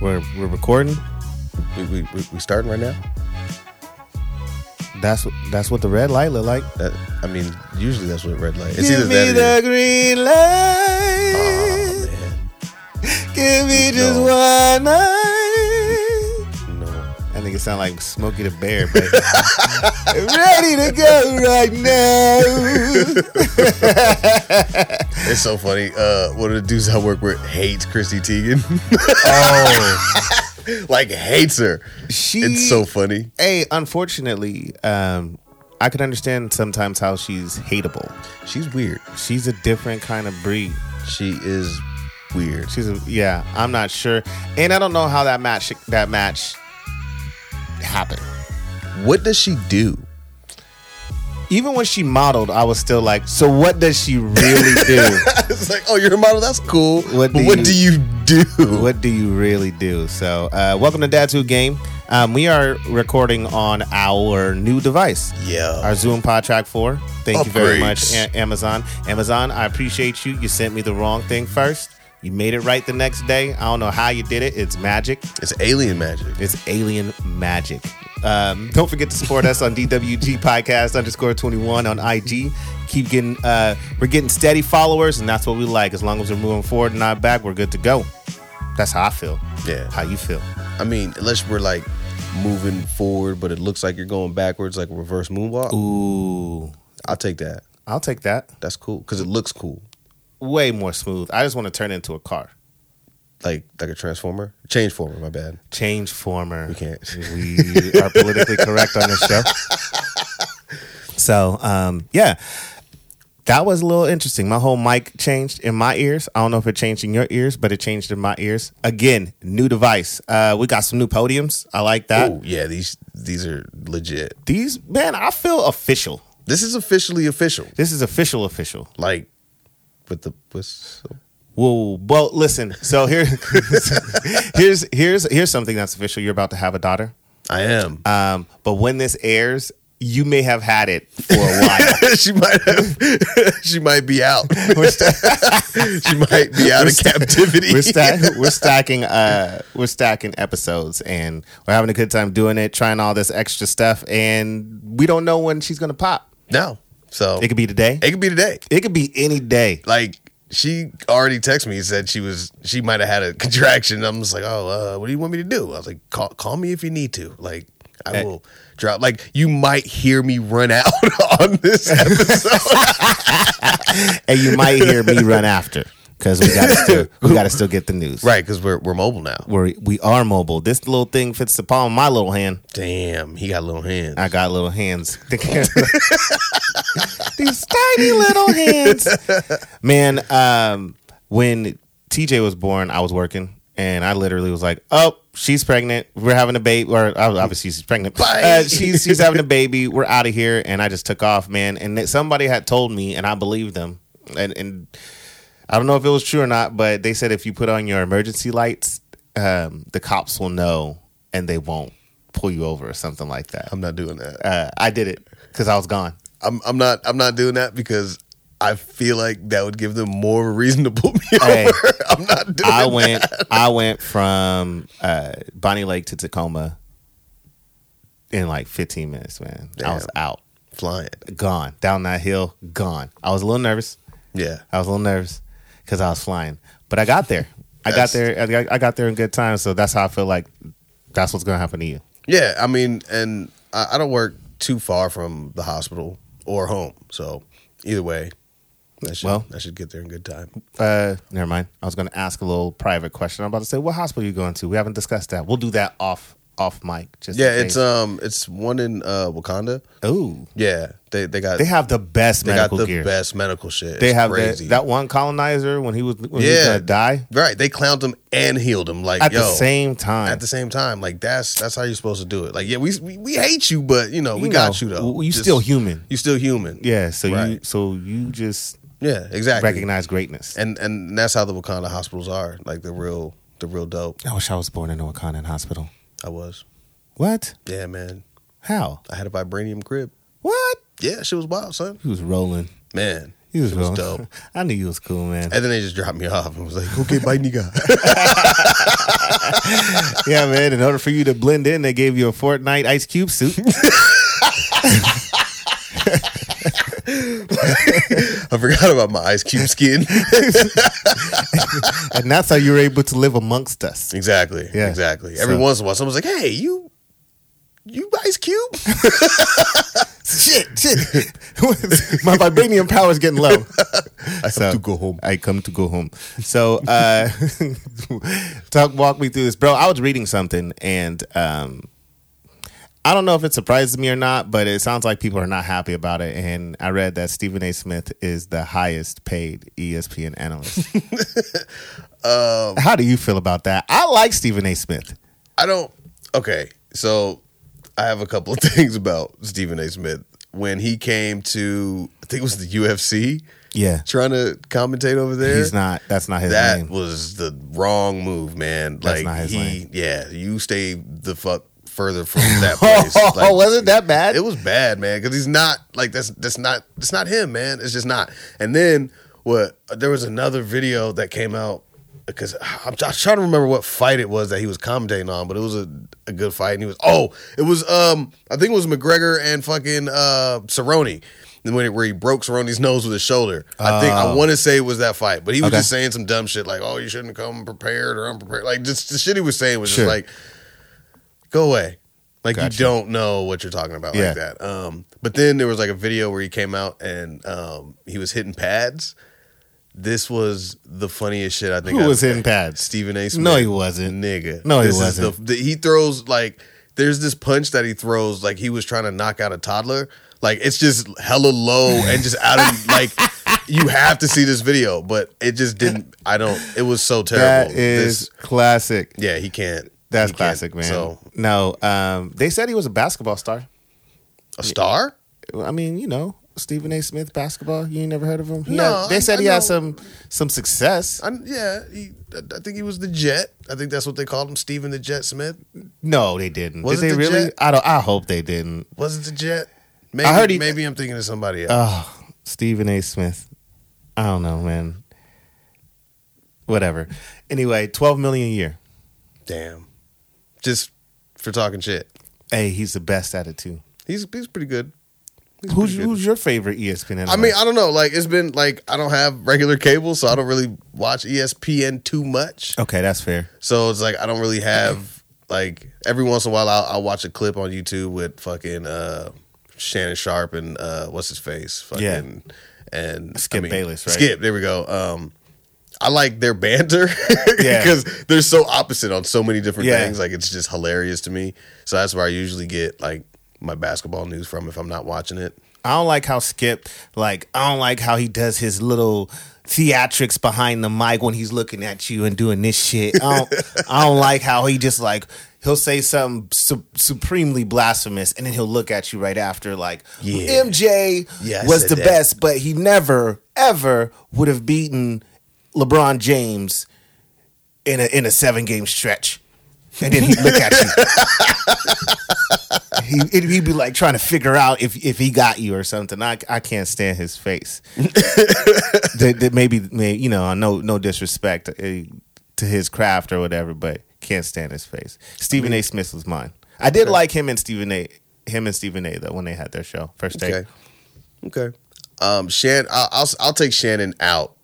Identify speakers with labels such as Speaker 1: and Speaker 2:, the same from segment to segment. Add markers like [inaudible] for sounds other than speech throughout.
Speaker 1: We're we're recording.
Speaker 2: We, we, we, we starting right now?
Speaker 1: That's what that's what the red light look like.
Speaker 2: That, I mean, usually that's what red light. It's
Speaker 1: Give
Speaker 2: either
Speaker 1: me the
Speaker 2: that.
Speaker 1: green light.
Speaker 2: Or
Speaker 1: Give me just
Speaker 2: No.
Speaker 1: one night.
Speaker 2: Oh, man, no.
Speaker 1: I think it sound like Smokey the [laughs] Bear, but ready to go right [laughs] now.
Speaker 2: It's so funny. Uh, one of the dudes I work with hates Chrissy Teigen.
Speaker 1: oh,
Speaker 2: [laughs] like hates her.
Speaker 1: she.
Speaker 2: It's so funny.
Speaker 1: Hey, unfortunately, um, I can understand sometimes how she's hateable.
Speaker 2: She's weird.
Speaker 1: She's a different kind of breed.
Speaker 2: She is weird.
Speaker 1: She's a, yeah. I'm not sure, and I don't know how that match that match happened.
Speaker 2: What does she do?
Speaker 1: Even when she modeled, I was still like, so what does she really do?
Speaker 2: [laughs] it's like, oh, you're a model. That's cool.
Speaker 1: What
Speaker 2: but
Speaker 1: do
Speaker 2: what
Speaker 1: you-
Speaker 2: do you do?
Speaker 1: what do you really do? So, uh, welcome to Dad 2 Game. Um, we are recording on our new device,
Speaker 2: Yeah.
Speaker 1: our Zoom Pod Track 4. Thank you very much,
Speaker 2: Upgrades.
Speaker 1: A- Amazon. Amazon, I appreciate you. You sent me the wrong thing first. You made it right the next day. I don't know how you did it. It's magic.
Speaker 2: It's alien magic.
Speaker 1: It's alien magic. Um, don't forget to support us on DWG Podcast underscore twenty one on IG. Keep getting uh, we're getting steady followers, and that's what we like. As long as we're moving forward and not back, we're good to go. That's how I feel.
Speaker 2: Yeah.
Speaker 1: How you feel?
Speaker 2: I mean, unless we're like moving forward, but it looks like you're going backwards, like a reverse moonwalk.
Speaker 1: Ooh,
Speaker 2: I'll take that.
Speaker 1: I'll take that.
Speaker 2: That's cool because it looks cool,
Speaker 1: Way more smooth. I just want to turn into a car.
Speaker 2: like like a transformer, change former. My bad.
Speaker 1: Change former.
Speaker 2: We can't.
Speaker 1: we are politically correct on this show. [laughs] So, um, yeah, that was a little interesting. My whole mic changed in my ears. I don't know if it changed in your ears, but it changed in my ears. Again, new device. Uh, we got some new podiums. I like that.
Speaker 2: Oh yeah, these these are legit.
Speaker 1: These man, I feel official.
Speaker 2: This is officially official.
Speaker 1: This is official, official.
Speaker 2: Like with the with
Speaker 1: Whoa, well, listen. So here, [laughs] here's here's here's something that's official. You're about to have a daughter.
Speaker 2: I am.
Speaker 1: Um, but when this airs, you may have had it for a while.
Speaker 2: [laughs] she might have, [laughs] she might be out. [laughs] she might be out of captivity. [laughs]
Speaker 1: we're, sta- we're stacking uh we're stacking episodes and we're having a good time doing it trying all this extra stuff and we don't know when she's gonna pop
Speaker 2: no. So
Speaker 1: it could be today
Speaker 2: it could be today.
Speaker 1: it could be any day
Speaker 2: like she already texted me and said she was she might have had a [laughs] contraction. I'm just like, oh, uh, what do you want me to do? I was like, call, call me if you need to. Like, I
Speaker 1: Hey.
Speaker 2: will drop. Like, you might hear me run out [laughs] on this episode.
Speaker 1: and you might hear me run after because we gotta still we gotta still get the news
Speaker 2: [laughs] right, because we're we're mobile now.
Speaker 1: we're, we are mobile this little thing fits the palm of my little hand
Speaker 2: Damn, he got little hands.
Speaker 1: I got little hands. [laughs] These [laughs] tiny little hands. Man, um, when TJ was born, I was working and I literally was like, oh, she's pregnant. We're having a baby. Or uh, obviously, she's pregnant.
Speaker 2: Bye.
Speaker 1: Uh, she's, she's having a baby. We're out of here. And I just took off, man. And that somebody had told me, and I believed them. And, and I don't know if it was true or not, but they said if you put on your emergency lights, um, the cops will know and they won't pull you over or something like that
Speaker 2: I'm not doing that.
Speaker 1: uh, I did it because I was gone.
Speaker 2: I'm I'm not I'm not doing that because I feel like that would give them more of a reason to pull me
Speaker 1: Hey.
Speaker 2: over. [laughs] I'm not doing.
Speaker 1: I went. I went from uh, Bonnie Lake to Tacoma in like 15 minutes. Man, I was out,
Speaker 2: flying.
Speaker 1: gone down that hill, gone. I was a little nervous.
Speaker 2: Yeah,
Speaker 1: I was a little nervous because I was flying, but I got there. I got
Speaker 2: That's-
Speaker 1: there. I got, I got there in good time. So that's how I feel like that's what's gonna happen to you.
Speaker 2: Yeah, I mean, and I, I don't work too far from the hospital or home, so either way, I should,
Speaker 1: Well-
Speaker 2: I should get there in good time.
Speaker 1: Uh, never mind. I was gonna ask a little private question. I'm about to say, what hospital you going to? We haven't discussed that. We'll do that off off mic. Just
Speaker 2: Yeah, it's um, it's one in uh, Wakanda.
Speaker 1: oh.
Speaker 2: Yeah, they they got
Speaker 1: They
Speaker 2: they,
Speaker 1: have the best
Speaker 2: got
Speaker 1: medical
Speaker 2: the
Speaker 1: gear.
Speaker 2: best medical shit.
Speaker 1: They
Speaker 2: It's
Speaker 1: have that,
Speaker 2: crazy.
Speaker 1: that one colonizer when he was when he was
Speaker 2: Yeah.
Speaker 1: gonna die
Speaker 2: right. They clowned him and healed him like
Speaker 1: at
Speaker 2: yo.
Speaker 1: the same time.
Speaker 2: at the same time, like that's that's how you're supposed to do it. Like, yeah, we we, we hate you, but you know we
Speaker 1: You know,
Speaker 2: got you though.
Speaker 1: w- You
Speaker 2: Just-
Speaker 1: still human.
Speaker 2: You still human.
Speaker 1: Yeah. So you
Speaker 2: Right.
Speaker 1: so you just
Speaker 2: yeah, exactly.
Speaker 1: recognize greatness.
Speaker 2: And and that's how the Wakanda hospitals are. Like the real the real dope.
Speaker 1: I wish I was born in a Wakandan hospital.
Speaker 2: I was.
Speaker 1: What?
Speaker 2: Yeah, man.
Speaker 1: How?
Speaker 2: I had a vibranium crib.
Speaker 1: What?
Speaker 2: Yeah, she was wild, son.
Speaker 1: He was rolling.
Speaker 2: Man,
Speaker 1: You was,
Speaker 2: It was
Speaker 1: cool.
Speaker 2: dope.
Speaker 1: [laughs] I knew you was cool, man.
Speaker 2: And then they just dropped me off and was like, okay, bye, nigga.
Speaker 1: yeah, man. In order for you to blend in, they gave you a Fortnite Ice Cube
Speaker 2: [laughs]
Speaker 1: suit.
Speaker 2: [laughs] I forgot about my Ice Cube skin.
Speaker 1: [laughs] and that's how you were able to live amongst
Speaker 2: [laughs]
Speaker 1: us. [laughs]
Speaker 2: exactly.
Speaker 1: Yeah.
Speaker 2: Exactly. Every
Speaker 1: So-
Speaker 2: once in a while, someone's like, hey, you. You Ice Cube?
Speaker 1: [laughs] shit,
Speaker 2: [laughs]
Speaker 1: shit. My vibranium power is getting low.
Speaker 2: I have to go home.
Speaker 1: I come to go home. So, uh, [laughs] talk, walk me through this, bro. I was reading something, and um, I don't know if it surprises me or not, but it sounds like people are not happy about it. And I read that Stephen A. Smith is the highest paid E ESPN
Speaker 2: [laughs]
Speaker 1: analyst.
Speaker 2: Um,
Speaker 1: How do you feel about that? I like Stephen A. Smith.
Speaker 2: I don't. Okay, so I have a couple of [laughs] things about Stephen A. Smith when he came to. I think it was the UFC
Speaker 1: Yeah,
Speaker 2: trying to commentate over there.
Speaker 1: he's not. That's not his
Speaker 2: that
Speaker 1: name.
Speaker 2: was the wrong move, man.
Speaker 1: That's
Speaker 2: like
Speaker 1: not his
Speaker 2: he,
Speaker 1: lane.
Speaker 2: yeah, you stay the fuck further from
Speaker 1: [laughs]
Speaker 2: that place. Like,
Speaker 1: was it Oh, that bad?
Speaker 2: it was bad, man, because he's not like that's that's not that's not him, man. It's just not. And then what? There was another video that came out because I'm, I'm trying to remember what fight it was that he was commentating on, but it was a, a good fight, and he was oh, it was um I think it was McGregor and fucking uh Cerrone. When it, where he broke Cerrone's nose with his shoulder, I think I want to say it was that fight, but he was
Speaker 1: Oh. Okay.
Speaker 2: just saying some dumb shit like, "Oh, you shouldn't come prepared or unprepared." Like just the shit he was saying was
Speaker 1: Sure.
Speaker 2: just like, go away. Like
Speaker 1: Gotcha.
Speaker 2: you don't know what you're talking about
Speaker 1: Yeah.
Speaker 2: like that. Um, but then there was like a video where he came out and um, he was hitting pads. This was the funniest shit I think.
Speaker 1: Who
Speaker 2: I've-
Speaker 1: was hitting pads?
Speaker 2: Stephen A. Smith.
Speaker 1: No, he wasn't.
Speaker 2: Nigga.
Speaker 1: No, he
Speaker 2: This is
Speaker 1: wasn't.
Speaker 2: the- the- he throws like there's this punch that he throws like he was trying to knock out a toddler. Like it's just hella low and just out
Speaker 1: [laughs]
Speaker 2: of like you have to see this video, but it just didn't. I don't. It was so
Speaker 1: That
Speaker 2: terrible.
Speaker 1: is
Speaker 2: This-
Speaker 1: classic.
Speaker 2: yeah, he can't.
Speaker 1: That's
Speaker 2: he can't.
Speaker 1: classic, man.
Speaker 2: So
Speaker 1: No, um, they said he was a basketball star.
Speaker 2: a star.
Speaker 1: I mean, you know, Stephen A. Smith basketball. You ain't never heard of him? He
Speaker 2: No,
Speaker 1: had- they
Speaker 2: I-
Speaker 1: said
Speaker 2: I
Speaker 1: he
Speaker 2: know.
Speaker 1: had some some success.
Speaker 2: I, yeah, he, I I think he was the Jet. I think that's what they called him, Stephen the Jet Smith.
Speaker 1: No, they didn't.
Speaker 2: Was
Speaker 1: Did
Speaker 2: it
Speaker 1: they
Speaker 2: the
Speaker 1: really?
Speaker 2: Jet?
Speaker 1: I don't. I hope they didn't.
Speaker 2: Was it the Jet? Maybe,
Speaker 1: heard he-
Speaker 2: maybe I'm thinking of somebody else.
Speaker 1: Oh, Stephen A. Smith. I don't know, man. Whatever. Anyway, twelve million a year.
Speaker 2: Damn, just for talking shit.
Speaker 1: Hey, he's the best at it too.
Speaker 2: He's he's pretty good. He's
Speaker 1: Who's
Speaker 2: pretty good.
Speaker 1: who's your favorite E ESPN?
Speaker 2: I
Speaker 1: analyst?
Speaker 2: mean, I don't know. Like it's been like I don't have regular cable, so I don't really watch E ESPN too much.
Speaker 1: okay, that's fair.
Speaker 2: So it's like I don't really have like every once in a while I'll, I'll watch a clip on YouTube with fucking uh, Shannon Sharp and uh, what's his face, fucking
Speaker 1: Yeah.
Speaker 2: and
Speaker 1: Skip Bayless, right?
Speaker 2: Skip, there we go. Um, I like their banter [laughs]
Speaker 1: Yeah.
Speaker 2: because they're so opposite on so many different
Speaker 1: Yeah.
Speaker 2: things. Like it's just hilarious to me. So that's where I usually get like my basketball news from if I'm not watching it.
Speaker 1: I don't like how Skip, like, I don't like how he does his little theatrics behind the mic when he's looking at you and doing this shit. I
Speaker 2: [laughs]
Speaker 1: don't, I don't like how he just like he'll say something su- supremely blasphemous and then he'll look at you right after, like,
Speaker 2: Yeah.
Speaker 1: MJ
Speaker 2: Yeah, I
Speaker 1: was
Speaker 2: said
Speaker 1: the
Speaker 2: that.
Speaker 1: best, but he never ever would have beaten LeBron James in a in a seven game stretch. And then he'd look at you. he, it, he'd be like trying to figure out if, if he got you or something. I, I can't stand his
Speaker 2: [laughs]
Speaker 1: face. that, that maybe, may- you know, no no disrespect eh, to his craft or whatever, but can't stand his face. Stephen A. Smith was mine. I did like him and Stephen A. Him and Stephen A. Though when they had their show first day.
Speaker 2: Okay. Okay. Um, Shan, I'll, I'll I'll take Shannon out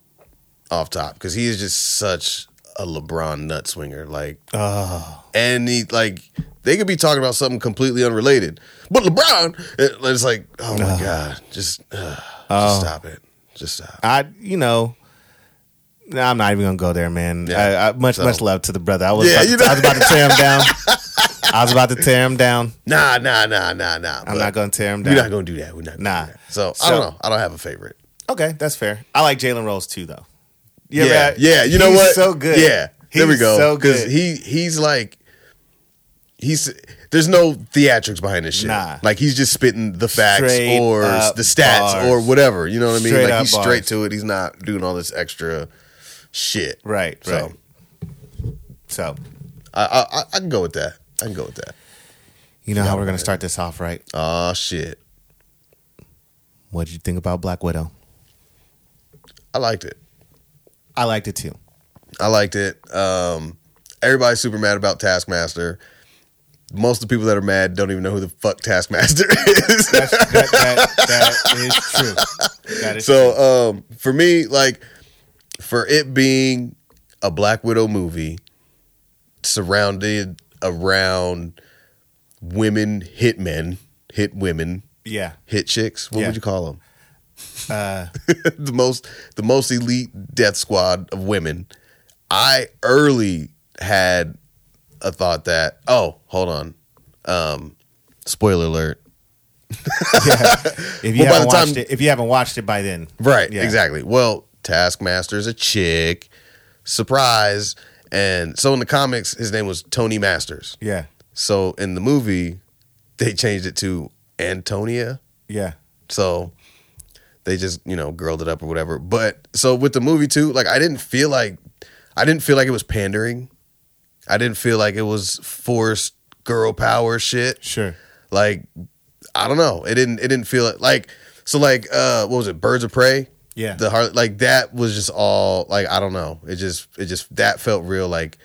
Speaker 2: off top because he is just such a LeBron nut swinger. Like,
Speaker 1: Ah.
Speaker 2: and he like they could be talking about something completely unrelated, but LeBron, it- it's like, oh
Speaker 1: Ah.
Speaker 2: my god, just, uh,
Speaker 1: Oh.
Speaker 2: just stop it, just stop.
Speaker 1: I you know. nah, I'm not even gonna go there, man.
Speaker 2: Yeah.
Speaker 1: I, I, much
Speaker 2: So-
Speaker 1: much love to the brother. I was,
Speaker 2: Yeah,
Speaker 1: about,
Speaker 2: you
Speaker 1: to,
Speaker 2: know-
Speaker 1: I was about to tear him
Speaker 2: [laughs]
Speaker 1: down. I was about to tear him down.
Speaker 2: Nah, nah, nah, nah, nah.
Speaker 1: I'm not gonna tear him
Speaker 2: We're
Speaker 1: down.
Speaker 2: not gonna do that. We're not. Gonna
Speaker 1: Nah.
Speaker 2: Do that. So, I don't
Speaker 1: So-
Speaker 2: know. I don't have a favorite.
Speaker 1: Okay, that's fair. I like Jalen Rose too, though. You
Speaker 2: yeah,
Speaker 1: ever-
Speaker 2: yeah. You know
Speaker 1: he's
Speaker 2: what?
Speaker 1: So good.
Speaker 2: Yeah, there we
Speaker 1: He's
Speaker 2: go.
Speaker 1: So
Speaker 2: Because
Speaker 1: good.
Speaker 2: he he's like he's there's no theatrics behind this shit.
Speaker 1: Nah.
Speaker 2: Like he's just spitting the facts
Speaker 1: Straight
Speaker 2: or
Speaker 1: up
Speaker 2: the stats
Speaker 1: bars.
Speaker 2: or whatever. You know what I mean?
Speaker 1: Straight
Speaker 2: like
Speaker 1: up
Speaker 2: he's straight
Speaker 1: bars.
Speaker 2: to it. He's not doing all this extra shit.
Speaker 1: right, right.
Speaker 2: So
Speaker 1: So, so
Speaker 2: I, I I- I can go with that. I can go with that.
Speaker 1: you know how we're gonna start this off, right?
Speaker 2: Oh shit.
Speaker 1: What did you think about Black Widow?
Speaker 2: I liked it.
Speaker 1: I liked it
Speaker 2: [laughs]
Speaker 1: too.
Speaker 2: I liked it. Um, everybody's super mad about Taskmaster. Most of the people that are mad don't even know who the fuck Taskmaster [laughs] is.
Speaker 1: That's, that, that, that is true. That is true.
Speaker 2: so um, for me, like for it being a Black Widow movie surrounded around women hitmen, hit women,
Speaker 1: yeah.
Speaker 2: hit chicks. What
Speaker 1: Yeah.
Speaker 2: would you call them?
Speaker 1: Uh,
Speaker 2: [laughs] the most the most elite death squad of women. I early had a thought that oh hold on, um, spoiler alert.
Speaker 1: if you
Speaker 2: Well,
Speaker 1: haven't
Speaker 2: by the time-
Speaker 1: watched it, if you haven't watched it by then,
Speaker 2: Right,
Speaker 1: Yeah.
Speaker 2: exactly. Well, Taskmaster's a chick. Surprise. And so in the comics, his name was Tony Masters.
Speaker 1: yeah,
Speaker 2: So in the movie, they changed it to Antonia.
Speaker 1: yeah,
Speaker 2: So they just, you know, girled it up or whatever. But so with the movie too, like I didn't feel like I didn't feel like it was pandering. I didn't feel like it was forced girl power shit
Speaker 1: sure.
Speaker 2: like I don't know. It didn't it didn't feel it like so like uh what was it? Birds of Prey?
Speaker 1: Yeah.
Speaker 2: The heart like that was just all like I don't know. It just it just that felt real like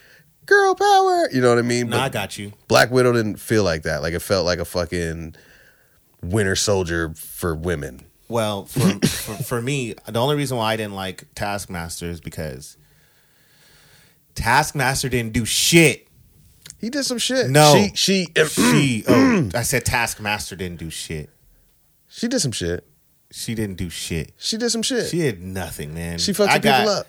Speaker 2: girl power. You know what I mean?
Speaker 1: No, I
Speaker 2: But
Speaker 1: got you.
Speaker 2: Black Widow didn't feel like that. Like it felt like a fucking winter soldier for women.
Speaker 1: Well, for, for for me, the only reason why I didn't like Taskmaster is because Taskmaster didn't do shit.
Speaker 2: He did some shit.
Speaker 1: No.
Speaker 2: She she
Speaker 1: She,
Speaker 2: Mm.
Speaker 1: oh, I said Taskmaster didn't do shit.
Speaker 2: she did some shit.
Speaker 1: She didn't do shit.
Speaker 2: She did some shit.
Speaker 1: She did nothing, man.
Speaker 2: She fucked
Speaker 1: I
Speaker 2: the people
Speaker 1: got-
Speaker 2: up.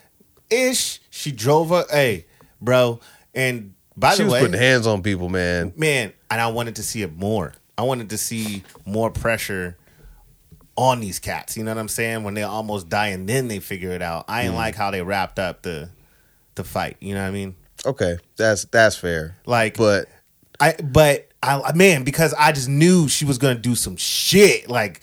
Speaker 1: Ish. She drove up, hey, bro. And by
Speaker 2: she
Speaker 1: the
Speaker 2: was
Speaker 1: way,
Speaker 2: putting hands on people, man.
Speaker 1: man, and I wanted to see it more. I wanted to see more pressure on these cats. You know what I'm saying? When they almost die and then they figure it out.
Speaker 2: Mm.
Speaker 1: I ain't like how they wrapped up the the fight. You know what I mean?
Speaker 2: Okay. That's that's fair.
Speaker 1: Like,
Speaker 2: But
Speaker 1: I but I man because I just knew she was gonna do some shit. Like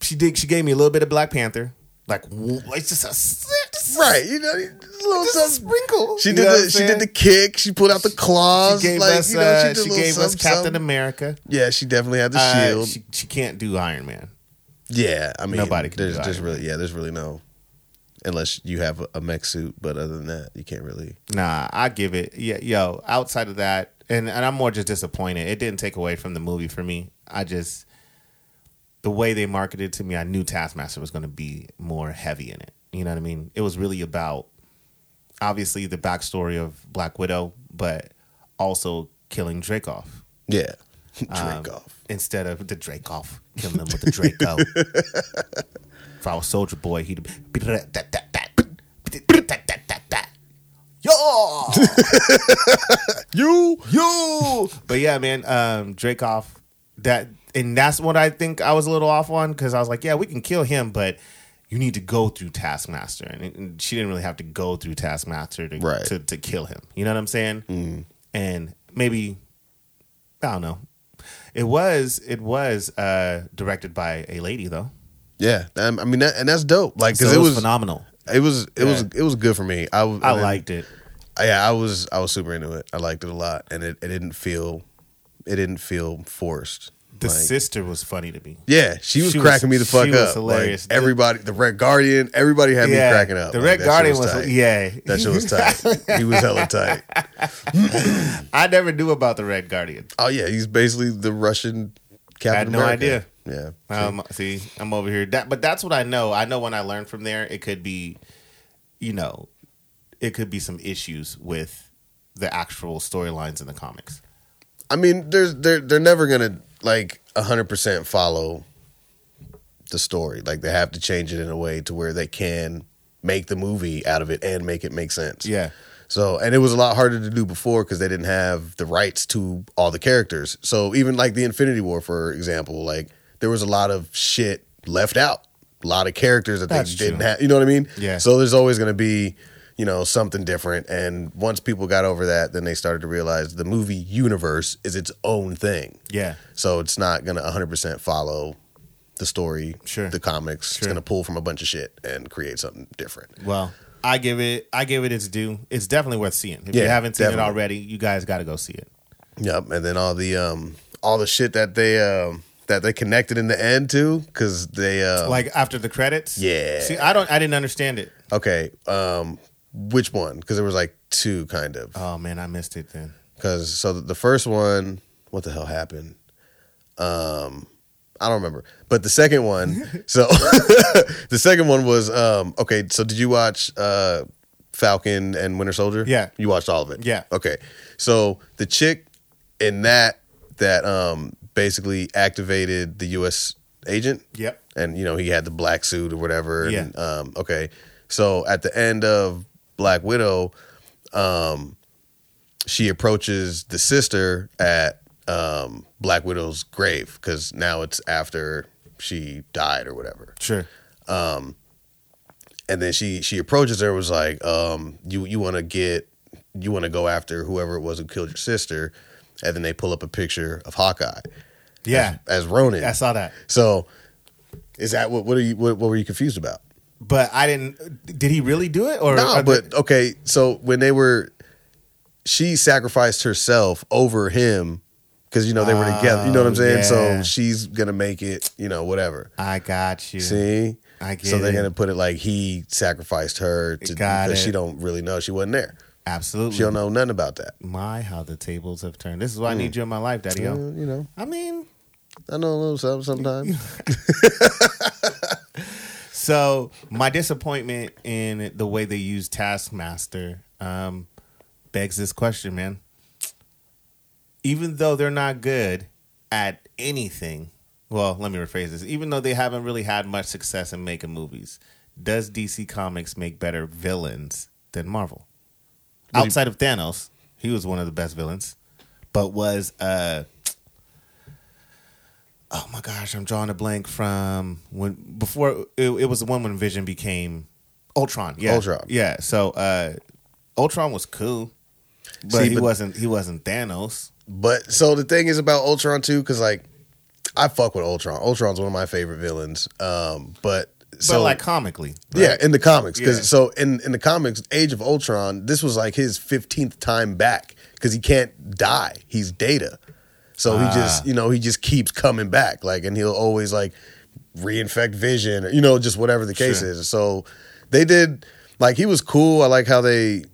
Speaker 1: she did. She gave me a little bit of Black Panther. Like w- it's just a s- just a
Speaker 2: Right, you know, a little
Speaker 1: Just a
Speaker 2: something.
Speaker 1: sprinkle.
Speaker 2: She
Speaker 1: You
Speaker 2: did
Speaker 1: know what I'm
Speaker 2: the she
Speaker 1: saying?
Speaker 2: did the kick. She pulled out the claws.
Speaker 1: She gave
Speaker 2: like,
Speaker 1: us,
Speaker 2: you know,
Speaker 1: uh,
Speaker 2: did a
Speaker 1: she
Speaker 2: little
Speaker 1: gave us
Speaker 2: something,
Speaker 1: Captain
Speaker 2: something.
Speaker 1: America.
Speaker 2: Yeah, she definitely had the
Speaker 1: Uh,
Speaker 2: shield.
Speaker 1: she, she can't do Iron Man.
Speaker 2: yeah, I mean,
Speaker 1: Nobody can
Speaker 2: There's
Speaker 1: do
Speaker 2: just
Speaker 1: Iron
Speaker 2: really, yeah, there's really no, unless you have a, a mech suit. But other than that, you can't really.
Speaker 1: Nah, I give it. Yeah, yo. Outside of that, and and I'm more just disappointed. It didn't take away from the movie for me. I just the way they marketed it to me, I knew Taskmaster was going to be more heavy in it. You know what I mean? It was really about obviously the backstory of Black Widow, but also killing Dracoff
Speaker 2: Yeah, [laughs] drink
Speaker 1: Um,
Speaker 2: off.
Speaker 1: instead of the Dracoff killing him with the Draco. if I was Soldier Boy, he'd be [laughs] yo.
Speaker 2: You
Speaker 1: You. But yeah, man, um, Dracoff. That and that's what I think I was a little off on because I was like, yeah, we can kill him, but you need to go through Taskmaster, and, and she didn't really have to go through Taskmaster to
Speaker 2: Right.
Speaker 1: to, to kill him. You know what I'm saying? Mm. And maybe I don't know. It was it was uh, directed by a lady though,
Speaker 2: yeah. um, I mean, that, and that's dope. Like,
Speaker 1: so
Speaker 2: because
Speaker 1: it, was,
Speaker 2: it was,
Speaker 1: phenomenal.
Speaker 2: it was, it was,
Speaker 1: Yeah.
Speaker 2: it was good for me. I, was-
Speaker 1: I
Speaker 2: and-
Speaker 1: liked it.
Speaker 2: yeah, I was, I was super into it. I liked it a lot, and it, it didn't feel, it didn't feel forced.
Speaker 1: The
Speaker 2: Like-
Speaker 1: sister was funny to me.
Speaker 2: Yeah, she was
Speaker 1: She was-
Speaker 2: cracking me the fuck
Speaker 1: she was
Speaker 2: up.
Speaker 1: hilarious.
Speaker 2: Like, everybody, the Red Guardian, everybody had me cracking up.
Speaker 1: The Red
Speaker 2: Like, that shit
Speaker 1: Guardian was,
Speaker 2: tight.
Speaker 1: yeah.
Speaker 2: That shit was tight. he was hella tight.
Speaker 1: [laughs] I never knew about the Red Guardian.
Speaker 2: Oh yeah, he's basically the Russian
Speaker 1: had
Speaker 2: Captain
Speaker 1: no
Speaker 2: America. idea. Yeah,
Speaker 1: Um, see, I'm over here. That, but that's what I know. I know when I learn from there, it could be, you know, it could be some issues with the actual storylines in the comics.
Speaker 2: I mean, there's they're they're never gonna like hundred percent follow the story. Like they have to change it in a way to where they can make the movie out of it and make it make sense.
Speaker 1: Yeah.
Speaker 2: So, and it was a lot harder to do before because they didn't have the rights to all the characters. So, even like the Infinity War, for example, like there was a lot of shit left out, a lot of characters that
Speaker 1: That's
Speaker 2: they
Speaker 1: true.
Speaker 2: didn't have. You know what I mean?
Speaker 1: Yeah.
Speaker 2: So, there's always going to be, you know, something different. And once people got over that, then they started to realize the movie universe is its own thing.
Speaker 1: Yeah.
Speaker 2: So, it's not going to 100% follow the story,
Speaker 1: Sure.
Speaker 2: the comics. It's
Speaker 1: Sure.
Speaker 2: going to pull from a bunch of shit and create something different.
Speaker 1: Well, I give it. I give it its due. It's definitely worth seeing. If you
Speaker 2: Yeah,
Speaker 1: haven't seen it
Speaker 2: definitely.
Speaker 1: already, you guys got to go see it.
Speaker 2: Yep, and then all the um all the shit that they um that they connected in the end too, because they uh,
Speaker 1: Like after the credits.
Speaker 2: Yeah.
Speaker 1: See, I don't. I didn't understand it.
Speaker 2: okay, um, which one? Because there was like two kind of.
Speaker 1: Oh man, I missed it then.
Speaker 2: Because so the first one, what the hell happened? Um, I don't remember. But the second
Speaker 1: [laughs]
Speaker 2: one, so [laughs] the second one was um, okay. So did you watch uh, Falcon and Winter Soldier?
Speaker 1: Yeah.
Speaker 2: you watched all of it.
Speaker 1: Yeah.
Speaker 2: Okay. So the chick in that that um, basically activated the U.S. agent
Speaker 1: Yep.
Speaker 2: and you know he had the black suit or whatever.
Speaker 1: Yeah.
Speaker 2: And, um, okay. So at the end of Black Widow, um, she approaches the sister at um, Black Widow's grave because now it's after she died or whatever.
Speaker 1: Sure.
Speaker 2: And then she she approaches her and was like, um, you you want to get you want to go after whoever it was who killed your sister, and then they pull up a picture of Hawkeye
Speaker 1: Yeah.
Speaker 2: as Ronin.
Speaker 1: I saw that,
Speaker 2: so is that what what are you what, what were you confused about?
Speaker 1: but I didn't. Did he really do it? Or
Speaker 2: No, but okay. So when they were, she sacrificed herself over him because you know they were together. You know what I'm
Speaker 1: Oh,
Speaker 2: saying?
Speaker 1: yeah.
Speaker 2: So she's gonna make it. You know, whatever.
Speaker 1: I got you.
Speaker 2: See,
Speaker 1: I get
Speaker 2: so they're
Speaker 1: it.
Speaker 2: gonna put it like he sacrificed her to
Speaker 1: Got
Speaker 2: because
Speaker 1: it. Mm.
Speaker 2: she don't really know she wasn't there.
Speaker 1: Absolutely.
Speaker 2: She don't know nothing about that.
Speaker 1: My, how the tables have turned. This is why I need you in my life, Daddy.
Speaker 2: Uh, you know,
Speaker 1: I mean,
Speaker 2: I know a little something
Speaker 1: [laughs]
Speaker 2: sometimes.
Speaker 1: so my disappointment in the way they use Taskmaster um, begs this question, man. Even though they're not good at anything, well, let me rephrase this. Even though they haven't really had much success in making movies, does DC Comics make better villains than Marvel?
Speaker 2: do you-
Speaker 1: Outside of Thanos, he was one of the best villains, but was uh oh my gosh, I'm drawing a blank from when before it, it was the one when Vision became Ultron. Yeah,
Speaker 2: Ultron.
Speaker 1: Yeah, so uh, Ultron was cool, but
Speaker 2: See,
Speaker 1: he
Speaker 2: but-
Speaker 1: wasn't. He wasn't Thanos.
Speaker 2: but so the thing is about Ultron too, because like I fuck with Ultron. Ultron's one of my favorite villains. Um, but so
Speaker 1: but like comically,
Speaker 2: Yeah, in the comics. Because
Speaker 1: Yeah.
Speaker 2: so in in the comics, Age of Ultron, this was like his fifteenth time back because he can't die. He's Data, so
Speaker 1: Ah.
Speaker 2: he just you know he just keeps coming back. Like, and he'll always like reinfect Vision, or, you know, just whatever the case
Speaker 1: Sure.
Speaker 2: is. So they did like he was cool. I like how they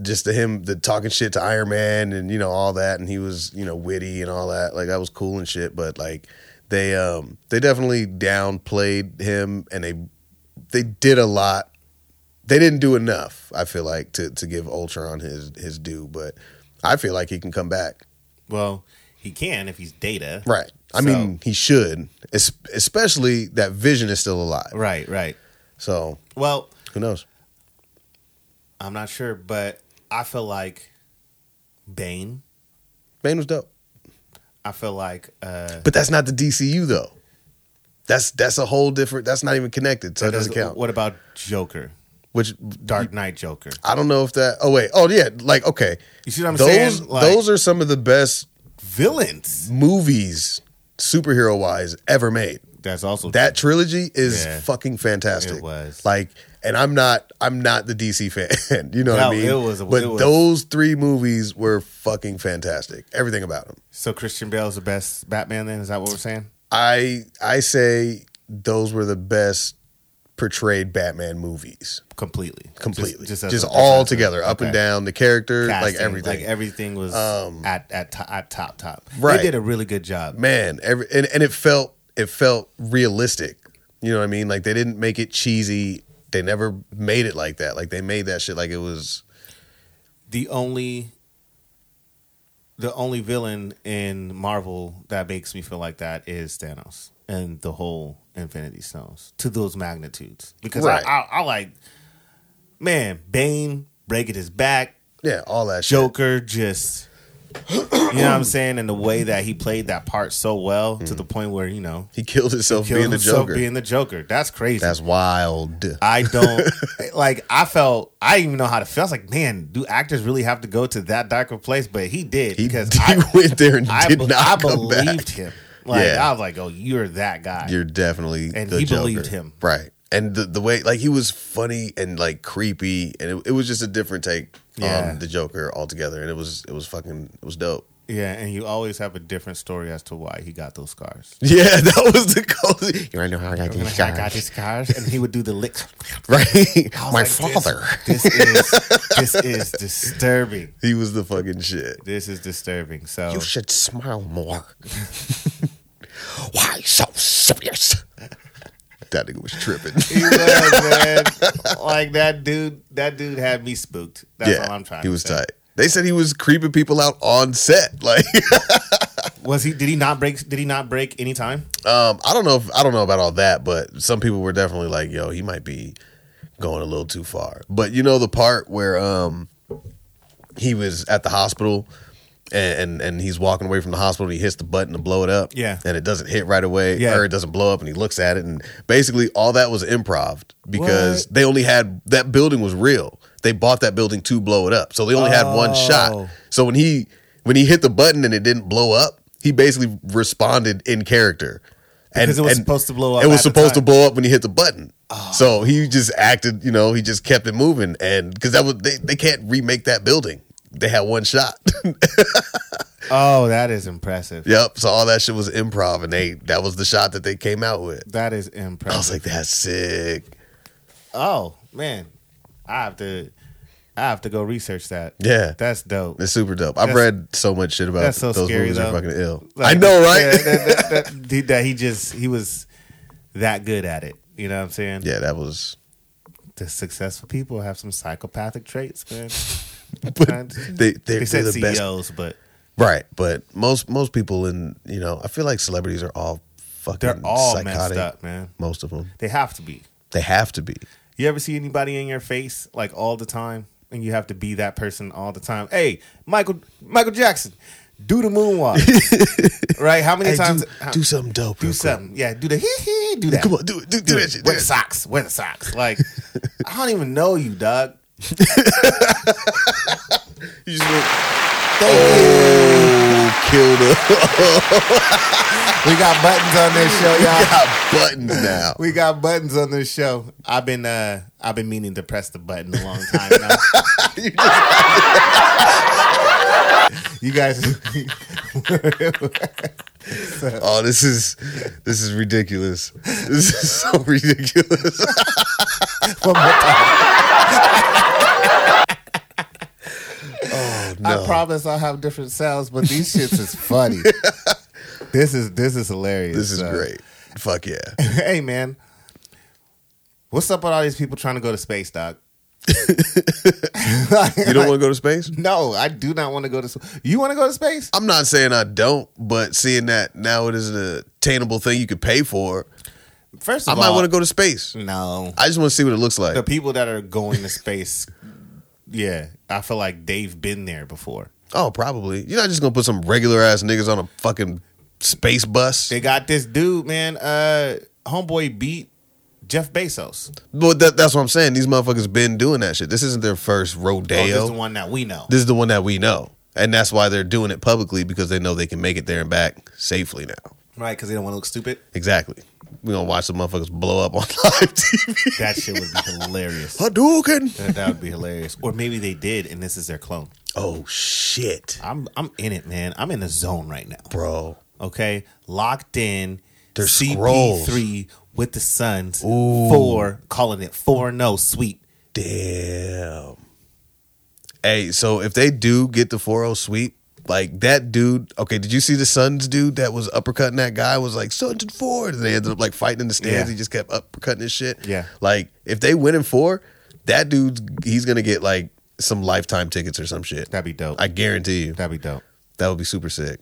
Speaker 2: just the him the talking shit to Iron Man and you know all that, and he was you know witty and all that. Like that was cool and shit. But like they um they definitely downplayed him, and they they did a lot. They didn't do enough. I feel like to to give Ultron his his due, but I feel like he can come back.
Speaker 1: well, he can if he's Data.
Speaker 2: Right. I
Speaker 1: So-
Speaker 2: mean, he should, es- especially that Vision is still alive.
Speaker 1: right, right.
Speaker 2: So
Speaker 1: Well,
Speaker 2: who knows?
Speaker 1: I'm not sure, but I feel like Bane.
Speaker 2: Bane was dope,
Speaker 1: I feel like uh,
Speaker 2: but that's not the DCU though. That's that's a whole different. That's not even connected, so it doesn't count.
Speaker 1: What about Joker?
Speaker 2: Which
Speaker 1: Dark Knight Joker.
Speaker 2: I don't know if that. Oh wait. Oh yeah. Like okay.
Speaker 1: You see what I'm
Speaker 2: those
Speaker 1: saying? Like-
Speaker 2: those are some of the best
Speaker 1: Villains.
Speaker 2: movies superhero wise ever made.
Speaker 1: That's also
Speaker 2: That trilogy is
Speaker 1: Yeah.
Speaker 2: fucking fantastic.
Speaker 1: It was.
Speaker 2: like, and I'm not I'm not the DC [laughs] fan. you know what I
Speaker 1: No,
Speaker 2: mean?
Speaker 1: it was-
Speaker 2: But
Speaker 1: it was-
Speaker 2: those three movies were fucking fantastic. Everything about them.
Speaker 1: So Christian Bale's the best Batman. Then is that what we're saying?
Speaker 2: I I say those were the best portrayed Batman movies.
Speaker 1: Completely. Just-
Speaker 2: Completely, just,
Speaker 1: as a-
Speaker 2: all
Speaker 1: as a-
Speaker 2: together, up and
Speaker 1: okay.
Speaker 2: down, the character, like
Speaker 1: Casting,
Speaker 2: everything. Um,
Speaker 1: Like everything was at at, to, at top top.
Speaker 2: Right.
Speaker 1: They did a really good job.
Speaker 2: man every and, and it felt it felt realistic you know what i mean like they didn't make it cheesy they never made it like that like they made that shit like it was
Speaker 1: The only the only villain in Marvel that makes me feel like that is Thanos and the whole Infinity Stones to those magnitudes. Because
Speaker 2: Right.
Speaker 1: I, I, I like man, Bane breaking his back,
Speaker 2: yeah all that shit
Speaker 1: Joker just you know what
Speaker 2: [clears throat]
Speaker 1: I'm saying, and the way that he played that part so well to the point where you know
Speaker 2: he killed himself
Speaker 1: killed
Speaker 2: Mm. being the
Speaker 1: himself
Speaker 2: joker
Speaker 1: being the Joker. That's crazy.
Speaker 2: that's wild [laughs]
Speaker 1: I don't like. I felt I didn't even know how to feel. I was like, man, do actors really have to go to that dark of a place? But he did
Speaker 2: he,
Speaker 1: because
Speaker 2: [laughs] he
Speaker 1: I,
Speaker 2: went there and
Speaker 1: I,
Speaker 2: did
Speaker 1: be-
Speaker 2: not
Speaker 1: I
Speaker 2: come
Speaker 1: believed
Speaker 2: back
Speaker 1: him. Like
Speaker 2: Yeah.
Speaker 1: I was like, oh, you're that guy.
Speaker 2: you're definitely
Speaker 1: And
Speaker 2: the
Speaker 1: he
Speaker 2: Joker.
Speaker 1: believed him.
Speaker 2: right and the, the way like he was funny and like creepy and it, it was just a different take
Speaker 1: Yeah.
Speaker 2: on the joker altogether and it was it was fucking it was dope [laughs]
Speaker 1: Yeah, and you always have a different story as to why he got those scars.
Speaker 2: Yeah, that was the cozy. You wanna know how I got these
Speaker 1: I got
Speaker 2: scars?
Speaker 1: these scars, and he would do the lick.
Speaker 2: [laughs]
Speaker 1: [laughs]
Speaker 2: Right,
Speaker 1: I was
Speaker 2: my
Speaker 1: like, this-
Speaker 2: father.
Speaker 1: This, is
Speaker 2: [laughs]
Speaker 1: this is disturbing.
Speaker 2: He was the fucking shit.
Speaker 1: This is disturbing. So
Speaker 2: You should smile more. [laughs] Why so serious? [laughs] That nigga was tripping.
Speaker 1: [laughs] he was
Speaker 2: [laughs]
Speaker 1: man. Like that dude. That dude had me spooked. That's all I'm trying.
Speaker 2: he
Speaker 1: to
Speaker 2: was
Speaker 1: say.
Speaker 2: tight. They said he was creeping people out on set. [laughs] Like,
Speaker 1: Was he? Did he not break? Did he not break any time?
Speaker 2: um, I don't know. If, I don't know about all that, but some people were definitely like, "Yo, he might be going a little too far." But you know the part where um, he was at the hospital. And, and and he's walking away from the hospital. and He hits the button to blow it up.
Speaker 1: Yeah.
Speaker 2: and it doesn't hit right away,
Speaker 1: Yeah.
Speaker 2: or it doesn't blow up. And he looks at it, and basically all that was improv because
Speaker 1: What?
Speaker 2: they only had that building was real. They bought that building to blow it up, so they only had one
Speaker 1: Oh.
Speaker 2: shot. So when he when he hit the button and it didn't blow up, he basically responded in character. And,
Speaker 1: Because it was supposed to blow up
Speaker 2: It was
Speaker 1: at the
Speaker 2: supposed to
Speaker 1: time. Oh.
Speaker 2: blow up when he hit the button. So he just acted, you know, he just kept it moving, and because that was they, they can't remake that building. They had one shot. [laughs]
Speaker 1: Oh, that is impressive.
Speaker 2: yep. So all that shit was improv, and they that was the shot that they came out with.
Speaker 1: That is
Speaker 2: I was
Speaker 1: impressive.
Speaker 2: like, that's sick.
Speaker 1: oh man, I have to. I have to go research that.
Speaker 2: Yeah.
Speaker 1: that's dope.
Speaker 2: It's super dope. I've
Speaker 1: That's-
Speaker 2: read so much shit about
Speaker 1: that's so
Speaker 2: those
Speaker 1: scary,
Speaker 2: movies. Are
Speaker 1: though.
Speaker 2: fucking ill.
Speaker 1: Like,
Speaker 2: I know, right?
Speaker 1: yeah, that, that, that, dude, that he just he was that good at it. You know what I'm saying?
Speaker 2: [laughs] yeah, that was
Speaker 1: The successful people have some psychopathic traits,
Speaker 2: [laughs]
Speaker 1: man.
Speaker 2: but they, they,
Speaker 1: they
Speaker 2: are
Speaker 1: said E
Speaker 2: the best.
Speaker 1: CEOs, but
Speaker 2: Right. But most most people in, you know, I feel like celebrities are all fucking
Speaker 1: they're all messed
Speaker 2: psychotic.
Speaker 1: up, man.
Speaker 2: Most of them.
Speaker 1: They have to be.
Speaker 2: They have to be.
Speaker 1: You ever see anybody in your face like all the time, and you have to be that person all the time? Hey, Michael, Michael Jackson, do the
Speaker 2: [laughs]
Speaker 1: moonwalk, right? How many
Speaker 2: Hey,
Speaker 1: times?
Speaker 2: do,
Speaker 1: how-
Speaker 2: do something dope.
Speaker 1: do
Speaker 2: real quick.
Speaker 1: something, yeah. Do the hee hee, do that.
Speaker 2: Come on, do it. Do, do that shit. do
Speaker 1: Wear the
Speaker 2: that.
Speaker 1: socks. Wear the socks.
Speaker 2: [laughs]
Speaker 1: Like, I don't even know you, dog.
Speaker 2: You just went, oh, killed [laughs] her.
Speaker 1: We got buttons on this [laughs] show, y'all.
Speaker 2: Got
Speaker 1: [laughs]
Speaker 2: buttons now.
Speaker 1: We got buttons on this show. I've been uh I've been meaning to press the button a long time now.
Speaker 2: [laughs] You
Speaker 1: [laughs] you guys
Speaker 2: just- oh, this is this is ridiculous. This is so ridiculous.
Speaker 1: one more time.
Speaker 2: [laughs] Oh no.
Speaker 1: I promise I'll have different sounds, but these shits is
Speaker 2: [laughs]
Speaker 1: funny. this is this is hilarious.
Speaker 2: this is
Speaker 1: so.
Speaker 2: great. Fuck yeah.
Speaker 1: [laughs] hey man. What's up with all these people trying to go to space, dog?
Speaker 2: [laughs]
Speaker 1: [laughs]
Speaker 2: You don't want to go to space?
Speaker 1: [laughs] No, I do not want to go to space. You want to go to space?
Speaker 2: I'm not saying I don't, but seeing that now it is an attainable thing you could pay for,
Speaker 1: First
Speaker 2: I
Speaker 1: of
Speaker 2: might
Speaker 1: all,
Speaker 2: want to go to space.
Speaker 1: No.
Speaker 2: I just want to see what it looks
Speaker 1: the
Speaker 2: like.
Speaker 1: people that are going to
Speaker 2: [laughs]
Speaker 1: space, yeah, I feel like they've been there before.
Speaker 2: Oh, probably. You're not just gonna put some regular ass niggas on a fucking space bus.
Speaker 1: They got this dude, man. Uh, homeboy beat Jeff Bezos.
Speaker 2: But that, that's what I'm saying. These motherfuckers been doing that shit. This isn't their first
Speaker 1: Oh, this
Speaker 2: rodeo.
Speaker 1: is the one that we know.
Speaker 2: this is the one that we know, and that's why they're doing it publicly because they know they can make it there and back safely now.
Speaker 1: right, because they don't want to look stupid.
Speaker 2: Exactly. We gonna watch the motherfuckers blow up on [laughs] live TV.
Speaker 1: That shit would be [laughs] hilarious.
Speaker 2: Hadouken.
Speaker 1: that would be hilarious. Or maybe they did, and this is their clone.
Speaker 2: Oh shit,
Speaker 1: I'm I'm in it, man. I'm in the zone right now.
Speaker 2: bro.
Speaker 1: Okay, locked in.
Speaker 2: They're
Speaker 1: CP3 with the Suns. Four, calling it four. No, sweet.
Speaker 2: Damn. Hey, so if they do get the 4 0 sweep, like that dude, okay, did you see the Suns dude that was uppercutting that guy? Was like, Suns in four. And they ended up like fighting in the stands.
Speaker 1: Yeah.
Speaker 2: He just kept uppercutting his shit.
Speaker 1: Yeah.
Speaker 2: Like, if they win in four, that dude's, he's going to get like some lifetime tickets or some shit.
Speaker 1: That'd be dope.
Speaker 2: I guarantee you.
Speaker 1: That'd be dope.
Speaker 2: That would be super sick.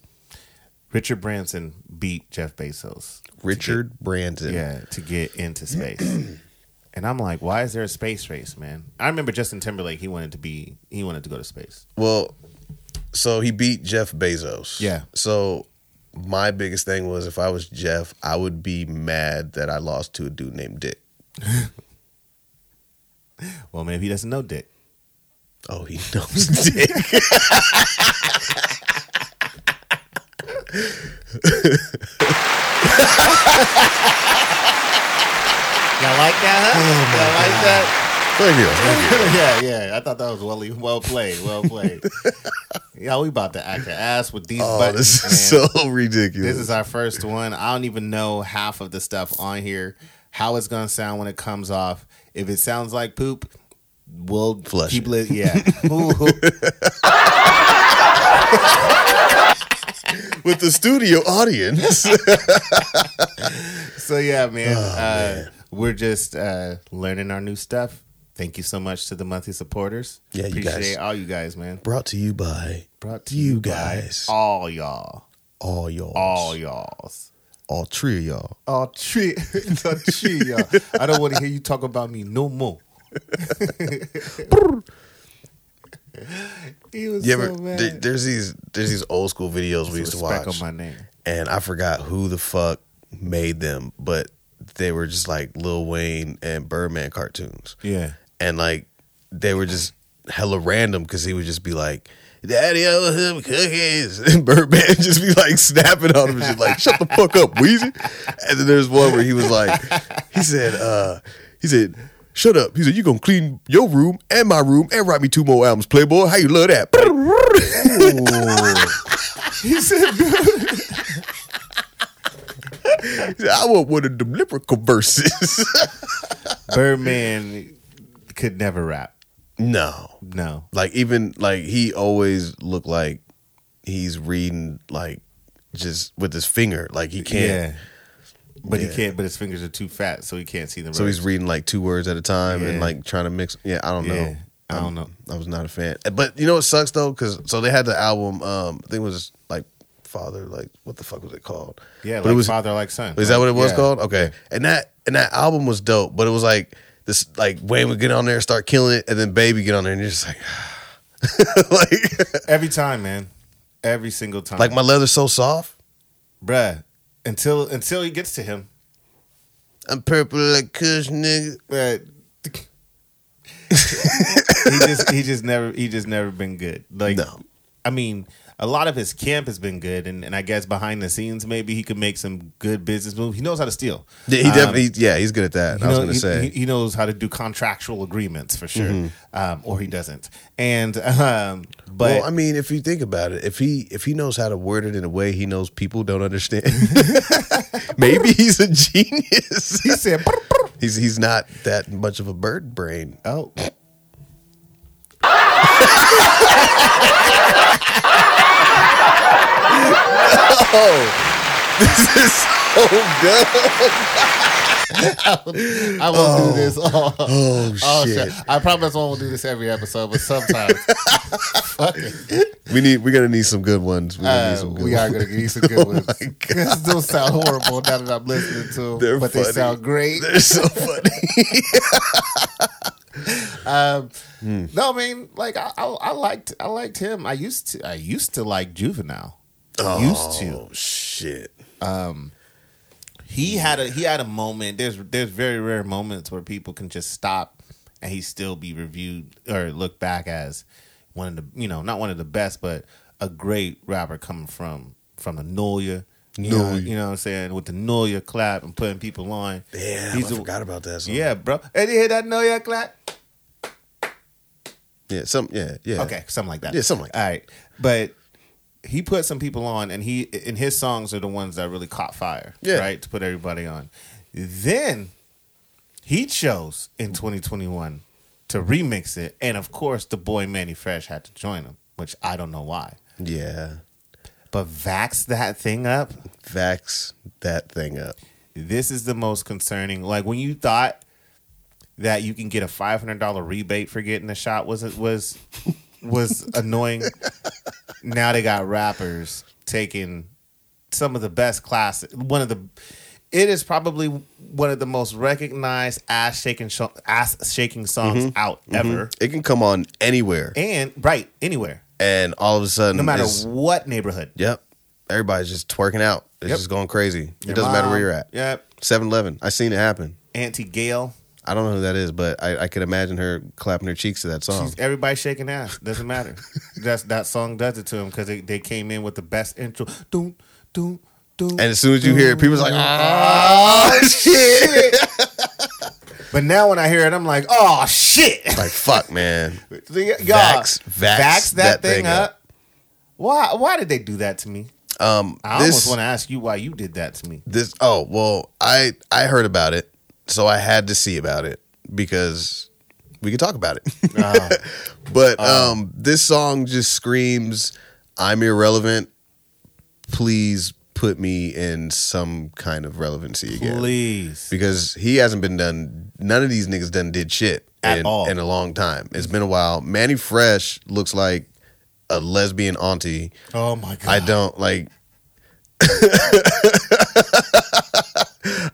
Speaker 1: Richard Branson beat Jeff Bezos.
Speaker 2: Richard Branson.
Speaker 1: Yeah, to get into space. [clears throat] and I'm like, why is there a space race, man? I remember Justin Timberlake, he wanted to be he wanted to go to space.
Speaker 2: Well, so he beat Jeff Bezos.
Speaker 1: Yeah.
Speaker 2: So my biggest thing was if I was Jeff, I would be mad that I lost to a dude named Dick.
Speaker 1: Well, maybe he doesn't know Dick.
Speaker 2: Oh, he
Speaker 1: [laughs]
Speaker 2: knows Dick.
Speaker 1: Oh Y'all like that, huh? Y'all like that?
Speaker 2: Thank you. Thank you.
Speaker 1: [laughs] yeah, yeah. I thought that was well well played. Well
Speaker 2: [laughs]
Speaker 1: played. yeah, we about to act our ass with these
Speaker 2: Oh,
Speaker 1: buttons.
Speaker 2: this is
Speaker 1: man.
Speaker 2: so ridiculous.
Speaker 1: This is our first one. I don't even know half of the stuff on here, how it's gonna sound when it comes off. If it sounds like poop, we'll
Speaker 2: Flush
Speaker 1: keep
Speaker 2: it.
Speaker 1: li-
Speaker 2: [laughs]
Speaker 1: Yeah. Ooh.
Speaker 2: With the studio audience.
Speaker 1: so yeah,
Speaker 2: Oh,
Speaker 1: man. uh, We're just uh, learning our new stuff. Thank you so much to the monthly supporters.
Speaker 2: Yeah, you guys.
Speaker 1: appreciate all you guys, man.
Speaker 2: [laughs] Brought to you by
Speaker 1: Brought to
Speaker 2: you
Speaker 1: by
Speaker 2: guys.
Speaker 1: all y'all,
Speaker 2: all y'all.
Speaker 1: all y'all's.
Speaker 2: all three of y'all.
Speaker 1: Oh, [laughs] tree, oh, tree, y'all. I don't want to hear you talk about me no more. [laughs] he was
Speaker 2: You
Speaker 1: so
Speaker 2: ever
Speaker 1: mad.
Speaker 2: there- there's these there's these old school videos we used to
Speaker 1: Respect
Speaker 2: watch.
Speaker 1: on my name.
Speaker 2: and I forgot who the fuck made them, but they were just like Lil Wayne and Birdman cartoons.
Speaker 1: Yeah.
Speaker 2: and like they were just hella random because he would just be like, "Daddy, I want some cookies," [laughs] and Birdman just be like snapping on him and shit, like, "Shut the fuck up, Weezy." And then there's one where he was like, he said, uh, he said. Shut up. He said, You gonna clean your room and my room and write me two more albums, Playboy. How you love that? [laughs]
Speaker 1: He
Speaker 2: [laughs]
Speaker 1: said,
Speaker 2: He said, I want one of them lyrical verses. [laughs]
Speaker 1: Birdman could never rap.
Speaker 2: no.
Speaker 1: No.
Speaker 2: like even like he always looked like he's reading like just with his finger like he
Speaker 1: Yeah.
Speaker 2: can't
Speaker 1: But
Speaker 2: Yeah.
Speaker 1: he can't. But his fingers are too fat, so he can't see them.
Speaker 2: so he's reading like two words at a time and
Speaker 1: Yeah.
Speaker 2: like trying to mix yeah i don't
Speaker 1: Yeah.
Speaker 2: know
Speaker 1: I don't know.
Speaker 2: i was not a fan but you know what sucks though because so they had the album um i think it was like father like what the fuck was it called
Speaker 1: Yeah,
Speaker 2: but
Speaker 1: like
Speaker 2: it was
Speaker 1: father, like son.
Speaker 2: Is that what it was
Speaker 1: Yeah.
Speaker 2: called? Okay. And that and that album was dope, but it was like this like Wayne would get on there and start killing it, and then Baby get on there and you're just like, [sighs] [laughs] like [laughs]
Speaker 1: Every time, man. Every single time.
Speaker 2: like my leather's so soft.
Speaker 1: bruh. Until until he gets to him.
Speaker 2: I'm purple like Kush nigga.
Speaker 1: But [laughs] he just he just never he just never been good. Like
Speaker 2: No.
Speaker 1: I mean, a lot of his camp has been good and, and I guess behind the scenes maybe he could make some good business moves. He knows how to steal.
Speaker 2: Yeah, he
Speaker 1: Um,
Speaker 2: definitely yeah, he's good at that. I
Speaker 1: he
Speaker 2: was
Speaker 1: know-
Speaker 2: gonna
Speaker 1: he-
Speaker 2: say. Mm-hmm.
Speaker 1: he, he knows how to do contractual agreements for sure, um, or he doesn't. And [laughs] um, but
Speaker 2: well, I mean, if you think about it, if he if he knows how to word it in a way he knows people don't understand, [laughs] maybe he's a genius.
Speaker 1: [laughs] he said, "Brr, brr."
Speaker 2: he's he's not that much of a bird [laughs] brain.
Speaker 1: "Oh,
Speaker 2: This is so dumb.
Speaker 1: I won't do this." [laughs] all
Speaker 2: Oh
Speaker 1: all
Speaker 2: shit.
Speaker 1: show. I promise I won't do this every episode, but sometimes Fuck it.
Speaker 2: We need we're gonna need some good ones. We're gonna
Speaker 1: Uh,
Speaker 2: need some good
Speaker 1: we are
Speaker 2: ones. Oh
Speaker 1: going to give you some
Speaker 2: [laughs]
Speaker 1: good ones. [laughs]
Speaker 2: my
Speaker 1: Because those sound horrible now that I'm listening to 'em,
Speaker 2: They're
Speaker 1: but they
Speaker 2: funny.
Speaker 1: sound great.
Speaker 2: They're so [laughs] funny.
Speaker 1: Um,
Speaker 2: Hmm.
Speaker 1: No, I mean, like I, I, I liked, I liked him. I used to, I used to like Juvenile. Used to.
Speaker 2: Oh shit.
Speaker 1: He had a, he had a moment. There's, there's very rare moments where people can just stop and he still be reviewed or looked back as one of the, you know, not one of the best, but a great rapper coming from from the Noya. You know,
Speaker 2: Noya.
Speaker 1: you know what I'm saying? With the Noya clap and putting people on.
Speaker 2: Damn,
Speaker 1: He's
Speaker 2: I
Speaker 1: a-
Speaker 2: forgot about that. Song.
Speaker 1: Yeah, bro. Hey, you hear that Noya clap?
Speaker 2: yeah, some, yeah, yeah.
Speaker 1: Okay, something like that.
Speaker 2: Yeah, something like
Speaker 1: All right, but he put some people on, and he and his songs are the ones that really caught fire.
Speaker 2: Yeah.
Speaker 1: right to put everybody on. Then he chose in 2021 to remix it, and of course, the boy Manny Fresh had to join him, which I don't know why.
Speaker 2: yeah.
Speaker 1: But vax that thing up.
Speaker 2: Vax that thing up.
Speaker 1: This is the most concerning. Like when you thought that you can get a five hundred dollar rebate for getting a shot was it was was
Speaker 2: [laughs]
Speaker 1: annoying. now they got rappers taking some of the best classes. One of the it is probably one of the most recognized ass shaking sho- ass shaking songs
Speaker 2: Mm-hmm.
Speaker 1: out ever.
Speaker 2: It can come on anywhere,
Speaker 1: And right anywhere,
Speaker 2: and all of a sudden,
Speaker 1: no matter
Speaker 2: it's-
Speaker 1: what neighborhood.
Speaker 2: Yep, everybody's just twerking out. It's
Speaker 1: Yep.
Speaker 2: just going crazy.
Speaker 1: Your
Speaker 2: it doesn't matter where
Speaker 1: mom,
Speaker 2: you're at.
Speaker 1: Yep,
Speaker 2: Seven Eleven. I seen it happen.
Speaker 1: Auntie Gail.
Speaker 2: I don't know who that is, but I, I could imagine her clapping her cheeks to that song.
Speaker 1: She's- Everybody shaking ass. Doesn't matter.
Speaker 2: [laughs]
Speaker 1: That's that song does it to them because they, they came in with the best intro. Doom, doom, doom. [laughs]
Speaker 2: and as soon as you hear it, people's like, "Ah, shit!"
Speaker 1: but But now when I hear it, I'm like, oh shit!
Speaker 2: [laughs] Like fuck, man.
Speaker 1: So, y- y'all,
Speaker 2: Vax- vax
Speaker 1: that, thing, up. Why? Why did they do that to me?
Speaker 2: Um,
Speaker 1: I
Speaker 2: this
Speaker 1: almost want to ask you why you did that to
Speaker 2: [laughs]
Speaker 1: me.
Speaker 2: this oh well, I I heard about it, so I had to see about it because we could talk about it. [laughs] but um, this song just screams, "I'm irrelevant." Please put me in some kind of relevancy again.
Speaker 1: [laughs] Please.
Speaker 2: because he hasn't been done. None of these niggas done did shit
Speaker 1: At
Speaker 2: in,
Speaker 1: all.
Speaker 2: in a long time. It's been a while. Manny Fresh looks like a lesbian auntie.
Speaker 1: Oh my god!
Speaker 2: I don't like. [laughs]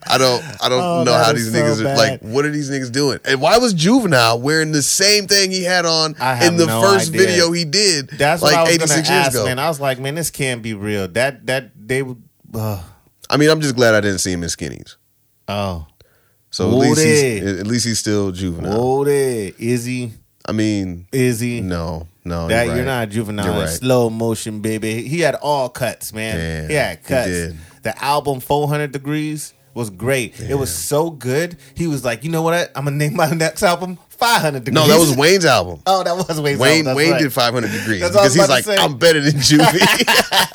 Speaker 2: I don't. I don't
Speaker 1: Oh,
Speaker 2: know
Speaker 1: that
Speaker 2: how
Speaker 1: is
Speaker 2: these niggas
Speaker 1: so
Speaker 2: are
Speaker 1: bad.
Speaker 2: like. What are these niggas doing? And why was Juvenile wearing the same thing he had on
Speaker 1: I have
Speaker 2: in the
Speaker 1: no
Speaker 2: first
Speaker 1: idea.
Speaker 2: video he did?
Speaker 1: That's
Speaker 2: like
Speaker 1: what I was
Speaker 2: 86
Speaker 1: gonna
Speaker 2: years
Speaker 1: ask,
Speaker 2: ago.
Speaker 1: man. I was like, man, this can't be real. That that they would. Uh,
Speaker 2: I mean, I'm just glad I didn't see him in skinnies.
Speaker 1: oh,
Speaker 2: So at
Speaker 1: Whoa
Speaker 2: least, he's,
Speaker 1: there.
Speaker 2: at least he's still juvenile.
Speaker 1: hold it, Izzy,
Speaker 2: I mean,
Speaker 1: Izzy.
Speaker 2: No, no,
Speaker 1: that
Speaker 2: you're,
Speaker 1: you're
Speaker 2: right.
Speaker 1: not a juvenile.
Speaker 2: You're
Speaker 1: in
Speaker 2: right.
Speaker 1: Slow motion, baby. He had all cuts, man.
Speaker 2: Damn,
Speaker 1: he had
Speaker 2: he
Speaker 1: cuts.
Speaker 2: did.
Speaker 1: The album 400 Degrees was great. It was so good. He was like, you know what? I'm gonna name my [laughs] next album 500 Degrees.
Speaker 2: No,
Speaker 1: [laughs]
Speaker 2: that was Wayne's album.
Speaker 1: oh, that was Wayne's
Speaker 2: Wayne
Speaker 1: album. That's
Speaker 2: Wayne
Speaker 1: right.
Speaker 2: did 500 degrees
Speaker 1: That's what I was
Speaker 2: because he's
Speaker 1: about
Speaker 2: like,
Speaker 1: to say.
Speaker 2: I'm
Speaker 1: [laughs]
Speaker 2: better than Juvie.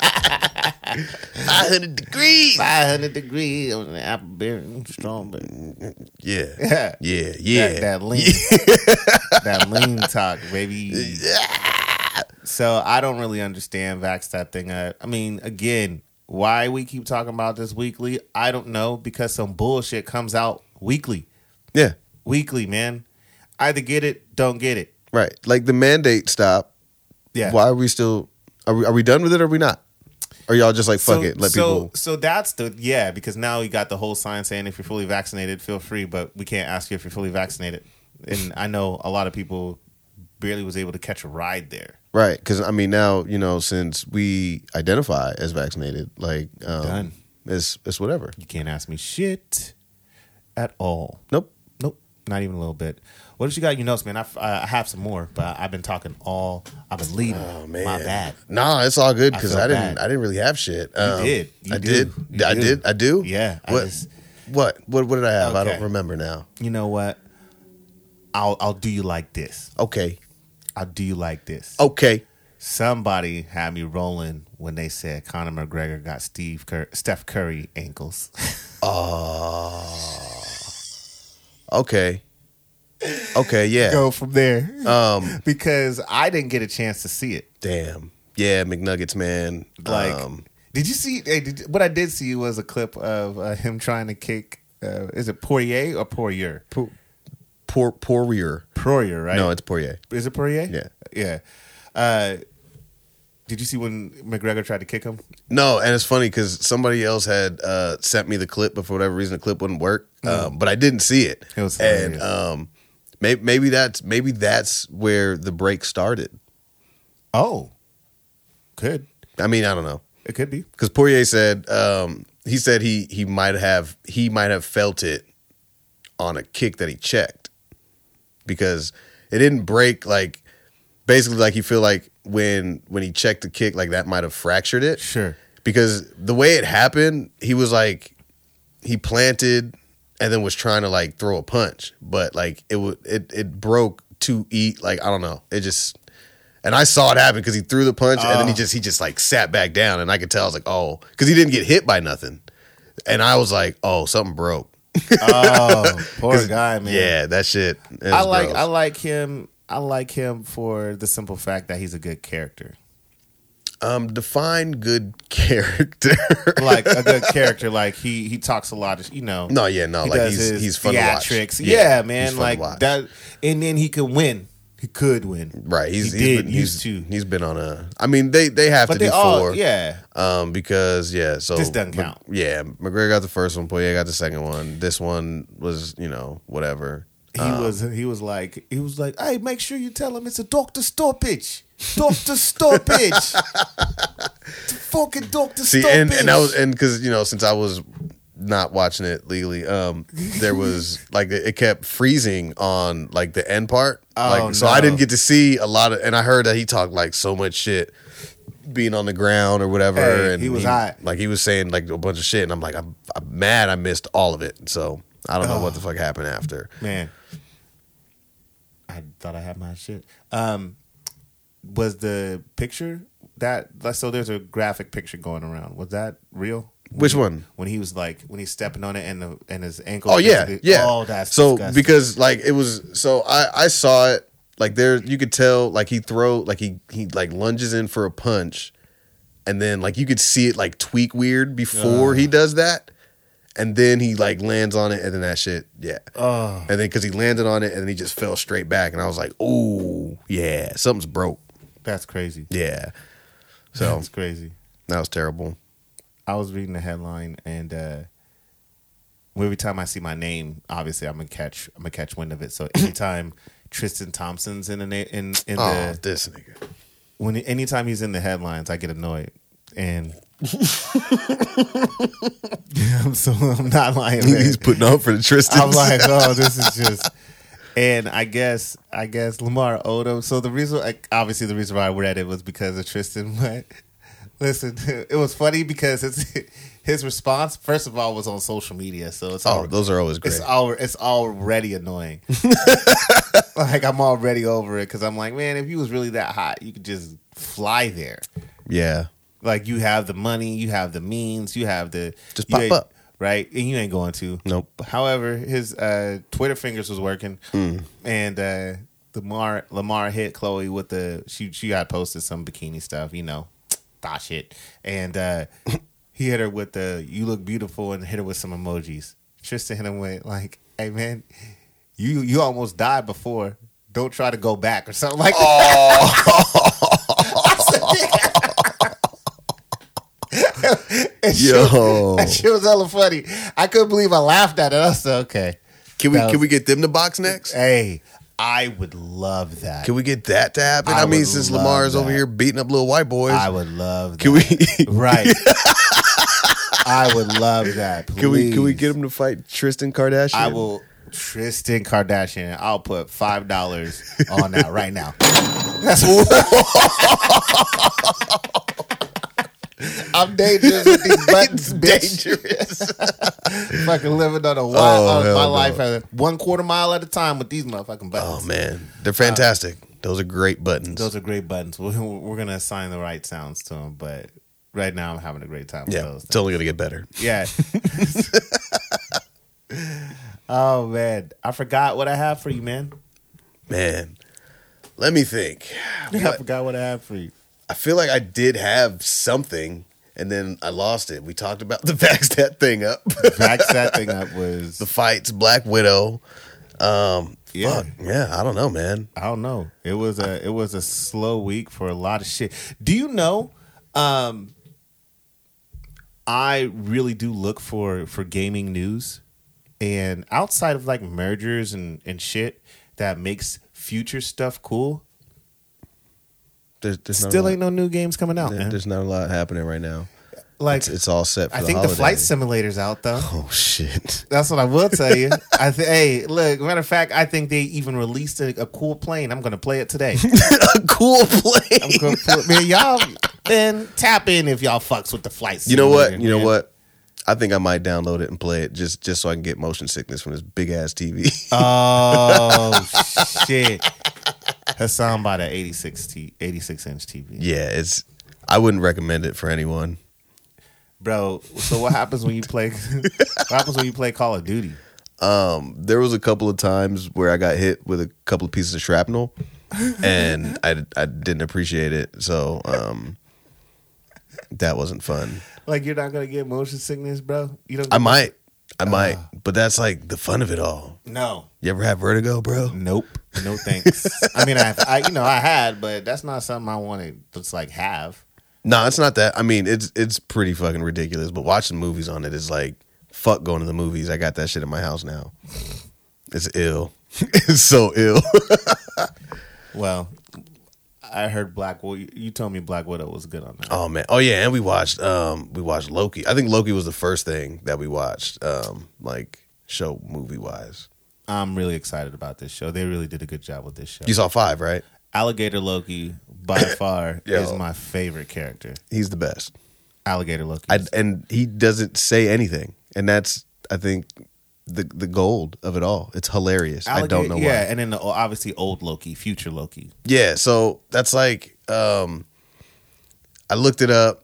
Speaker 2: [laughs] 500 degrees.
Speaker 1: 500 Degrees. It was an apple beer, strong, but [laughs]
Speaker 2: Yeah,
Speaker 1: yeah,
Speaker 2: yeah, yeah.
Speaker 1: That, that lean,
Speaker 2: [laughs]
Speaker 1: that lean talk, baby. So I don't really understand vax that thing. up. I mean, again, why we keep talking about this weekly? I don't know because some bullshit comes out weekly,
Speaker 2: yeah,
Speaker 1: weekly, man. Either get it, don't get it.
Speaker 2: right. Like the mandate stop.
Speaker 1: Yeah.
Speaker 2: Why are we still? Are we, are we done with it? or Are we not? Or y'all just like fuck
Speaker 1: so,
Speaker 2: it? Let
Speaker 1: so,
Speaker 2: people.
Speaker 1: So that's the yeah, because now we got the whole sign saying if you're fully vaccinated, feel free, but we can't ask you if you're fully vaccinated. And I know a lot of people barely was able to catch a ride there.
Speaker 2: Right, because I mean now you know since we identify as vaccinated, like um,
Speaker 1: Done.
Speaker 2: It's it's whatever.
Speaker 1: You can't ask me shit at all.
Speaker 2: Nope.
Speaker 1: Nope, not even a little bit. What if you got your notes, man? I, I have some more, but I've been talking all. I've been leading.
Speaker 2: Oh man,
Speaker 1: my bad.
Speaker 2: Nah, it's all good because
Speaker 1: feel
Speaker 2: I, didn't.
Speaker 1: bad.
Speaker 2: I didn't really have shit. Um,
Speaker 1: did. You
Speaker 2: I
Speaker 1: do.
Speaker 2: did.
Speaker 1: You
Speaker 2: I
Speaker 1: do.
Speaker 2: did. I do.
Speaker 1: Yeah, I
Speaker 2: What?
Speaker 1: just-
Speaker 2: what? What? What did I have? I
Speaker 1: Okay.
Speaker 2: don't remember now.
Speaker 1: You know what? I'll I'll do you like this.
Speaker 2: Okay.
Speaker 1: I'll do you like this.
Speaker 2: Okay.
Speaker 1: Somebody had me rolling when they said Conor McGregor got Steve Cur- Steph Curry ankles. [laughs]
Speaker 2: Uh, Okay. Okay. Yeah.
Speaker 1: Go from there
Speaker 2: Um.
Speaker 1: because I didn't get a chance to see it.
Speaker 2: Damn. Yeah, McNuggets, man.
Speaker 1: Like,
Speaker 2: um,
Speaker 1: did you see? Hey, did, what I did see was a clip of uh, him trying to kick. Uh, is it Poirier or Poirier?
Speaker 2: po- poor, Poirier.
Speaker 1: Poirier, right?
Speaker 2: No, it's Poirier.
Speaker 1: Is it Poirier?
Speaker 2: Yeah.
Speaker 1: Yeah. Uh, did you see when McGregor tried to kick him?
Speaker 2: No, and it's funny because somebody else had uh, sent me the clip, but for whatever reason, the clip wouldn't work. Um, but I didn't see it.
Speaker 1: Hmm. It was
Speaker 2: and
Speaker 1: hilarious.
Speaker 2: um, maybe, maybe that's maybe that's where the break started.
Speaker 1: Oh, could
Speaker 2: I mean, I don't know
Speaker 1: it could be?
Speaker 2: because Poirier said um, he said he he might have he might have felt it on a kick that he checked because it didn't break like basically like he feel like when when he checked the kick like that might have fractured it
Speaker 1: Sure.
Speaker 2: because the way it happened, he was like he planted and then was trying to like throw a punch, but like it would it it broke to eat like I don't know. It just and I saw it happen because he threw the punch and then
Speaker 1: Oh.
Speaker 2: he just he just like sat back down and I could tell I was like oh because he didn't get hit by nothing and I was like oh something broke
Speaker 1: [laughs] Oh, [laughs] poor guy, man.
Speaker 2: yeah that shit it
Speaker 1: I
Speaker 2: was
Speaker 1: like
Speaker 2: gross.
Speaker 1: I like him. I like him for the simple fact that he's a good character.
Speaker 2: um define good [laughs] character
Speaker 1: Like a good character. Like he he talks a lot. Of, you know.
Speaker 2: no yeah no
Speaker 1: He
Speaker 2: like
Speaker 1: does
Speaker 2: he's
Speaker 1: his
Speaker 2: he's fun to watch
Speaker 1: theatrics. Yeah, man.
Speaker 2: he's fun to
Speaker 1: Like
Speaker 2: watch.
Speaker 1: that. And then he could win. He could win.
Speaker 2: Right, he's,
Speaker 1: He
Speaker 2: he's
Speaker 1: did,
Speaker 2: been,
Speaker 1: used
Speaker 2: he's-
Speaker 1: to.
Speaker 2: He's been on a. I mean, they they have
Speaker 1: But
Speaker 2: to
Speaker 1: they
Speaker 2: do
Speaker 1: all.
Speaker 2: four.
Speaker 1: Yeah.
Speaker 2: Um, because yeah, so
Speaker 1: This doesn't
Speaker 2: Mc-
Speaker 1: count.
Speaker 2: yeah, McGregor got the first one. Poirier got the second one. This one was you know whatever.
Speaker 1: He
Speaker 2: um,
Speaker 1: was he was like he was like, hey, make sure you tell him it's a doctor stoppage, doctor stoppage, it's a fucking doctor
Speaker 2: See,
Speaker 1: stoppage.
Speaker 2: and and I was and because you know since I was not watching it legally, um,
Speaker 1: [laughs]
Speaker 2: there was like it kept freezing on like the end part.
Speaker 1: Oh,
Speaker 2: like, so I didn't
Speaker 1: no.
Speaker 2: get to see a lot of, and I heard that he talked like so much shit. Being on the ground or whatever,
Speaker 1: Hey,
Speaker 2: and
Speaker 1: he was hot.
Speaker 2: Like he was saying like a bunch of shit, and I'm like, I'm, I'm mad I missed all of it. So I don't know what the fuck happened after.
Speaker 1: Man, I thought I had my shit. Um, was the picture that so there's a graphic picture going around? Was that real?
Speaker 2: Which one?
Speaker 1: When he was like when he's stepping on it and the and his ankle.
Speaker 2: Oh yeah, yeah.
Speaker 1: Oh, that's
Speaker 2: so
Speaker 1: disgusting.
Speaker 2: because like it was so I I saw it like there you could tell like he throw like he he like lunges in for a punch, and then like you could see it like tweak weird before he does that, and then he like lands on it and then that shit yeah,
Speaker 1: Oh.
Speaker 2: and then because he landed on it and then he just fell straight back and I was like oh yeah something's broke
Speaker 1: that's crazy.
Speaker 2: yeah, so
Speaker 1: That's crazy.
Speaker 2: that was terrible.
Speaker 1: I was reading the headline and uh every time I see my name, obviously I'm gonna catch I'm gonna catch wind of
Speaker 2: [coughs]
Speaker 1: it. So anytime Tristan Thompson's in the na- in in
Speaker 2: Oh
Speaker 1: the
Speaker 2: this nigga.
Speaker 1: when anytime he's in the headlines, I get annoyed,
Speaker 2: [laughs]
Speaker 1: and [laughs] I'm so I'm not lying. man.
Speaker 2: [laughs] He's putting on [laughs] for the Tristan.
Speaker 1: I'm like, oh, this is just. And I guess, I guess Lamar Odom. So the reason, like, obviously, the reason why I read it was because of Tristan. [laughs] But listen, it was funny because it's his response. First of all, was on social media, so it's
Speaker 2: oh,
Speaker 1: all
Speaker 2: those are always great.
Speaker 1: it's all it's already
Speaker 2: [laughs]
Speaker 1: annoying. like I'm already over it because I'm like, man, if you was really that hot, you could just fly there.
Speaker 2: yeah.
Speaker 1: Like you have the money, you have the means, you have the
Speaker 2: Just
Speaker 1: you
Speaker 2: pop
Speaker 1: ain't-
Speaker 2: up.
Speaker 1: right? And you ain't going to.
Speaker 2: Nope.
Speaker 1: However, his uh, Twitter fingers was working, and uh, Lamar Lamar hit Chloe with the she she got posted some bikini stuff, you know, thought shit, and uh, he hit her with the "you look beautiful" and hit her with some emojis. Tristan hit him with like, "Hey man, you you almost died before. Don't try to go back or something like that." [laughs] [laughs] And she-
Speaker 2: [laughs] Yo.
Speaker 1: [laughs] that shit was hella funny. I couldn't believe I laughed at it. I said, "Okay."
Speaker 2: Can we
Speaker 1: That
Speaker 2: can
Speaker 1: was-
Speaker 2: we get them to box next?
Speaker 1: Hey, I would love that.
Speaker 2: Can we get that to happen? I,
Speaker 1: I
Speaker 2: mean,
Speaker 1: would
Speaker 2: since
Speaker 1: love
Speaker 2: Lamar's over
Speaker 1: that.
Speaker 2: here beating up little white boys,
Speaker 1: I would love that.
Speaker 2: can we [laughs]
Speaker 1: right. I would love that. Please.
Speaker 2: can we can we get him to fight Tristan Kardashian?
Speaker 1: I will Tristan Kardashian. I'll put five dollars on that right now. That's [laughs] I'm dangerous with these
Speaker 2: [laughs]
Speaker 1: buttons, bitch.
Speaker 2: Dangerous.
Speaker 1: [laughs] Fucking living on a wild,
Speaker 2: Oh,
Speaker 1: on
Speaker 2: hell
Speaker 1: my
Speaker 2: no.
Speaker 1: life at one quarter mile at a time with these motherfucking buttons.
Speaker 2: oh man, they're fantastic. Those are great buttons.
Speaker 1: Those are great buttons. [laughs] We're, we're gonna assign the right sounds to them, but right now I'm having a great time with
Speaker 2: yeah,
Speaker 1: those.
Speaker 2: it's only gonna get better.
Speaker 1: Yeah. [laughs] oh man, I forgot what I have for you, man.
Speaker 2: Man, let me think.
Speaker 1: [laughs] I forgot what I have for you.
Speaker 2: I feel like I did have something, and then I lost it. We talked about [laughs] the vax that thing up, [laughs]
Speaker 1: Back that thing up was
Speaker 2: the fights, Black Widow. Um,
Speaker 1: Yeah.
Speaker 2: fuck, yeah. I don't know, man.
Speaker 1: I don't know. It was a it was a slow week for a lot of shit. Do you know? Um, I really do look for for gaming news, and outside of like mergers and and shit that makes future stuff cool.
Speaker 2: There's, there's not a
Speaker 1: Still
Speaker 2: lot-
Speaker 1: ain't no new games coming out,
Speaker 2: there-
Speaker 1: man.
Speaker 2: There's not a lot happening right now.
Speaker 1: like
Speaker 2: It's, it's all set. For
Speaker 1: I
Speaker 2: the
Speaker 1: think the
Speaker 2: holiday.
Speaker 1: flight simulator's out
Speaker 2: [laughs]
Speaker 1: though.
Speaker 2: Oh shit! [laughs]
Speaker 1: That's what I will tell you. I th- [laughs] hey, look. Matter of fact, I think they even released a, a cool plane. I'm gonna play it today.
Speaker 2: a cool
Speaker 1: I'm
Speaker 2: plane.
Speaker 1: gonna put- [laughs] man, y'all, man, tap in if y'all fucks with the flight.
Speaker 2: You know what?
Speaker 1: simulator,
Speaker 2: You know
Speaker 1: man.
Speaker 2: what? I think I might download it and play it just just so I can get motion sickness from this big ass TV.
Speaker 1: Uh. Oh shit! That's sound by the 86 t 86 inch TV,
Speaker 2: [laughs] yeah, it's. I wouldn't recommend it for anyone.
Speaker 1: bro. So what happens when you play? [laughs] what happens when you play Call of Duty?
Speaker 2: Um, there was a couple of times where I got hit with a couple of pieces of shrapnel, and I I didn't appreciate it. So um, that wasn't fun.
Speaker 1: Like you're not gonna get motion sickness, bro. You don't.
Speaker 2: I might, I might, but that's like the fun of it all.
Speaker 1: no.
Speaker 2: You ever have vertigo, bro?
Speaker 1: Nope. No thanks. I mean, I, I you know I had, but that's not something I want to just like have.
Speaker 2: No, it's not that. I mean, it's it's pretty fucking ridiculous. But watching movies on it is like fuck going to the movies. I got that shit in my house now. It's ill. [laughs] it's so ill. [laughs]
Speaker 1: Well, I heard Black. Widow. you told me Black Widow was good on that.
Speaker 2: oh man. Oh yeah. And we watched um we watched Loki. I think Loki was the first thing that we watched um like show movie wise.
Speaker 1: I'm really excited about this show. They really did a good job with this show.
Speaker 2: You saw five, right?
Speaker 1: Alligator Loki
Speaker 2: [coughs]
Speaker 1: by far
Speaker 2: Yo.
Speaker 1: is my favorite character.
Speaker 2: He's the best.
Speaker 1: Alligator Loki.
Speaker 2: I, and he doesn't say anything, and that's I think the the gold of it all. It's hilarious. I don't
Speaker 1: Alligator-
Speaker 2: know
Speaker 1: Yeah,
Speaker 2: why.
Speaker 1: and then the, obviously old Loki, future Loki.
Speaker 2: Yeah, so that's like um I looked it up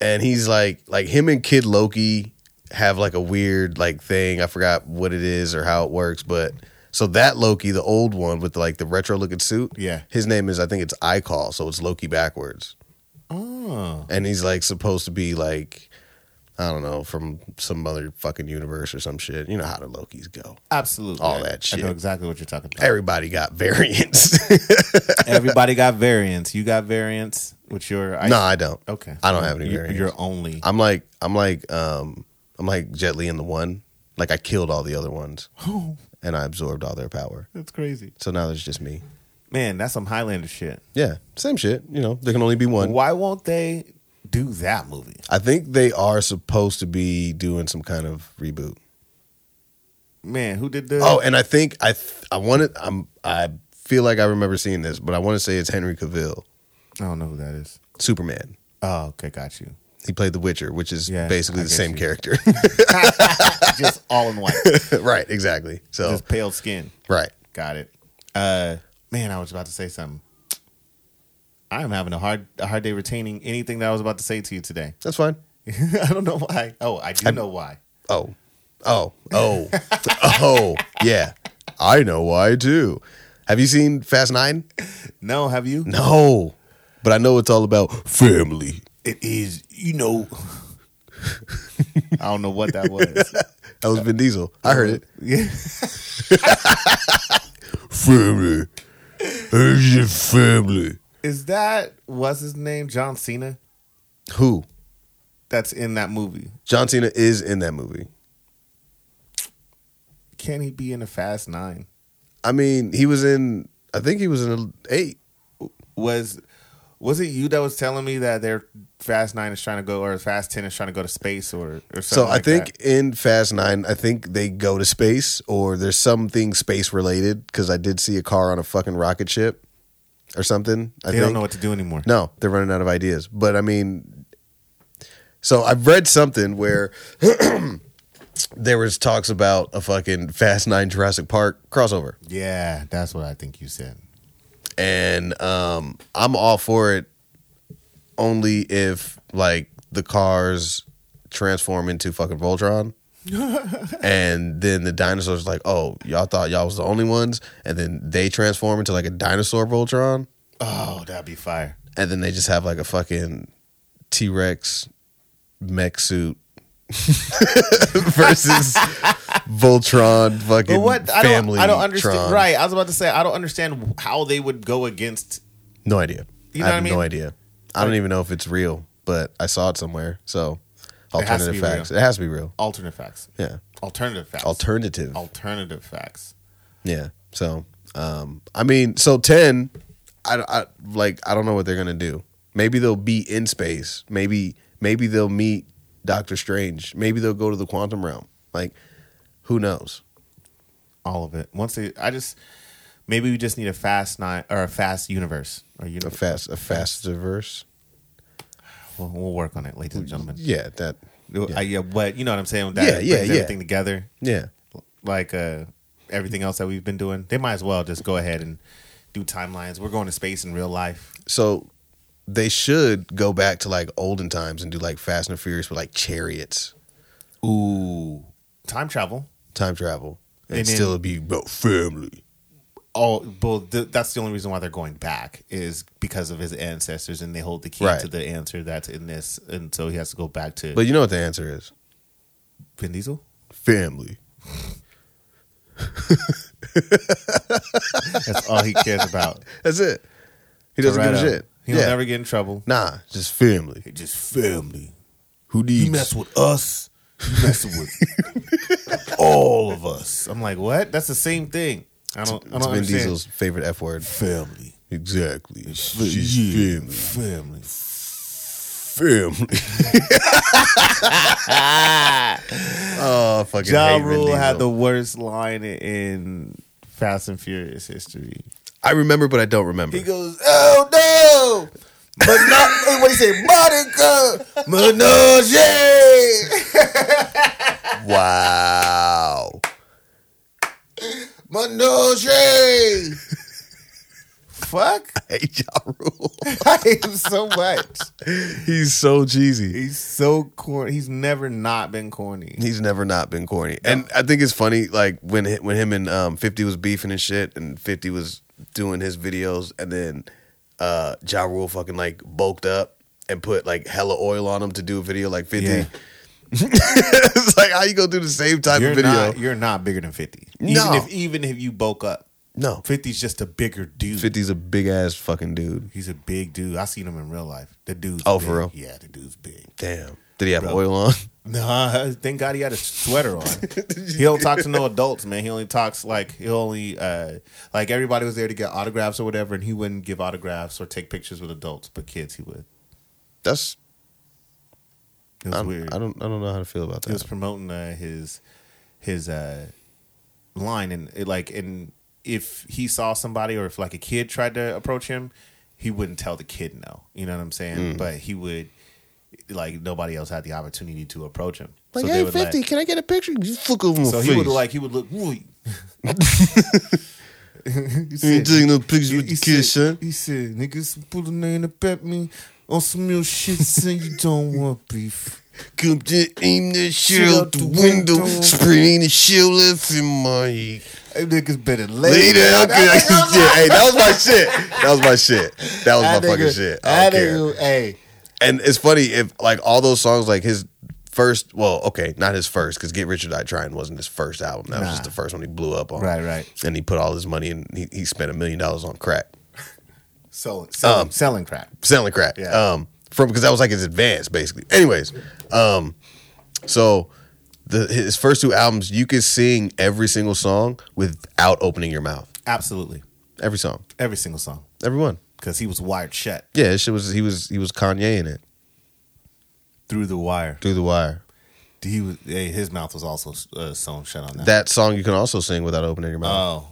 Speaker 2: and he's like like him and Kid Loki have like a weird like thing. I forgot what it is or how it works, but so that Loki, the old one with like the retro looking suit,
Speaker 1: Yeah.
Speaker 2: his name is I think it's I Call, so it's Loki backwards.
Speaker 1: Oh,
Speaker 2: And he's like supposed to be like I don't know, from some other fucking universe or some shit. You know how the Lokis go.
Speaker 1: absolutely.
Speaker 2: All
Speaker 1: I-
Speaker 2: that shit.
Speaker 1: I know exactly what you're talking about.
Speaker 2: Everybody got [laughs] variants.
Speaker 1: Everybody got variants. You got variants with your. I,
Speaker 2: no, I don't.
Speaker 1: Okay.
Speaker 2: I don't have any
Speaker 1: You-
Speaker 2: variants.
Speaker 1: You're only.
Speaker 2: I'm like I'm like um I'm like Jet Li in the one. Like I killed all the other ones
Speaker 1: Oh,
Speaker 2: and I absorbed all their power.
Speaker 1: that's crazy.
Speaker 2: So now there's just me.
Speaker 1: Man, that's some Highlander shit.
Speaker 2: Yeah, same shit. You know, there can only be one.
Speaker 1: Why won't they do that movie?
Speaker 2: I think they are supposed to be doing some kind of reboot.
Speaker 1: Man, who did the.
Speaker 2: Oh, and I think I th- I wanted I'm I feel like I remember seeing this, but I want to say it's Henry Cavill,
Speaker 1: I don't know who that is.
Speaker 2: Superman.
Speaker 1: Oh, okay, got you.
Speaker 2: He played The Witcher, which is
Speaker 1: Yeah,
Speaker 2: basically
Speaker 1: I
Speaker 2: the
Speaker 1: get
Speaker 2: same
Speaker 1: you.
Speaker 2: character.
Speaker 1: [laughs]
Speaker 2: [laughs]
Speaker 1: Just all [laughs] in white.
Speaker 2: right, exactly. So,
Speaker 1: Just pale skin.
Speaker 2: right.
Speaker 1: Got it. Uh, man, I was about to say something. I am having a hard a hard day retaining anything that I was about to say to you today. [laughs]
Speaker 2: That's fine.
Speaker 1: I don't know why. Oh, I do know why.
Speaker 2: Oh, oh, oh, [laughs] oh, yeah. I know why too. Have you seen Fast Nine?
Speaker 1: No, have you?
Speaker 2: No, but I know it's all about family.
Speaker 1: It is, you know. [laughs] I don't know what that was. [laughs]
Speaker 2: That was Vin Diesel. I heard it.
Speaker 1: Yeah.
Speaker 2: Family. Who's your family?
Speaker 1: Is that what's his name? John Cena?
Speaker 2: Who?
Speaker 1: That's in that movie.
Speaker 2: John Cena is in that movie.
Speaker 1: Can he be in a Fast Nine?
Speaker 2: I mean, he was in. I think he was in a eight.
Speaker 1: Was was it you that was telling me that their Fast Nine is trying to go or Fast Ten is trying to go to space or or something?
Speaker 2: So I
Speaker 1: like
Speaker 2: think
Speaker 1: that?
Speaker 2: in Fast Nine, I think they go to space or there's something space related because I did see a car on a fucking rocket ship or something. I
Speaker 1: they
Speaker 2: think.
Speaker 1: don't know what to do anymore.
Speaker 2: No, they're running out of ideas. But I mean, so I've read something where [clears throat] there was talks about a fucking Fast Nine Jurassic Park crossover,
Speaker 1: Yeah, that's what I think you said.
Speaker 2: and um, I'm all for it, only if like the cars transform into fucking Voltron. and then the dinosaurs like, oh, y'all thought y'all was the only ones, and then they transform into like a dinosaur Voltron.
Speaker 1: Oh, that'd be fire.
Speaker 2: and then they just have like a fucking T Rex mech suit [laughs] versus Voltron fucking
Speaker 1: But what I don't
Speaker 2: family.
Speaker 1: I don't understand.
Speaker 2: Tron.
Speaker 1: Right, I was about to say I don't understand how they would go against.
Speaker 2: No idea.
Speaker 1: You know
Speaker 2: I
Speaker 1: what
Speaker 2: have
Speaker 1: I
Speaker 2: no
Speaker 1: mean?
Speaker 2: idea. I don't even know if it's real, but I saw it somewhere. So
Speaker 1: has to
Speaker 2: alternative
Speaker 1: be
Speaker 2: facts. It has to be real.
Speaker 1: Alternate facts.
Speaker 2: Yeah.
Speaker 1: Alternative facts.
Speaker 2: Alternative.
Speaker 1: Alternative facts.
Speaker 2: yeah. So um I mean, so 10 I, I like I don't know what they're going to do. Maybe they'll be in space. Maybe maybe they'll meet Doctor Strange. Maybe they'll go to the quantum realm. Like who knows?
Speaker 1: All of it. Once they, I just maybe we just need a fast nine or a fast universe or
Speaker 2: A
Speaker 1: universe.
Speaker 2: fast a fast diverse.
Speaker 1: We'll, we'll work on it, ladies and gentlemen.
Speaker 2: Yeah, that
Speaker 1: I, yeah, but you know what I'm saying. That
Speaker 2: Yeah, yeah,
Speaker 1: brings
Speaker 2: yeah.
Speaker 1: Everything together,
Speaker 2: yeah.
Speaker 1: like uh, everything else that we've been doing. They might as well just go ahead and do timelines. We're going to space in real life.
Speaker 2: So they should go back to like olden times and do like Fast and Furious with like chariots,
Speaker 1: Ooh, time travel.
Speaker 2: time travel, and,
Speaker 1: And then-
Speaker 2: still it'd be about family.
Speaker 1: Oh, well, th- that's the only reason why they're going back is because of his ancestors, and they hold the key
Speaker 2: Right.
Speaker 1: to the answer that's in this, and so he has to go back to
Speaker 2: But you know what the answer is?
Speaker 1: Vin Diesel.
Speaker 2: Family.
Speaker 1: That's all he cares about.
Speaker 2: That's it. He [laughs] doesn't give
Speaker 1: Toretto.
Speaker 2: a shit.
Speaker 1: He'll
Speaker 2: yeah.
Speaker 1: never get in trouble.
Speaker 2: Nah, just family.
Speaker 1: Just family.
Speaker 2: Who
Speaker 1: You
Speaker 2: needs?
Speaker 1: mess with us, you mess
Speaker 2: [laughs]
Speaker 1: with all of us. I'm like, what? That's the same thing. I don't. I
Speaker 2: It's
Speaker 1: don't
Speaker 2: Vin
Speaker 1: understand.
Speaker 2: Diesel's favorite F word.
Speaker 1: family.
Speaker 2: Exactly. She's
Speaker 1: Yeah, family.
Speaker 2: family. Family. [laughs] oh, I fucking
Speaker 1: Ja
Speaker 2: hate Vin
Speaker 1: Rule had
Speaker 2: Diesel.
Speaker 1: the worst line in Fast and Furious history.
Speaker 2: I remember, but I don't remember.
Speaker 1: He goes, "Oh no!" But not [laughs] what he say, Monica Menage.
Speaker 2: Wow.
Speaker 1: Manoj. [laughs] Fuck.
Speaker 2: hate [laughs] Ja Rule.
Speaker 1: I hate him so much.
Speaker 2: He's so cheesy.
Speaker 1: He's so corny. He's never not been corny.
Speaker 2: He's never not been corny, and I think it's funny. Like when hi- when him and um, Fifty was beefing and shit, and Fifty was doing his videos, and then uh, Ja Rule fucking like bulked up and put like hella oil on him to do a video like Fifty.
Speaker 1: Yeah.
Speaker 2: [laughs] it's like how you gonna do the same type
Speaker 1: You're
Speaker 2: of video?
Speaker 1: not. You're not bigger than fifty.
Speaker 2: No.
Speaker 1: Even if even if you bulk up,
Speaker 2: no,
Speaker 1: 50's just a bigger dude.
Speaker 2: 50's a big ass fucking dude.
Speaker 1: He's a big dude. I seen him in real life. The dude's
Speaker 2: Oh,
Speaker 1: big.
Speaker 2: for real?
Speaker 1: Yeah, the dude's big.
Speaker 2: Damn, did he have oil on? [laughs]
Speaker 1: Nah, [laughs] thank God he had a sweater on. he don't talk to
Speaker 2: [laughs]
Speaker 1: no adults, man. He only talks like he only uh like everybody was there to get autographs or whatever, and he wouldn't give autographs or take pictures with adults, but kids he would.
Speaker 2: That's
Speaker 1: It was
Speaker 2: I'm,
Speaker 1: weird.
Speaker 2: I don't I don't know how to feel about
Speaker 1: he was
Speaker 2: that.
Speaker 1: promoting uh, his his uh, line and it, like and if he saw somebody or if like a kid tried to approach him he wouldn't tell the kid no you know what i'm
Speaker 2: Mm.
Speaker 1: saying but he would like nobody else had the opportunity to approach him
Speaker 2: Like,
Speaker 1: so they
Speaker 2: hey,
Speaker 1: would,
Speaker 2: fifty, can I get a picture? You look over my
Speaker 1: so
Speaker 2: face.
Speaker 1: he would like [laughs] he would look "Wooey." He
Speaker 2: You ain't
Speaker 1: said-
Speaker 2: taking no pictures with the kids, son.
Speaker 1: he said, niggas put a name up at me on some real shit saying you don't want beef.
Speaker 2: Come to aim the
Speaker 1: Shit
Speaker 2: shell
Speaker 1: out
Speaker 2: out the
Speaker 1: the
Speaker 2: window,
Speaker 1: window.
Speaker 2: spraying the shell left in my
Speaker 1: Hey, niggas better lay
Speaker 2: later.
Speaker 1: down.
Speaker 2: hey, that was my shit. That was my shit. [laughs] That was my
Speaker 1: That
Speaker 2: fucking
Speaker 1: nigga-
Speaker 2: shit. I
Speaker 1: that
Speaker 2: don't care.
Speaker 1: nigga- Hey,
Speaker 2: And it's funny if like all those songs, like his first, well, okay, not his first, because Get Rich or Die Trying wasn't his first album. That was just the first one he blew up on.
Speaker 1: Right, right.
Speaker 2: And he put all his money and he, he spent a million dollars on crack,
Speaker 1: selling, selling,
Speaker 2: Um,
Speaker 1: selling crap.
Speaker 2: selling crack.
Speaker 1: Yeah.
Speaker 2: Um, from because that was like his advance, basically. Anyways, um, so the his first two albums, you could sing every single song without opening your mouth.
Speaker 1: Absolutely,
Speaker 2: Every song,
Speaker 1: every single song,
Speaker 2: every one.
Speaker 1: because he was wired shut
Speaker 2: Yeah, it was he was he was Kanye in it
Speaker 1: through the wire.
Speaker 2: through the wire.
Speaker 1: He was, hey, his mouth was also uh, sewn shut on that.
Speaker 2: That song you can also sing without opening your mouth.
Speaker 1: oh,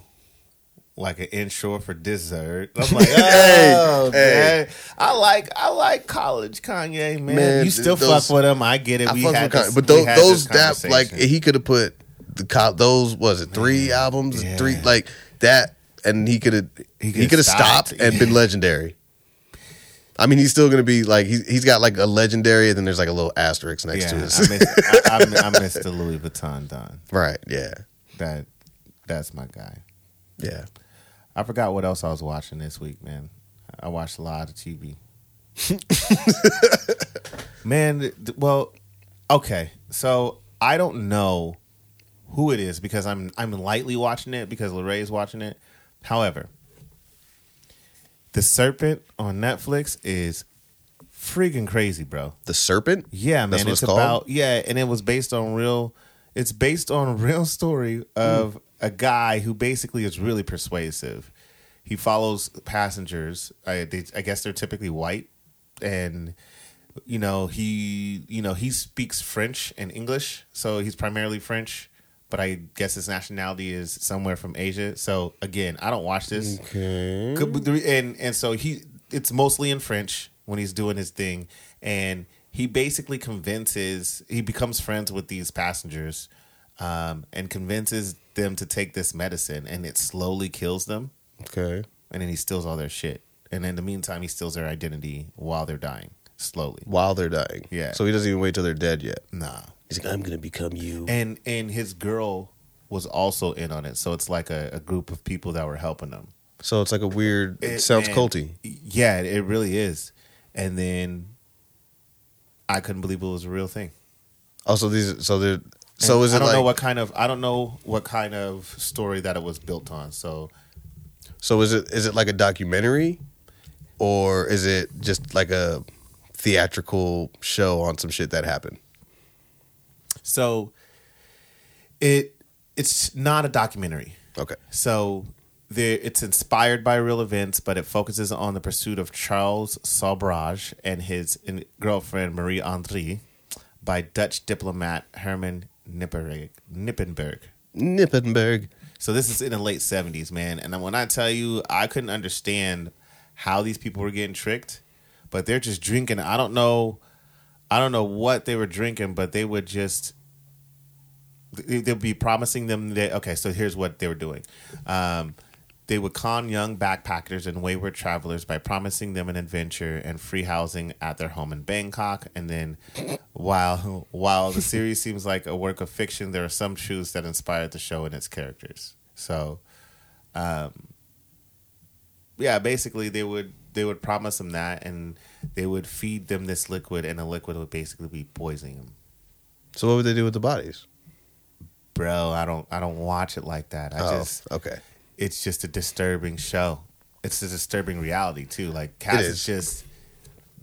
Speaker 1: like an inshore for dessert.
Speaker 2: [laughs]
Speaker 1: I'm like,
Speaker 2: Hey,
Speaker 1: oh,
Speaker 2: hey.
Speaker 1: man. I like, I like college Kanye, man.
Speaker 2: Man,
Speaker 1: you still
Speaker 2: those-
Speaker 1: fuck with him. I get it.
Speaker 2: I
Speaker 1: we
Speaker 2: fuck
Speaker 1: had
Speaker 2: with
Speaker 1: this-
Speaker 2: Kanye, but
Speaker 1: we
Speaker 2: those,
Speaker 1: had
Speaker 2: those
Speaker 1: this
Speaker 2: that like
Speaker 1: conversation.
Speaker 2: he could have put the cop those was it three albums
Speaker 1: Yeah.
Speaker 2: three like that and he could have he
Speaker 1: He
Speaker 2: could
Speaker 1: coulda
Speaker 2: have stopped.
Speaker 1: stopped.
Speaker 2: and been legendary. I mean, he's still gonna be like he's he's got like a legendary and then there's like a little asterisk next
Speaker 1: yeah,
Speaker 2: to
Speaker 1: I
Speaker 2: his [laughs]
Speaker 1: missed, I, I, mi- I missed the Louis Vuitton Don.
Speaker 2: right yeah
Speaker 1: That, that's my guy.
Speaker 2: yeah
Speaker 1: I forgot what else I was watching this week, man. I watched a lot of TV. man, th- well, okay. So I don't know who it is because I'm I'm lightly watching it because Lorray is watching it. However, The Serpent on Netflix is freaking crazy, bro.
Speaker 2: the serpent
Speaker 1: Yeah, man.
Speaker 2: That's what
Speaker 1: it's
Speaker 2: it's called?
Speaker 1: about yeah, and it was based on real. It's based on [laughs] a real story of a guy who basically is really persuasive. He follows passengers. I, they, I guess they're typically white, and you know he you know he speaks French and English, so he's primarily French. But I guess his nationality is somewhere from Asia. So again, I don't watch this.
Speaker 2: okay
Speaker 1: Could- but the- and and so he it's mostly in French when he's doing his thing, and he basically convinces he becomes friends with these passengers, um, and convinces them to take this medicine, and it slowly kills them,
Speaker 2: okay
Speaker 1: and then he steals all their shit, and in the meantime he steals their identity while they're dying slowly.
Speaker 2: while they're dying
Speaker 1: Yeah.
Speaker 2: so he doesn't even wait till they're dead yet
Speaker 1: Nah,
Speaker 2: he's like I'm gonna become you
Speaker 1: and and his girl was also in on it, so it's like a, a group of people that were helping them.
Speaker 2: so it's like a weird it, sounds
Speaker 1: and-
Speaker 2: culty
Speaker 1: Yeah, it, it really is. And then I couldn't believe it was a real thing.
Speaker 2: also these so they're so is
Speaker 1: I
Speaker 2: it
Speaker 1: don't
Speaker 2: like
Speaker 1: know what kind of I don't know what kind of story that it was built on. So
Speaker 2: So is it is it like a documentary, or is it just like a theatrical show on some shit that happened?
Speaker 1: so it it's not a documentary.
Speaker 2: Okay.
Speaker 1: So there, it's inspired by real events, but it focuses on the pursuit of Charles Saubrage and his in- girlfriend Marie André by Dutch diplomat Herman Nipperg- Nippenberg.
Speaker 2: Nippenberg.
Speaker 1: So this is in the late seventies, man. And when I tell you, I couldn't understand how these people were getting tricked, but they're just drinking. I don't know, I don't know what they were drinking, but they would just they- they'll be promising them that okay so here's what they were doing um, they would con young backpackers and wayward travelers by promising them an adventure and free housing at their home in bangkok and then while while the series seems like a work of fiction there are some truths that inspired the show and its characters so um, yeah, basically they would they would promise them that, and they would feed them this liquid, and the liquid would basically be poisoning them.
Speaker 2: So what would they do with the bodies?
Speaker 1: Bro, I don't I don't watch it like that. I
Speaker 2: oh,
Speaker 1: just
Speaker 2: okay.
Speaker 1: it's just a disturbing show. It's a disturbing reality too. Like Cass is.
Speaker 2: is.
Speaker 1: just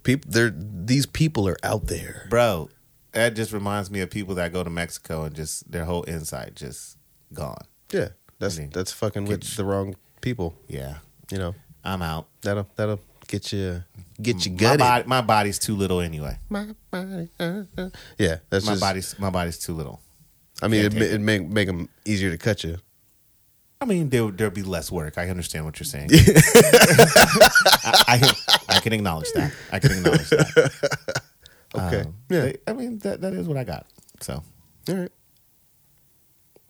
Speaker 2: People, they're these people are out there.
Speaker 1: bro. That just reminds me of people that go to Mexico and just their whole inside just gone.
Speaker 2: Yeah, that's
Speaker 1: I mean,
Speaker 2: that's fucking with the wrong people.
Speaker 1: Yeah,
Speaker 2: You know
Speaker 1: I'm out.
Speaker 2: that'll that'll get you get you
Speaker 1: My,
Speaker 2: gutted.
Speaker 1: body, my body's too little anyway.
Speaker 2: My body, uh, uh. Yeah, that's
Speaker 1: My
Speaker 2: just.
Speaker 1: body's my body's too little.
Speaker 2: I mean, it,
Speaker 1: can't
Speaker 2: ma-
Speaker 1: take
Speaker 2: it make make them easier to cut you.
Speaker 1: I mean, there there'd be less work. I understand what you're
Speaker 2: [laughs]
Speaker 1: saying. I, I, I can acknowledge that. I can acknowledge that.
Speaker 2: Okay.
Speaker 1: Um,
Speaker 2: [laughs] yeah.
Speaker 1: they- I mean, that that is what I got. So,
Speaker 2: All right.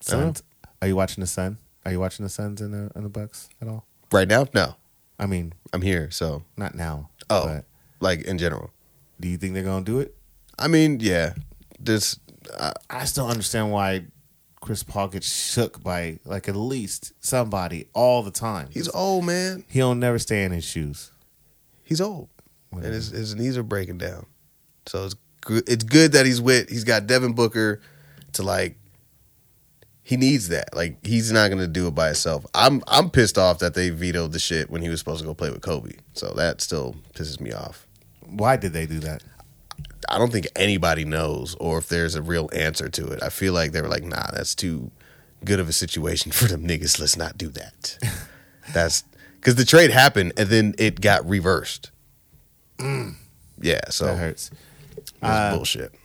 Speaker 1: Suns. Are you watching the Sun? Are you watching the Suns and the and the Bucks at all?
Speaker 2: Right now, no,
Speaker 1: I mean,
Speaker 2: I'm here. So,
Speaker 1: not now.
Speaker 2: oh,
Speaker 1: but
Speaker 2: like in general.
Speaker 1: do you think they're gonna do it?
Speaker 2: I mean, yeah. This
Speaker 1: I still understand why Chris Paul gets shook by like at least somebody all the time.
Speaker 2: he's old man.
Speaker 1: He'll never stay in his shoes.
Speaker 2: He's old, and his his knees are breaking down. So it's good. It's good that he's with. He's got Devin Booker to like. He needs that. Like he's not gonna do it by himself. I'm I'm pissed off that they vetoed the shit when he was supposed to go play with Kobe. So that still pisses me off.
Speaker 1: Why did they do that?
Speaker 2: I don't think anybody knows or if there's a real answer to it. I feel like they were like, nah, that's too good of a situation [laughs] for them niggas. Let's not
Speaker 1: [laughs]
Speaker 2: do that. that's because the trade happened and then it got reversed. Yeah,
Speaker 1: Mm.
Speaker 2: so
Speaker 1: That Uh,
Speaker 2: that's
Speaker 1: hurts.
Speaker 2: bullshit.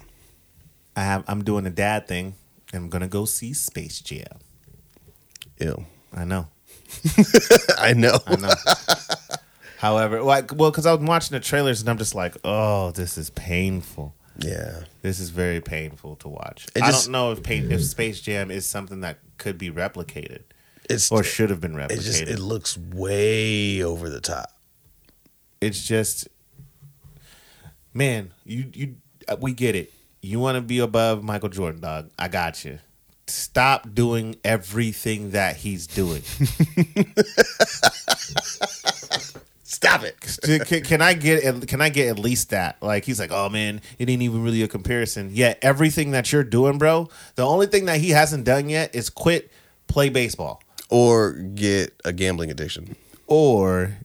Speaker 1: I have, I'm doing the dad thing. I'm gonna go see Space Jam.
Speaker 2: Ew. [laughs]
Speaker 1: I know.
Speaker 2: I know.
Speaker 1: I know. However, like, well, because I was watching the trailers and I'm just like, oh, this is painful.
Speaker 2: Yeah.
Speaker 1: This is very painful to watch.
Speaker 2: It
Speaker 1: I
Speaker 2: just-
Speaker 1: don't know if pain, if Space Jam is something that could be replicated
Speaker 2: It's
Speaker 1: or should have been replicated.
Speaker 2: it just it looks way over the top.
Speaker 1: it's just man you you uh, we get it you want to be above michael jordan dog i got you stop doing everything that he's
Speaker 2: [laughs]
Speaker 1: doing
Speaker 2: Stop it.
Speaker 1: can, can i get at- can i get at least that like he's like oh man it ain't even really a comparison yeah everything that you're doing bro the only thing that he hasn't done yet is quit play baseball
Speaker 2: Or get a gambling addiction.
Speaker 1: or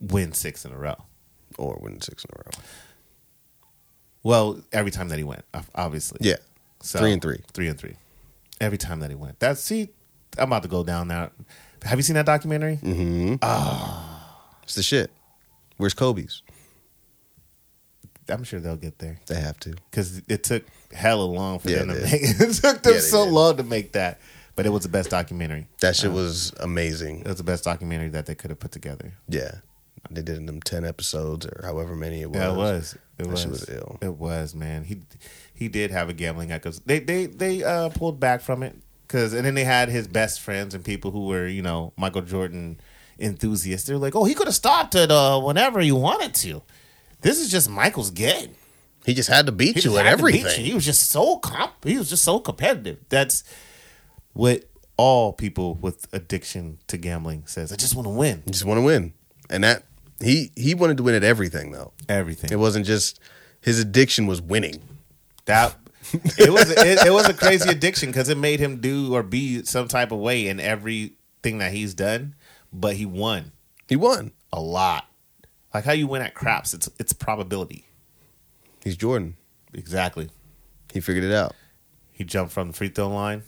Speaker 1: win six in a row
Speaker 2: Or win six in a row.
Speaker 1: well every time that he went ob- obviously
Speaker 2: Yeah.
Speaker 1: So,
Speaker 2: Three and three.
Speaker 1: Three and three. Every time that he went. That's see, I'm about to go down that. Have you seen that documentary?
Speaker 2: Mm. It's the shit. Where's Kobe's?
Speaker 1: I'm sure they'll get there
Speaker 2: They have to.
Speaker 1: because it took hella long for
Speaker 2: Yeah,
Speaker 1: them
Speaker 2: it
Speaker 1: to
Speaker 2: did.
Speaker 1: make. [laughs] It took them
Speaker 2: Yeah, they
Speaker 1: so
Speaker 2: did.
Speaker 1: long to make that, but it was the best documentary.
Speaker 2: That shit was amazing.
Speaker 1: It was the best documentary that they could have put together.
Speaker 2: Yeah. They did it in them 10 episodes or however many it was.
Speaker 1: Yeah, it was. It
Speaker 2: That
Speaker 1: was.
Speaker 2: shit was ill.
Speaker 1: It was man. He he did have a gambling because they they they uh, pulled back from it because and then they had his best friends and people who were you know Michael Jordan enthusiasts. They're like, oh, he could have stopped it uh, whenever he wanted to. This is just Michael's game.
Speaker 2: He just had to beat
Speaker 1: He
Speaker 2: you
Speaker 1: just
Speaker 2: at
Speaker 1: had to beat
Speaker 2: everything.
Speaker 1: you. He was just so comp. He was just so competitive. That's what all people with addiction to gambling says. I just want to win
Speaker 2: He just want to win. And that he he wanted to win at everything though.
Speaker 1: everything.
Speaker 2: It wasn't just his addiction was winning.
Speaker 1: That it was it, it was a crazy addiction because it made him do or be some type of way in everything that he's done, but he won
Speaker 2: He won.
Speaker 1: a lot. Like how you win at craps, it's it's probability.
Speaker 2: He's Jordan.
Speaker 1: Exactly.
Speaker 2: He figured it out.
Speaker 1: He jumped from the free throw line,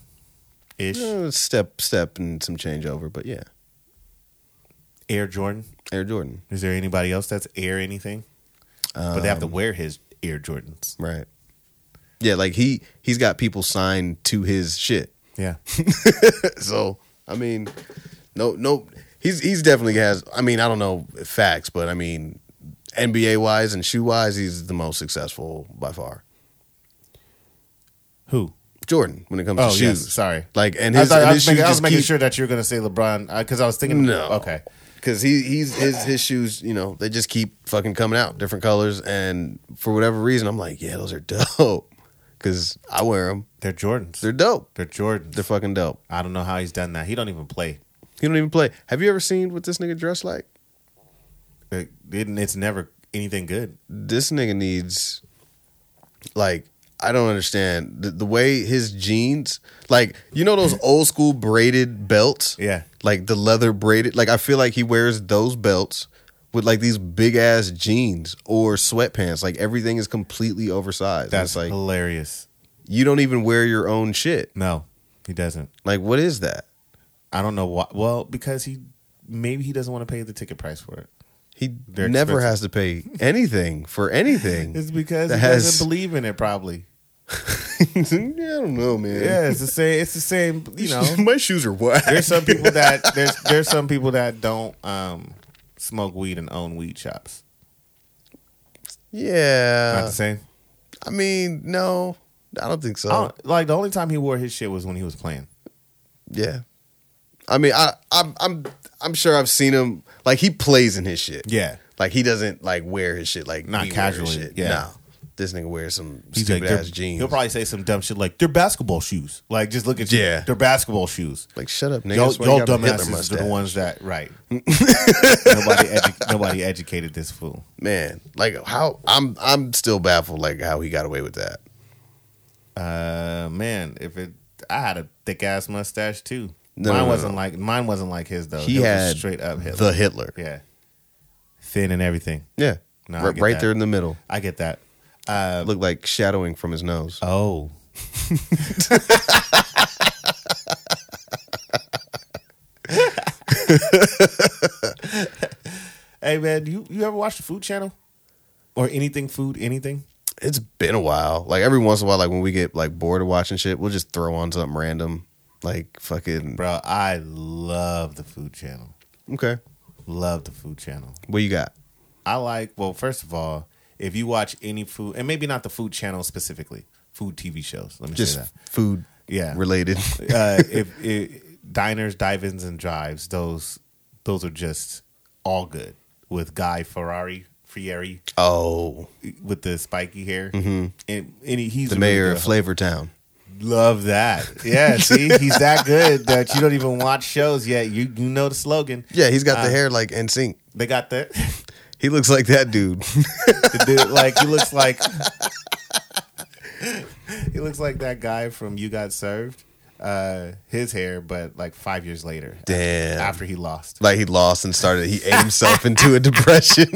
Speaker 1: ish.
Speaker 2: Uh, step step and some change over, but yeah.
Speaker 1: Air Jordan.
Speaker 2: Air Jordan.
Speaker 1: Is there anybody else that's air anything? but they have to
Speaker 2: Um,
Speaker 1: wear his Air Jordans.
Speaker 2: Right. Yeah, like he he's got people signed to his shit.
Speaker 1: Yeah.
Speaker 2: [laughs] So I mean, no, no, he's he's definitely has. I mean, I don't know facts, but I mean, NBA wise and shoe wise, he's the most successful by far.
Speaker 1: Who?
Speaker 2: Jordan when it comes
Speaker 1: Oh
Speaker 2: to
Speaker 1: yes,
Speaker 2: shoes.
Speaker 1: sorry.
Speaker 2: Like and
Speaker 1: I,
Speaker 2: his,
Speaker 1: thought-
Speaker 2: and
Speaker 1: I
Speaker 2: his
Speaker 1: was, making,
Speaker 2: shoes
Speaker 1: I was
Speaker 2: just
Speaker 1: making
Speaker 2: keep
Speaker 1: sure that you were going to say LeBron because I was thinking.
Speaker 2: No.
Speaker 1: Okay.
Speaker 2: because he he's his his shoes. You know they just keep fucking coming out different colors, and for whatever reason, I'm like, yeah, those are [laughs] dope because I wear them.
Speaker 1: They're Jordans.
Speaker 2: They're dope.
Speaker 1: They're Jordans.
Speaker 2: They're fucking dope.
Speaker 1: I don't know how he's done that. He don't even play.
Speaker 2: He don't even play. Have you ever seen what this nigga dressed like?
Speaker 1: It- it- it's never anything good.
Speaker 2: This nigga needs like I don't understand the, the way his jeans like you know
Speaker 1: [laughs]
Speaker 2: those old school braided belts.
Speaker 1: Yeah.
Speaker 2: like the leather braided. Like I feel like he wears those belts with like these big ass jeans or sweatpants. Like everything is completely oversized.
Speaker 1: That's
Speaker 2: That's like
Speaker 1: hilarious.
Speaker 2: you don't even wear your own shit.
Speaker 1: No, he doesn't.
Speaker 2: Like what is that?
Speaker 1: I don't know why. Well, because he maybe he doesn't want to pay the ticket price for it.
Speaker 2: He
Speaker 1: They're
Speaker 2: never
Speaker 1: expensive.
Speaker 2: has to pay anything for
Speaker 1: [laughs]
Speaker 2: anything.
Speaker 1: It's because
Speaker 2: That
Speaker 1: he
Speaker 2: has-
Speaker 1: doesn't believe in it. Probably.
Speaker 2: [laughs] I don't know,
Speaker 1: [laughs]
Speaker 2: man.
Speaker 1: Yeah, it's the same. It's the same.
Speaker 2: [laughs]
Speaker 1: You know,
Speaker 2: my shoes are whack.
Speaker 1: there's some people that there's there's some people that don't um, smoke weed and own weed shops. Not
Speaker 2: [laughs] Yeah,
Speaker 1: the same.
Speaker 2: I mean, no, I don't think so.
Speaker 1: I don't- like the only time he wore his shit was when he was playing.
Speaker 2: yeah, I mean, I, I'm, I'm, I'm sure I've seen him. Like he plays in his shit.
Speaker 1: Yeah,
Speaker 2: Like he doesn't like wear his shit like
Speaker 1: Not
Speaker 2: we wear his
Speaker 1: casually,
Speaker 2: shit.
Speaker 1: yeah.
Speaker 2: No. This nigga wears some
Speaker 1: he's like
Speaker 2: stupid
Speaker 1: they're-
Speaker 2: ass jeans.
Speaker 1: He'll probably say some dumb shit like they're basketball shoes. Like just look at you.
Speaker 2: Yeah.
Speaker 1: they're basketball shoes.
Speaker 2: like shut up, nigga.
Speaker 1: Y'all,
Speaker 2: That's why you
Speaker 1: y'all
Speaker 2: got a Hitler
Speaker 1: dumbasses are the
Speaker 2: mustache.
Speaker 1: ones that
Speaker 2: [laughs]
Speaker 1: right. nobody, edu- nobody educated this fool.
Speaker 2: Man, like how I'm I'm still baffled like how he got away with that.
Speaker 1: Uh, man, if it, I had a thick ass mustache too.
Speaker 2: No,
Speaker 1: mine
Speaker 2: no, no,
Speaker 1: wasn't
Speaker 2: no.
Speaker 1: like mine wasn't like his though.
Speaker 2: He
Speaker 1: It was
Speaker 2: had
Speaker 1: straight up Hitler.
Speaker 2: The Hitler. Yeah.
Speaker 1: yeah, thin and everything. No, I
Speaker 2: right
Speaker 1: get
Speaker 2: right
Speaker 1: that. Uh,
Speaker 2: there in the middle.
Speaker 1: I get that.
Speaker 2: Looked like shadowing from his nose.
Speaker 1: Oh. hey man, you you ever watch the Food Channel or anything food anything?
Speaker 2: It's been a while. Like every once in a while, like when we get like bored of watching shit, we'll just throw on something random. Like fucking
Speaker 1: Bro, I love the Food Channel.
Speaker 2: Okay.
Speaker 1: Love the Food Channel.
Speaker 2: What you got?
Speaker 1: I like, well, first of all, if you watch any food, and maybe not the Food Channel specifically, food TV shows. Let me
Speaker 2: Just
Speaker 1: say that.
Speaker 2: food
Speaker 1: Yeah. [laughs]
Speaker 2: related.
Speaker 1: uh, if, if diners, dive-ins, and drives, those those are just all good with Guy Ferrari Fieri
Speaker 2: oh.
Speaker 1: with the spiky hair, and, and he, he's really
Speaker 2: Mm-hmm. The mayor
Speaker 1: good.
Speaker 2: of Flavortown.
Speaker 1: Love that, yeah. See, he's that good that you don't even watch shows yet. You you know the slogan.
Speaker 2: Yeah, he's got
Speaker 1: Ah.
Speaker 2: the hair like NSYNC.
Speaker 1: They got the,
Speaker 2: He looks like
Speaker 1: [laughs]
Speaker 2: that dude.
Speaker 1: the dude like he looks like he looks like that guy from You Got Served. Uh, his hair, but like five years later,
Speaker 2: Damn.
Speaker 1: after he lost.
Speaker 2: like he lost and started he ate himself into a depression.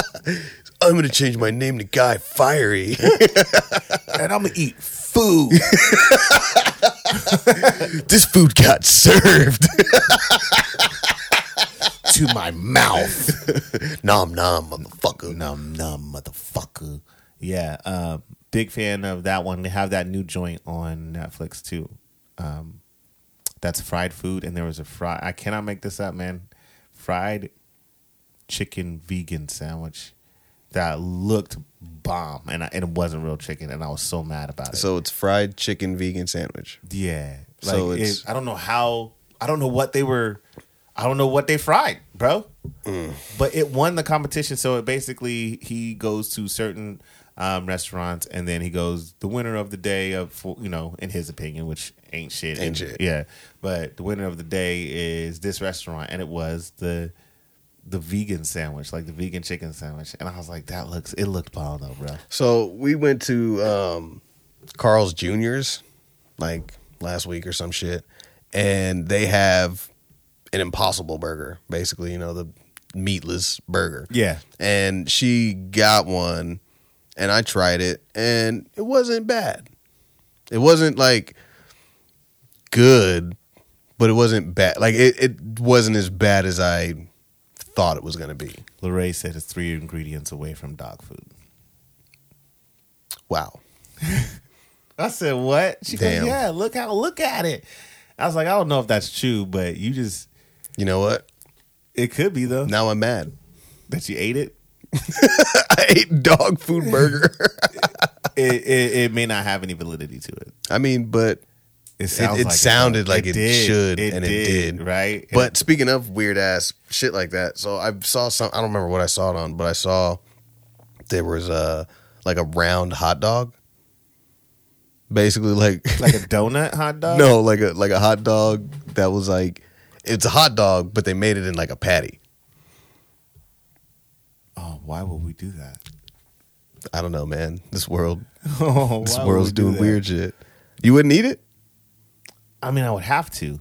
Speaker 2: [laughs] I'm gonna change my name to Guy Fiery.
Speaker 1: and I'm gonna eat food.
Speaker 2: [laughs]
Speaker 1: [laughs]
Speaker 2: this food got served. [laughs]
Speaker 1: to my mouth.
Speaker 2: nom nom, motherfucker.
Speaker 1: Num num, motherfucker. Yeah, uh, big fan of that one. They have that new joint on Netflix too. Um, that's fried food, and there was a fry. I cannot make this up, man. Fried chicken vegan sandwich that looked bomb, and, I, and it wasn't real chicken, and I was so mad about it.
Speaker 2: So it's fried chicken vegan sandwich.
Speaker 1: Yeah. Like
Speaker 2: So
Speaker 1: it,
Speaker 2: it's-
Speaker 1: I don't know how I don't know what they were I don't know what they fried, bro.
Speaker 2: Mm.
Speaker 1: But it won the competition, so it basically he goes to certain um, restaurants and then he goes the winner of the day of you know in his opinion, which ain't shit.
Speaker 2: Ain't
Speaker 1: And-
Speaker 2: shit.
Speaker 1: Yeah, but the winner of the day is this restaurant, and it was the the vegan sandwich, like the vegan chicken sandwich. And I was like, that looks it looked bomb though, bro.
Speaker 2: So we went to um, Carl's Jr.'s like last week or some shit, and they have an impossible burger, basically, you know, the meatless burger.
Speaker 1: Yeah.
Speaker 2: And she got one, and I tried it, and it wasn't bad. It wasn't like good, but it wasn't bad. Like it, it wasn't as bad as I thought it was going to be.
Speaker 1: Lorraine said it's three ingredients away from dog food.
Speaker 2: Wow.
Speaker 1: I said, "What?" She goes,
Speaker 2: Damn.
Speaker 1: "Yeah, look how look at it." I was like, "I don't know if that's true, but you just
Speaker 2: You know what?
Speaker 1: it could be though
Speaker 2: Now I'm mad.
Speaker 1: that you ate it. [laughs]
Speaker 2: I ate dog food burger.
Speaker 1: It, it. it may not have any validity to it.
Speaker 2: [laughs] I mean, but
Speaker 1: It,
Speaker 2: it sounded like it
Speaker 1: did.
Speaker 2: should, and it did.
Speaker 1: Right?
Speaker 2: But speaking of weird ass shit like that, so I saw some. I don't remember what I saw it on, but I saw there was a like a round hot dog, basically like [laughs]
Speaker 1: like a donut hot dog?
Speaker 2: no, like a like a hot dog that was like it's a hot dog, but they made it in like a patty.
Speaker 1: Oh, why would we do
Speaker 2: [laughs]
Speaker 1: that? [laughs]
Speaker 2: I don't know, man. This world,
Speaker 1: Oh,
Speaker 2: this
Speaker 1: why would
Speaker 2: world's
Speaker 1: we do
Speaker 2: doing
Speaker 1: that?
Speaker 2: weird shit. You wouldn't eat it.
Speaker 1: I mean, I would have
Speaker 2: [laughs]
Speaker 1: to.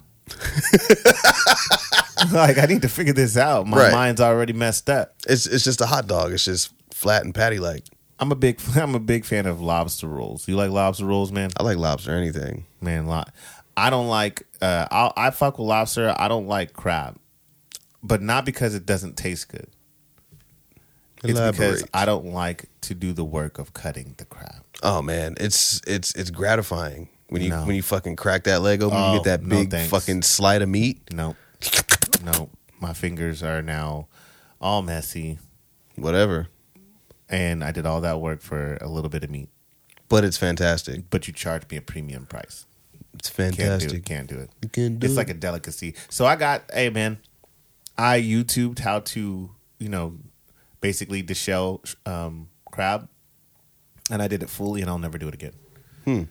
Speaker 1: like, I need to figure this out. My
Speaker 2: Right.
Speaker 1: mind's already messed up.
Speaker 2: It's it's just a hot dog. It's just flat and patty like.
Speaker 1: I'm a big, [laughs] I'm a big fan of lobster rolls. You like lobster rolls, man?
Speaker 2: I like lobster. or Anything.
Speaker 1: Man, lo- I don't like. Uh, I'll, I fuck with lobster. I don't like crab, but not because it doesn't taste good. It's because
Speaker 2: Elaborate.
Speaker 1: I don't like to do the work of cutting the crab.
Speaker 2: Oh man, it's it's it's gratifying when you
Speaker 1: No.
Speaker 2: when you fucking crack that leg open,
Speaker 1: Oh,
Speaker 2: you get that
Speaker 1: no
Speaker 2: big
Speaker 1: thanks.
Speaker 2: fucking slice of meat.
Speaker 1: Nope. nope. My fingers are now all messy,
Speaker 2: Whatever,
Speaker 1: and I did all that work for a little bit of meat.
Speaker 2: but it's fantastic.
Speaker 1: But you charge me a premium price.
Speaker 2: It's
Speaker 1: Can't do
Speaker 2: fantastic.
Speaker 1: it. Can't do it.
Speaker 2: You can't do
Speaker 1: it's
Speaker 2: it.
Speaker 1: like a delicacy. So I got, hey man, I YouTubed how to, you know, basically deshell um, crab, and I did it fully, and I'll never do it again
Speaker 2: Hmm.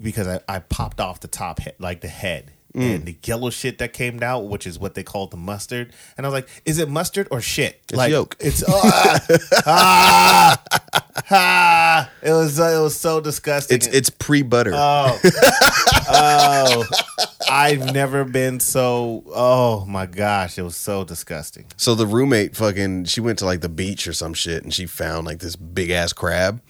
Speaker 1: because I, I popped off the top head, like the head.
Speaker 2: Hmm.
Speaker 1: And the yellow shit that came out, which is what they called the mustard, and I was like, "Is it mustard or shit?" It's like,
Speaker 2: yolk. [laughs]
Speaker 1: It's ah, ah, ah. [laughs] It was it was so disgusting.
Speaker 2: It's it's pre butter.
Speaker 1: Oh, oh, I've never been so. Oh my gosh, it was so disgusting.
Speaker 2: so the roommate fucking she went to like the beach or some shit and she found like this big ass crab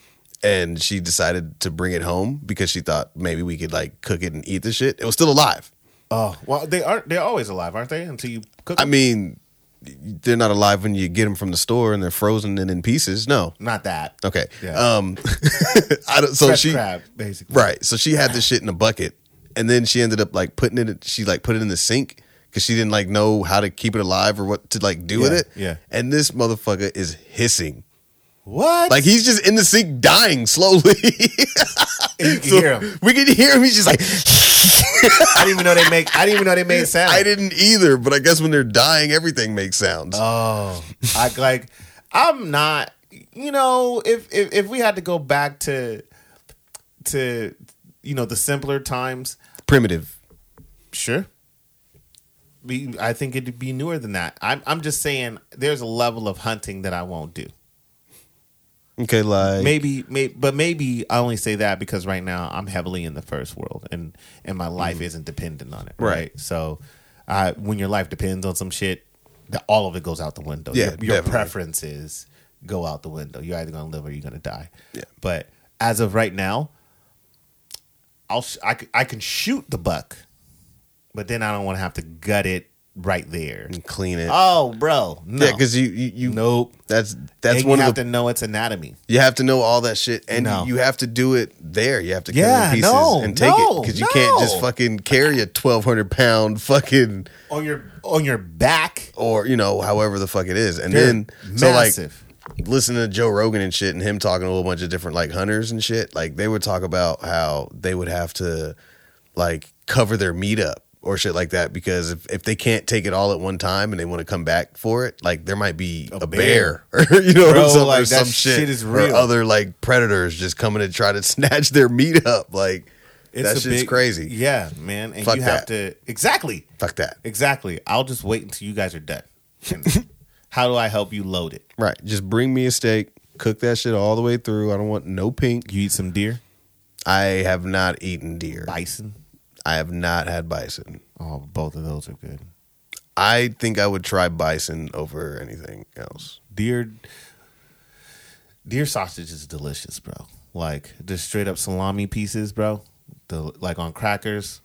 Speaker 2: and she decided to bring it home because she thought maybe we could like cook it and eat the shit. It was still alive.
Speaker 1: Oh well, they aren't. They're always alive, aren't they? Until you cook
Speaker 2: I
Speaker 1: them.
Speaker 2: mean, they're not alive when you get them from the store and they're frozen and in pieces. No.
Speaker 1: Not that.
Speaker 2: Okay.
Speaker 1: Yeah.
Speaker 2: Um [laughs] I don't, so
Speaker 1: Fresh
Speaker 2: she
Speaker 1: crab, basically.
Speaker 2: Right. So she had this shit in a bucket, and then she ended up like putting it. She like put it in the sink because she didn't like know how to keep it alive or what to like do with
Speaker 1: Yeah,
Speaker 2: it.
Speaker 1: yeah.
Speaker 2: And this motherfucker is hissing.
Speaker 1: What?
Speaker 2: Like he's just in the sink dying slowly.
Speaker 1: you can
Speaker 2: [laughs] So
Speaker 1: hear them.
Speaker 2: We can hear him. He's just like.
Speaker 1: I didn't even know they make. I didn't even know they made sound.
Speaker 2: [laughs] I didn't either, but I guess when they're dying, everything makes sounds.
Speaker 1: Oh, I like. I'm not. You know, if if if we had to go back to to you know the simpler times,
Speaker 2: Primitive.
Speaker 1: Sure. Be, I think it'd be newer than that. I'm, I'm just saying there's a level of hunting that I won't do.
Speaker 2: Okay, like
Speaker 1: Maybe, may, but maybe I only say that because right now I'm heavily in the first world and and my life isn't dependent on it. Right.
Speaker 2: Mm-hmm. Right.
Speaker 1: So, uh, when your life depends on some shit, the, all of it goes out the window. your,
Speaker 2: Yeah,
Speaker 1: your
Speaker 2: definitely.
Speaker 1: preferences go out the window. You're either gonna live or you're gonna die.
Speaker 2: Yeah.
Speaker 1: But as of right now, I'll sh- I, c- I can shoot the buck, but then I don't want to have to gut it right there.
Speaker 2: clean it.
Speaker 1: Oh, bro, no.
Speaker 2: yeah, because you, you you
Speaker 1: nope.
Speaker 2: that's that's
Speaker 1: And
Speaker 2: one
Speaker 1: you
Speaker 2: of
Speaker 1: have
Speaker 2: the
Speaker 1: to know its anatomy.
Speaker 2: You have to know all that shit, and
Speaker 1: No.
Speaker 2: you have to do it there. You have to cut
Speaker 1: Yeah,
Speaker 2: it in pieces
Speaker 1: no,
Speaker 2: and take it
Speaker 1: no,
Speaker 2: because you can't just
Speaker 1: no.
Speaker 2: fucking carry a twelve hundred pound fucking
Speaker 1: on your on your back.
Speaker 2: or you know however the fuck it is. And
Speaker 1: They're
Speaker 2: then so
Speaker 1: massive.
Speaker 2: like listening to Joe Rogan and shit, and him talking to a whole bunch of different like hunters and shit. Like they would talk about how they would have to like cover their meat up or shit like that because if, if they can't take it all at one time and they want to come back for it, like there might be a, bear, [laughs]
Speaker 1: bear.
Speaker 2: or you know
Speaker 1: Bro,
Speaker 2: or some, or
Speaker 1: like,
Speaker 2: some
Speaker 1: that
Speaker 2: shit,
Speaker 1: shit is
Speaker 2: or
Speaker 1: real.
Speaker 2: other like predators just coming to try to [laughs] snatch their meat up. Like
Speaker 1: It's
Speaker 2: that
Speaker 1: a
Speaker 2: shit's
Speaker 1: big-
Speaker 2: crazy.
Speaker 1: Yeah, man. And
Speaker 2: Fuck
Speaker 1: you have to exactly,
Speaker 2: Fuck that.
Speaker 1: exactly. I'll just wait until you guys are done.
Speaker 2: [laughs]
Speaker 1: And how do I help you load it?
Speaker 2: Right. Just bring me a steak. Cook that shit all the way through. I don't want no pink.
Speaker 1: You eat some deer,
Speaker 2: I have not eaten deer.
Speaker 1: bison.
Speaker 2: I have not had bison.
Speaker 1: Oh, both of those are good.
Speaker 2: I think I would try bison over anything else.
Speaker 1: Deer, deer sausage is delicious, bro. Like just straight up salami pieces, bro. The like on crackers,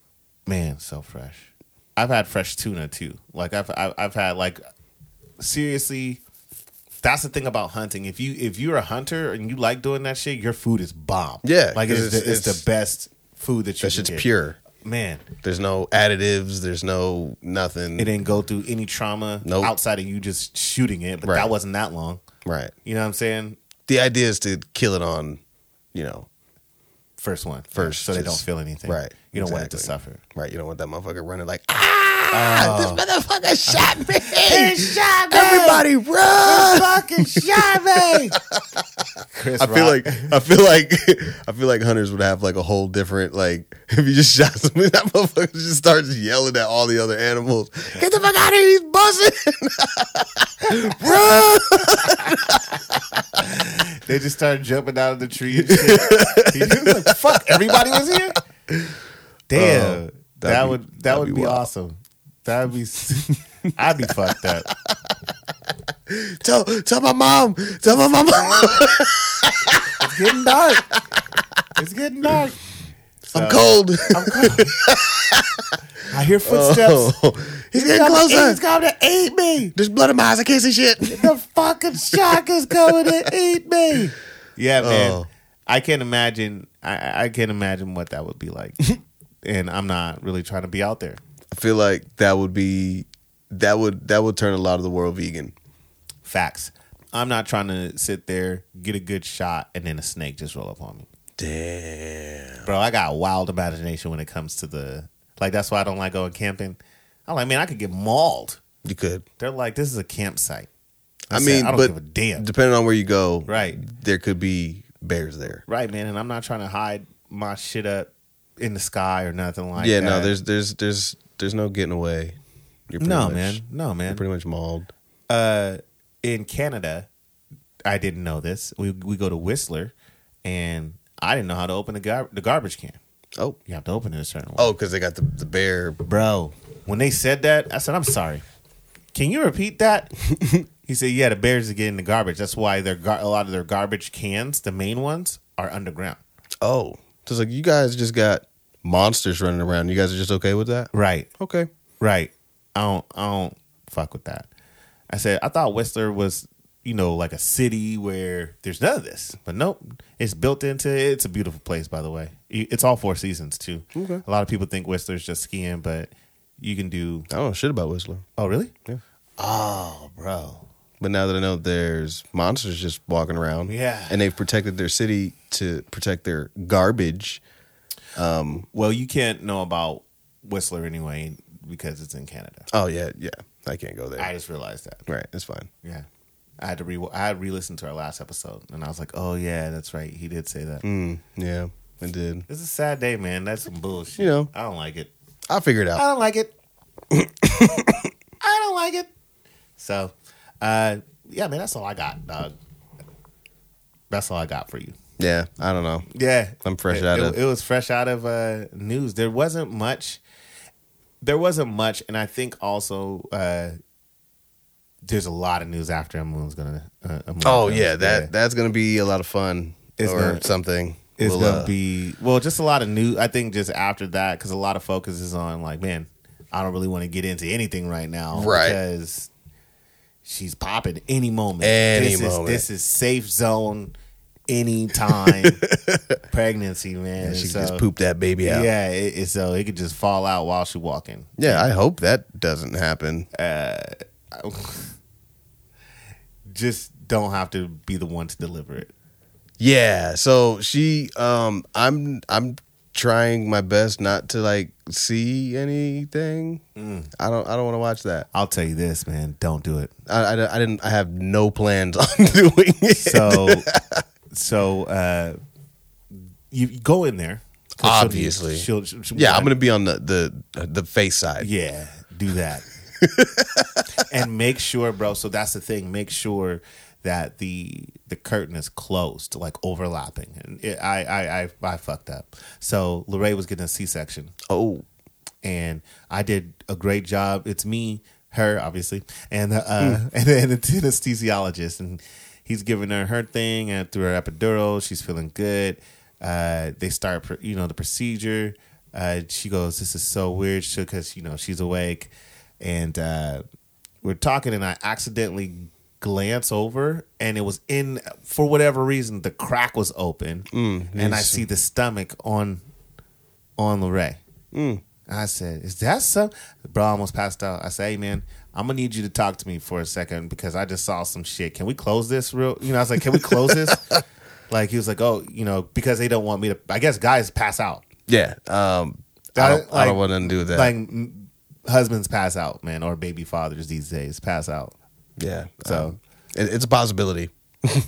Speaker 1: man, so fresh. I've had fresh tuna too. Like I've I've, I've had like seriously. That's the thing about hunting. If you if you're a hunter and you like doing that shit, your food is bomb.
Speaker 2: Yeah,
Speaker 1: like
Speaker 2: 'cause
Speaker 1: it's, the,
Speaker 2: it's-
Speaker 1: it's, the best food that you.
Speaker 2: That
Speaker 1: can
Speaker 2: shit's
Speaker 1: get.
Speaker 2: pure.
Speaker 1: man.
Speaker 2: There's no additives. There's no nothing.
Speaker 1: It didn't go through any trauma
Speaker 2: Nope.
Speaker 1: outside of you just shooting it, but
Speaker 2: Right.
Speaker 1: that wasn't that long.
Speaker 2: Right.
Speaker 1: You know what I'm saying?
Speaker 2: The idea is to kill it on, you know,
Speaker 1: first one
Speaker 2: First,
Speaker 1: so they
Speaker 2: just-
Speaker 1: don't feel anything.
Speaker 2: right,
Speaker 1: You don't want it to
Speaker 2: exactly.
Speaker 1: suffer.
Speaker 2: Right, you don't want that motherfucker running like, ah, this [laughs] motherfucker shot me. Everybody run.
Speaker 1: fucking shot me. [laughs] Chris
Speaker 2: I feel
Speaker 1: Rock.
Speaker 2: like I feel like [laughs] I feel like hunters would have like a whole different like [laughs] if you just shot somebody [laughs] that motherfucker just starts yelling at all the other animals. Get the fuck out of here! He's buzzing.
Speaker 1: they just started jumping out of the tree. And shit.
Speaker 2: [laughs]
Speaker 1: He was like, Fuck, everybody was here. Damn,
Speaker 2: Oh, that'd
Speaker 1: that
Speaker 2: be-
Speaker 1: would that
Speaker 2: that'd
Speaker 1: would
Speaker 2: be
Speaker 1: be
Speaker 2: wild.
Speaker 1: awesome. That'd be. s- [laughs] I'd be fucked up.
Speaker 2: Tell tell my mom. Tell my [laughs] mom.
Speaker 1: It's getting dark. It's getting dark.
Speaker 2: I'm cold.
Speaker 1: I hear footsteps.
Speaker 2: Oh, [laughs] he's getting
Speaker 1: coming- He's
Speaker 2: closer.
Speaker 1: coming to eat me.
Speaker 2: There's blood in my eyes. I can't see shit.
Speaker 1: The fucking shark is coming to eat me. Yeah, man.
Speaker 2: Oh.
Speaker 1: I can't imagine. I, I can't imagine what that would be
Speaker 2: [laughs]
Speaker 1: like. and I'm not really trying to be out there.
Speaker 2: I feel like that would be that would that would turn a lot of the world vegan.
Speaker 1: Facts. I'm not trying to sit there, get a good shot, and then a snake just roll up on me.
Speaker 2: Damn.
Speaker 1: Bro, I got a wild imagination when it comes to the like that's why I don't like going camping. I'm like, man, I could get mauled.
Speaker 2: You could.
Speaker 1: They're like, this is a campsite.
Speaker 2: I,
Speaker 1: said,
Speaker 2: mean,
Speaker 1: I don't
Speaker 2: but
Speaker 1: give a damn.
Speaker 2: depending on where you go,
Speaker 1: Right.
Speaker 2: There could be bears there.
Speaker 1: Right, man, and I'm not trying to hide my shit up in the sky or nothing like
Speaker 2: yeah,
Speaker 1: that.
Speaker 2: no, there's there's there's there's no getting away. You're pretty
Speaker 1: no
Speaker 2: much-
Speaker 1: man. No
Speaker 2: You're
Speaker 1: man.
Speaker 2: pretty much mauled.
Speaker 1: uh, in Canada, I didn't know this. We we go to Whistler, and I didn't know how to open the gar- the garbage can.
Speaker 2: Oh.
Speaker 1: You have to open it a certain way.
Speaker 2: Oh, because they got the, the bear.
Speaker 1: bro. When they said that, I said, "I'm sorry. Can you repeat
Speaker 2: [laughs]
Speaker 1: that?" he said, "Yeah, the bears are getting the garbage. That's why their gar- a lot of their garbage cans, the main ones, are underground."
Speaker 2: Oh. So it's like you guys just got monsters running around. You guys are just okay with that?
Speaker 1: Right,
Speaker 2: Okay.
Speaker 1: right. I don't, I don't fuck with that. I said, I thought Whistler was, you know, like a city where there's none of this, but nope, it's built into. it. It's a beautiful place, by the way. It- It's all four seasons too.
Speaker 2: Okay.
Speaker 1: A lot of people think Whistler's just skiing, but you can do.
Speaker 2: I don't know shit about Whistler.
Speaker 1: Oh, really?
Speaker 2: Yeah.
Speaker 1: Oh, bro.
Speaker 2: But now that I know there's monsters just walking around,
Speaker 1: Yeah.
Speaker 2: and they've protected their city to protect their garbage.
Speaker 1: Well, you can't know about Whistler anyway because it's in Canada.
Speaker 2: Oh yeah, yeah. I can't go there.
Speaker 1: I just realized that.
Speaker 2: right, it's fine.
Speaker 1: Yeah, I had to re I had re-listened to our last episode, and I was like, "Oh yeah, that's right. He did say that."
Speaker 2: Mm, yeah, it did.
Speaker 1: It's a sad day, man. That's some bullshit.
Speaker 2: You know.
Speaker 1: I don't like it.
Speaker 2: I'll figure it
Speaker 1: I
Speaker 2: out.
Speaker 1: don't like it. I don't like it. So, uh, yeah, man, that's all I got, dog. That's all I got for you.
Speaker 2: Yeah, I don't know.
Speaker 1: Yeah,
Speaker 2: I'm fresh
Speaker 1: It-
Speaker 2: out
Speaker 1: it-
Speaker 2: of-
Speaker 1: It was fresh out of uh, news. There wasn't much. There wasn't much, and I think also uh, there's a lot of news after a moon's gonna. Uh, a moon
Speaker 2: Oh
Speaker 1: goes.
Speaker 2: yeah, that that's gonna be a lot of fun
Speaker 1: It's
Speaker 2: or
Speaker 1: gonna-
Speaker 2: something.
Speaker 1: It's
Speaker 2: We'll,
Speaker 1: gonna
Speaker 2: uh,
Speaker 1: be well, just a lot of new. I think just after that, because a lot of focus is on like, man, I don't really want to get into anything right now,
Speaker 2: Right.
Speaker 1: Because she's popping any moment.
Speaker 2: Any
Speaker 1: this
Speaker 2: moment.
Speaker 1: Is, this is safe zone. Anytime
Speaker 2: [laughs]
Speaker 1: pregnancy, man.
Speaker 2: and she
Speaker 1: so,
Speaker 2: can just poop that baby out. Yeah.
Speaker 1: Yeah, it, it, so it could just fall out while she's walking.
Speaker 2: I hope that doesn't happen.
Speaker 1: Just don't have to be the one to deliver it.
Speaker 2: Yeah. So she, um, I'm, I'm trying my best not to like see anything.
Speaker 1: Mm.
Speaker 2: I don't, I don't want to watch that.
Speaker 1: I'll tell you this, man. Don't do it.
Speaker 2: I, I, I didn't, I have no plans [laughs] on doing it. [laughs]
Speaker 1: So, so uh, you you go in there. 'Cause she'll be-
Speaker 2: Obviously.
Speaker 1: she'll, she'll- she'll be
Speaker 2: yeah,
Speaker 1: like,
Speaker 2: I'm gonna be on the the the face side.
Speaker 1: Yeah, do
Speaker 2: [laughs]
Speaker 1: that. and make sure, bro. So that's the thing. Make sure that the the curtain is closed, like overlapping. And it, I, I I I fucked up. So Lorraine was getting a C section.
Speaker 2: Oh,
Speaker 1: and I did a great job. It's me, her, obviously, and the, uh, [laughs] and, the, and the anesthesiologist, and he's giving her her thing and through her epidural. She's feeling good. Uh, they start, pr- you know, the procedure. Uh, she goes, "This is so weird," because you know she's awake, and uh, we're talking, and I accidentally glance over, and it was in for whatever reason the crack was open, and I see the stomach on on Lorraine. I said, "Is that some?" Bro, I almost passed out. I said, "Hey, man, I'm gonna need you to talk to me for a second because I just saw some shit. Can we close this real? You know, I was like, "Can we close this?" Like he was like, oh, you know, because they don't want me to. I guess guys pass out.
Speaker 2: Yeah. Um, I don't, I
Speaker 1: Like-
Speaker 2: don't want nothing to do with that.
Speaker 1: Like m- husbands pass out, man, or baby fathers these days pass out.
Speaker 2: yeah.
Speaker 1: So
Speaker 2: um, it, it's a possibility. [laughs] I,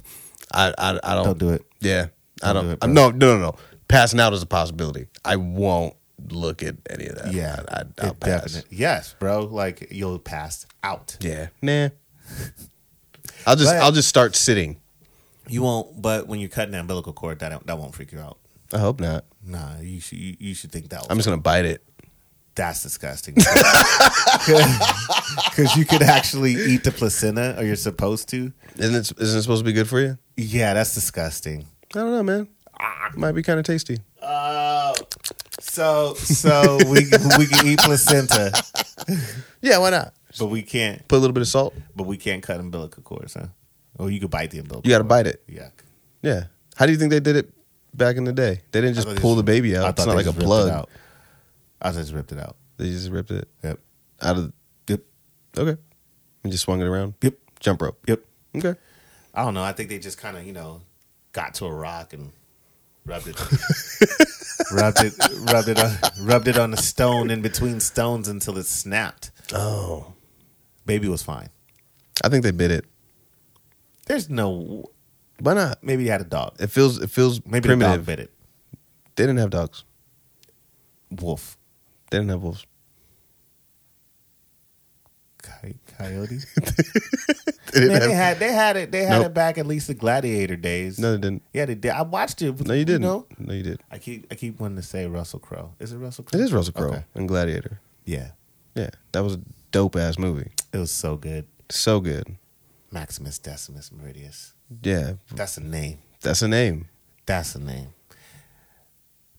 Speaker 2: I I don't
Speaker 1: don't do it.
Speaker 2: Yeah, I don't.
Speaker 1: do it,
Speaker 2: I'm- no, no, no, no. Passing out is a possibility. I won't look at any of that.
Speaker 1: Yeah,
Speaker 2: I, I, I'll
Speaker 1: it
Speaker 2: pass.
Speaker 1: definite- Yes, bro. Like you'll pass out.
Speaker 2: Yeah, nah. I'll just
Speaker 1: But-
Speaker 2: I'll just start sitting.
Speaker 1: You won't. But when you're cutting the umbilical cord, that don't- that won't freak you out.
Speaker 2: I hope not.
Speaker 1: Nah, you should you, you should think that was
Speaker 2: I'm just gonna bite it.
Speaker 1: that's disgusting. [laughs] Because you could actually eat the placenta, or you're supposed to.
Speaker 2: Isn't it isn't it supposed to be good for you? Ah.
Speaker 1: Yeah, that's disgusting.
Speaker 2: I don't know, man. Might be kind of tasty.
Speaker 1: So [laughs] so we we can eat placenta,
Speaker 2: Yeah, why not?
Speaker 1: but we can't
Speaker 2: Put a little bit of salt.
Speaker 1: but we can't cut umbilical cords, huh? Or you could bite the umbilical.
Speaker 2: You got to bite it.
Speaker 1: Yuck.
Speaker 2: Yeah. How do you think they did it back in the day? They didn't just
Speaker 1: I thought
Speaker 2: pull
Speaker 1: they
Speaker 2: the
Speaker 1: just-
Speaker 2: baby
Speaker 1: I
Speaker 2: out. It's
Speaker 1: thought
Speaker 2: not
Speaker 1: they
Speaker 2: like
Speaker 1: just
Speaker 2: a
Speaker 1: ripped it
Speaker 2: plug.
Speaker 1: out. I just ripped it out.
Speaker 2: They just ripped it
Speaker 1: Yep.
Speaker 2: out of.
Speaker 1: Yep.
Speaker 2: Okay. And just swung it around.
Speaker 1: Yep.
Speaker 2: Jump rope.
Speaker 1: Yep.
Speaker 2: Okay.
Speaker 1: I don't know. I think they just kind of, you know, got to a rock and rubbed it, [laughs] rubbed it, rubbed it, on, rubbed it on a stone in between stones until it snapped.
Speaker 2: Oh.
Speaker 1: Baby was fine.
Speaker 2: I think they bit it.
Speaker 1: There's no.
Speaker 2: Why not?
Speaker 1: Maybe he had a dog.
Speaker 2: It feels it feels
Speaker 1: Maybe the
Speaker 2: primitive.
Speaker 1: dog bit it.
Speaker 2: They didn't have dogs.
Speaker 1: Wolf,
Speaker 2: They didn't have wolves.
Speaker 1: Coy-
Speaker 2: [laughs]
Speaker 1: coyote.
Speaker 2: They didn't
Speaker 1: Man, they
Speaker 2: have-
Speaker 1: had they had it. They had
Speaker 2: Nope.
Speaker 1: it back at least the gladiator days.
Speaker 2: no, they didn't.
Speaker 1: Yeah, they did. I watched it.
Speaker 2: No, you didn't.
Speaker 1: know?
Speaker 2: No, you did.
Speaker 1: I keep I keep wanting to say Russell Crowe. Is it Russell Crowe?
Speaker 2: It is Russell Crowe
Speaker 1: Okay.
Speaker 2: and Gladiator.
Speaker 1: Yeah,
Speaker 2: Yeah, that was a dope ass movie.
Speaker 1: it was so good.
Speaker 2: So good.
Speaker 1: Maximus Decimus Meridius.
Speaker 2: Yeah,
Speaker 1: That's a name.
Speaker 2: that's a name.
Speaker 1: That's a name.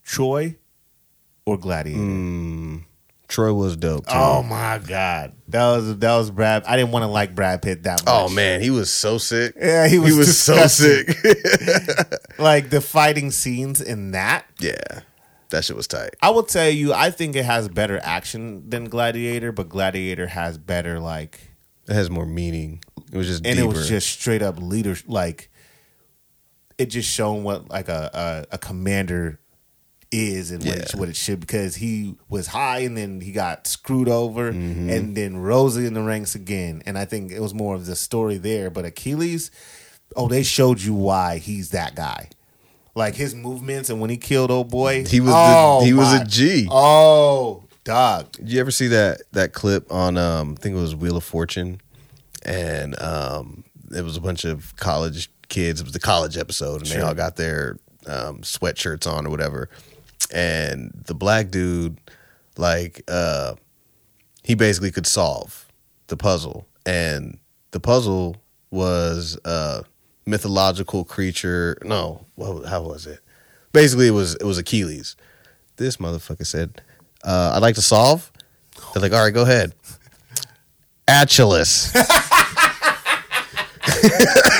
Speaker 1: Troy or Gladiator.
Speaker 2: Mm, Troy was dope. Too.
Speaker 1: Oh my God, that was that was Brad. I didn't want to like Brad Pitt that much.
Speaker 2: Oh, man, he was so sick.
Speaker 1: yeah, he
Speaker 2: He
Speaker 1: was,
Speaker 2: was
Speaker 1: disgusting.
Speaker 2: [laughs] so sick.
Speaker 1: Like the fighting scenes in that.
Speaker 2: yeah, that shit was tight.
Speaker 1: I will tell you, I think it has better action than Gladiator, but Gladiator has better like,
Speaker 2: It has more meaning. It was just
Speaker 1: and
Speaker 2: deeper.
Speaker 1: it was just straight up leader like. It just shown what like a a, a commander is and what, it,
Speaker 2: Yeah.
Speaker 1: what it should because he was high and then he got screwed over
Speaker 2: Mm-hmm.
Speaker 1: and then rose in the ranks again and I think it was more of the story there but Achilles oh they showed you why he's that guy like his movements and when he killed old boy
Speaker 2: he was
Speaker 1: oh
Speaker 2: the, he was
Speaker 1: my-
Speaker 2: a G.
Speaker 1: Oh, dog.
Speaker 2: Did you ever see that that clip on um I think it was Wheel of Fortune and um it was a bunch of college kids, it was the college episode and they all got their um sweatshirts on or whatever. And the black dude like uh he basically could solve the puzzle and the puzzle was a mythological creature no what, how was it basically it was it was achilles this motherfucker said uh, i'd like to solve they're like all right go ahead
Speaker 1: [laughs]
Speaker 2: achilles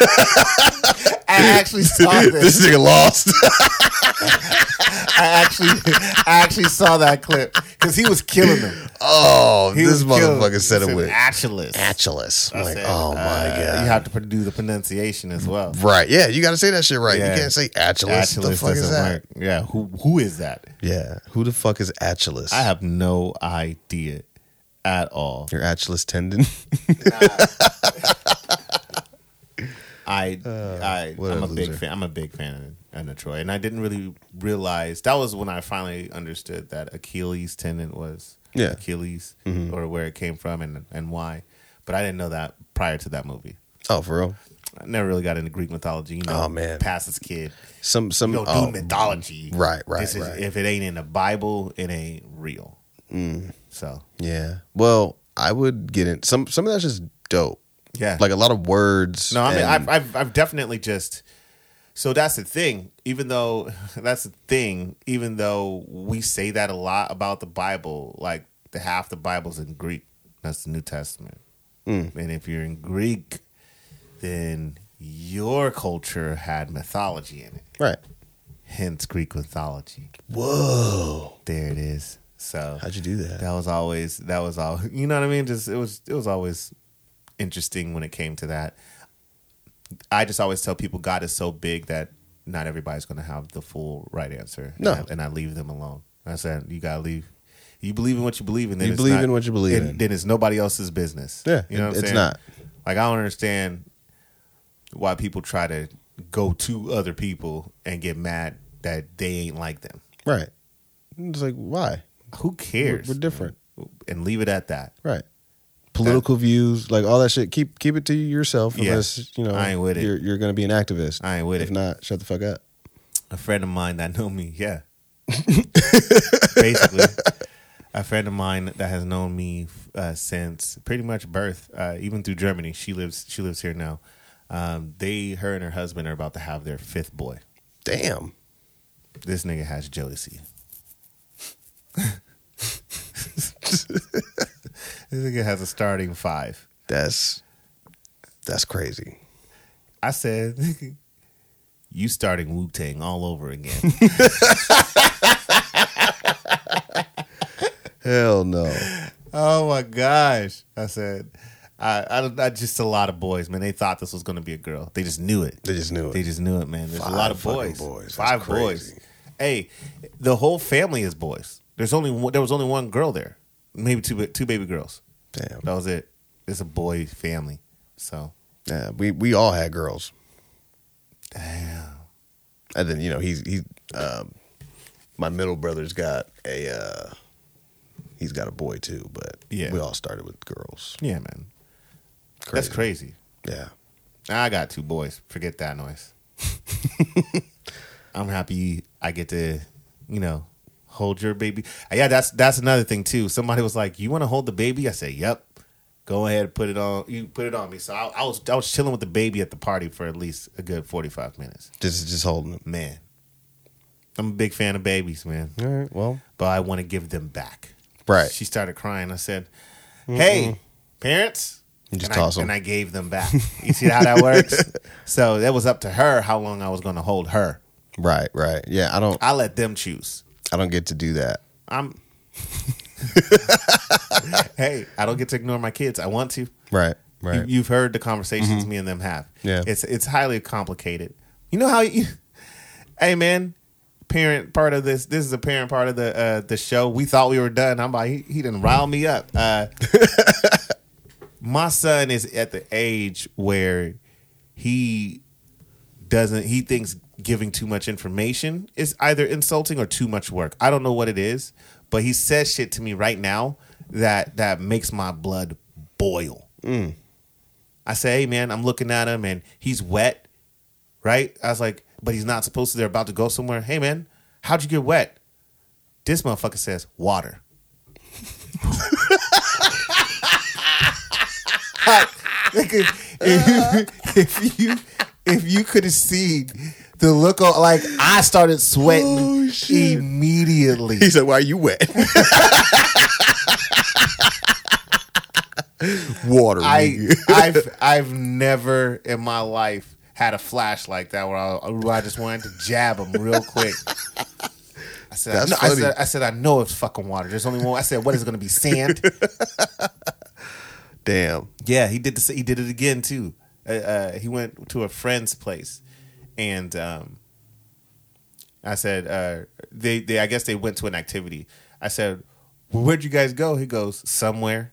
Speaker 1: I actually
Speaker 2: [laughs]
Speaker 1: saw this.
Speaker 2: this nigga lost [laughs]
Speaker 1: I actually, I actually saw that clip because he was killing them.
Speaker 2: oh
Speaker 1: He
Speaker 2: this
Speaker 1: was killing them.
Speaker 2: motherfucker said
Speaker 1: He
Speaker 2: it with
Speaker 1: Achilles.
Speaker 2: achilles I'm
Speaker 1: I
Speaker 2: like
Speaker 1: said,
Speaker 2: oh my
Speaker 1: uh,
Speaker 2: god
Speaker 1: You have to pr- do the pronunciation as well.
Speaker 2: right yeah you gotta say that shit right
Speaker 1: Yeah.
Speaker 2: you can't say achilles, what the fuck is that
Speaker 1: work. Yeah, who who is that?
Speaker 2: yeah who the fuck is achilles
Speaker 1: I have no idea at all.
Speaker 2: Your Achilles tendon. [laughs]
Speaker 1: I I
Speaker 2: Uh, what
Speaker 1: I'm
Speaker 2: a
Speaker 1: a big
Speaker 2: loser.
Speaker 1: fan. I'm a big fan of, of Troy, and I didn't really realize that was when I finally understood that Achilles tendon was
Speaker 2: Yeah. Mm-hmm.
Speaker 1: Achilles or where it came from and and why. But I didn't know that prior to that movie.
Speaker 2: oh, for real?
Speaker 1: I never really got into Greek mythology. You know,
Speaker 2: Oh, man.
Speaker 1: past this kid,
Speaker 2: Some some
Speaker 1: you don't
Speaker 2: oh,
Speaker 1: do mythology,
Speaker 2: right, right,
Speaker 1: This is,
Speaker 2: right.
Speaker 1: If it ain't in the Bible, it ain't real.
Speaker 2: Mm.
Speaker 1: So
Speaker 2: Yeah. Well, I would get in some some of that's just dope.
Speaker 1: yeah,
Speaker 2: Like a lot of words.
Speaker 1: No, I mean,
Speaker 2: and-
Speaker 1: I've, I've, I've definitely just. So that's the thing. Even though [laughs] that's the thing, even though we say that a lot about the Bible, like the half the Bible's in Greek. That's the New Testament.
Speaker 2: Mm.
Speaker 1: And if you're in Greek, then your culture had mythology in it.
Speaker 2: right.
Speaker 1: Hence Greek mythology.
Speaker 2: Whoa.
Speaker 1: There it is. So
Speaker 2: How'd you do that?
Speaker 1: that was always that was all [laughs] you know what I mean just it was it was always interesting when it came to that I just always tell people God is so big that not everybody's going to have the full right answer.
Speaker 2: No.
Speaker 1: and I, and I leave them alone. I said, you gotta leave. You believe in what you believe in. Then
Speaker 2: You
Speaker 1: it's
Speaker 2: believe
Speaker 1: not-
Speaker 2: in what you believe
Speaker 1: and
Speaker 2: in.
Speaker 1: Then it's nobody else's business.
Speaker 2: Yeah,
Speaker 1: you know, what I'm
Speaker 2: it's
Speaker 1: saying?
Speaker 2: not.
Speaker 1: Like I don't understand why people try to go to other people and get mad that they ain't like them.
Speaker 2: Right. It's like why?
Speaker 1: Who
Speaker 2: We're,
Speaker 1: cares?
Speaker 2: we're different.
Speaker 1: and leave it at that.
Speaker 2: Right. Political views, like all that shit. Keep keep it to yourself
Speaker 1: Yeah.
Speaker 2: unless you know
Speaker 1: I ain't with it.
Speaker 2: you're you're gonna be an activist.
Speaker 1: I ain't with
Speaker 2: if
Speaker 1: it.
Speaker 2: not, shut the fuck up.
Speaker 1: a friend of mine that knew me,
Speaker 2: [laughs]
Speaker 1: yeah. Basically, a friend of mine that has known me uh, since pretty much birth, uh, even through Germany. She lives she lives here now. Um, they, her and her husband are about to have their fifth boy.
Speaker 2: Damn.
Speaker 1: This nigga has jealousy. [laughs] this nigga has a starting five.
Speaker 2: That's that's crazy.
Speaker 1: I said, [laughs] "You starting Wu Tang all over again."
Speaker 2: Hell no.
Speaker 1: Oh my gosh! I said, I, I, don't- I just a lot of boys, man. They thought this was going to be a girl. They just knew it.
Speaker 2: They just knew it.
Speaker 1: They just knew it, man. There's a
Speaker 2: Five
Speaker 1: lot of
Speaker 2: fucking
Speaker 1: boys.
Speaker 2: boys. That's
Speaker 1: Five
Speaker 2: crazy.
Speaker 1: boys. Hey, the whole family is boys. There's only one, there was only one girl there, maybe two ba- two baby girls.
Speaker 2: Damn.
Speaker 1: That was it. It's a boy family. So
Speaker 2: Yeah, we we all had girls.
Speaker 1: damn.
Speaker 2: And then you know he's he's um, my middle brother's got a uh, he's got a boy too, but
Speaker 1: Yeah.
Speaker 2: we all started with girls.
Speaker 1: Yeah, man. That's crazy.
Speaker 2: Yeah,
Speaker 1: I got two boys. Forget that noise. I'm happy I get to, you know, hold your baby. Yeah, that's that's another thing too. Somebody was like, "You want to hold the baby?" I said, "Yep." Go ahead, put it on. You put it on me. So I, I was I was chilling with the baby at the party for at least a good 45 minutes.
Speaker 2: just just holding them.
Speaker 1: Man, I'm a big fan of babies, man,
Speaker 2: All right, well,
Speaker 1: but I want to give them back.
Speaker 2: right.
Speaker 1: She started crying. I said, "Hey, parents."
Speaker 2: You just
Speaker 1: and
Speaker 2: toss
Speaker 1: I,
Speaker 2: 'em.
Speaker 1: And I gave them back. You see how that
Speaker 2: [laughs]
Speaker 1: works? so that was up to her how long I was going to hold her.
Speaker 2: Right, right. Yeah, I don't
Speaker 1: I let them choose.
Speaker 2: I don't get to do that. [laughs]
Speaker 1: I'm. [laughs] hey, I don't get to ignore my kids. I want to.
Speaker 2: Right, Mm-hmm.
Speaker 1: You, you've heard the conversations me and them have.
Speaker 2: Yeah.
Speaker 1: it's it's highly complicated. You know how you, [laughs] hey man, parent part of this. This is a parent part of the uh, the show. We thought we were done. I'm like, he, he didn't rile me up.
Speaker 2: [laughs]
Speaker 1: Uh, my son is at the age where he doesn't. He thinks giving too much information is either insulting or too much work. I don't know what it is, but he says shit to me right now that that makes my blood boil. I say, hey man, I'm looking at him and he's wet, right? I was like, but he's not supposed to. They're about to go somewhere. Hey man, how'd you get wet? This motherfucker says water. Nigga, if, if you if you could have seen the look on, like I started sweating
Speaker 2: Oh, shit.
Speaker 1: immediately.
Speaker 2: He said, "Why are you [laughs] wet?" Water. [laughs]
Speaker 1: I
Speaker 2: nigga.
Speaker 1: I've I've never in my life had a flash like that where I, where I just wanted to jab him real
Speaker 2: [laughs]
Speaker 1: quick. I said, I,
Speaker 2: That's
Speaker 1: know, I
Speaker 2: funny.
Speaker 1: said, I said, I know it's fucking water. There's only one. I said, what is it going to be? Sand?
Speaker 2: [laughs] Damn.
Speaker 1: yeah, he did. The, he did it again too. Uh, uh, he went to a friend's place, and um, I said, uh, they, they, I guess they went to an activity. I said, well, where'd you guys go? He goes, somewhere.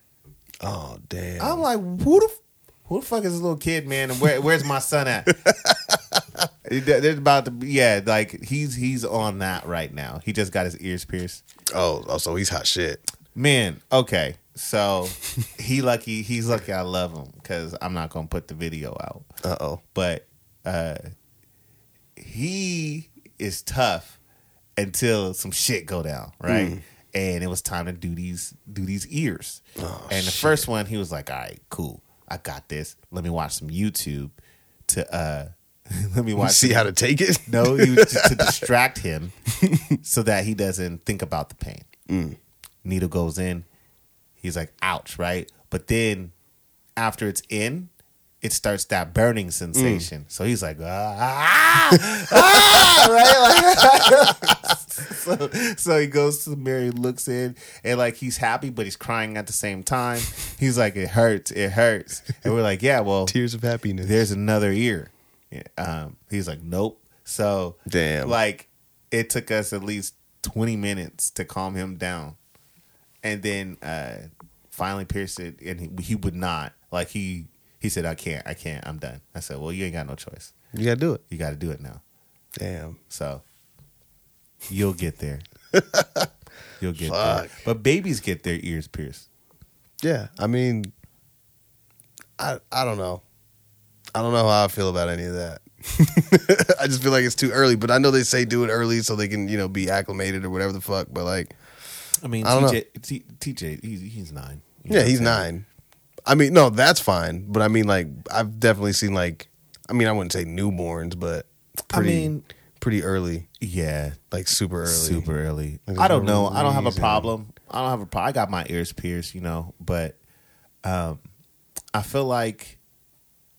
Speaker 2: Oh damn.
Speaker 1: I'm like, who the, f- who the fuck is this little kid, man? And where, where's my son at? There's about to be, yeah, like he's he's on that right now. He just got his ears pierced.
Speaker 2: oh, oh, so he's hot shit.
Speaker 1: Man, okay, so he lucky. He's lucky. I love him because I'm not gonna put the video out,
Speaker 2: Uh oh.
Speaker 1: but uh, he is tough until some shit go down, right? And it was time to do these do these ears. and the first one, he was like, "All right, cool, I got this. Let me watch some YouTube to uh, [laughs] let me watch
Speaker 2: [laughs] See how to take it.
Speaker 1: [laughs] no, he was just to distract him so that he doesn't think about the pain. Needle goes in. He's like, ouch, right? But then after it's in, it starts that burning sensation. So he's like, ah, ah, ah," [laughs] right? Like, so, so he goes to Mary, looks in, and like he's happy, but he's crying at the same time. He's like, it hurts, it hurts. And we're like, yeah, well,
Speaker 2: Tears of happiness.
Speaker 1: there's another ear. Yeah, Um, he's like, nope. So
Speaker 2: Damn.
Speaker 1: like it took us at least twenty minutes to calm him down, and then uh, finally Pierce it, and he, he would not. Like he he said, "I can't, I can't, I'm done." I said, "Well, you ain't got no choice.
Speaker 2: You gotta do it.
Speaker 1: You got to do it now."
Speaker 2: Damn.
Speaker 1: So you'll get
Speaker 2: [laughs]
Speaker 1: there. You'll get there.
Speaker 2: Fuck.
Speaker 1: But babies get their ears pierced.
Speaker 2: Yeah. I mean, I I don't know. I don't know how I feel about any of that. [laughs] I just feel like it's too early, but I know they say do it early so they can you know be acclimated or whatever the fuck. But like,
Speaker 1: I mean,
Speaker 2: I don't
Speaker 1: TJ, T, TJ, he's, he's nine. You know
Speaker 2: yeah,
Speaker 1: what
Speaker 2: he's
Speaker 1: I'm saying?
Speaker 2: nine. I mean, no, that's fine. But I mean, like, I've definitely seen like, I mean, I wouldn't say newborns, but pretty
Speaker 1: mean-
Speaker 2: pretty early,
Speaker 1: Yeah,
Speaker 2: like super early.
Speaker 1: super early.
Speaker 2: Like,
Speaker 1: I don't
Speaker 2: there's no
Speaker 1: know. I don't have a
Speaker 2: reason.
Speaker 1: problem. I don't have a problem. I got my ears pierced, you know, but um, I feel like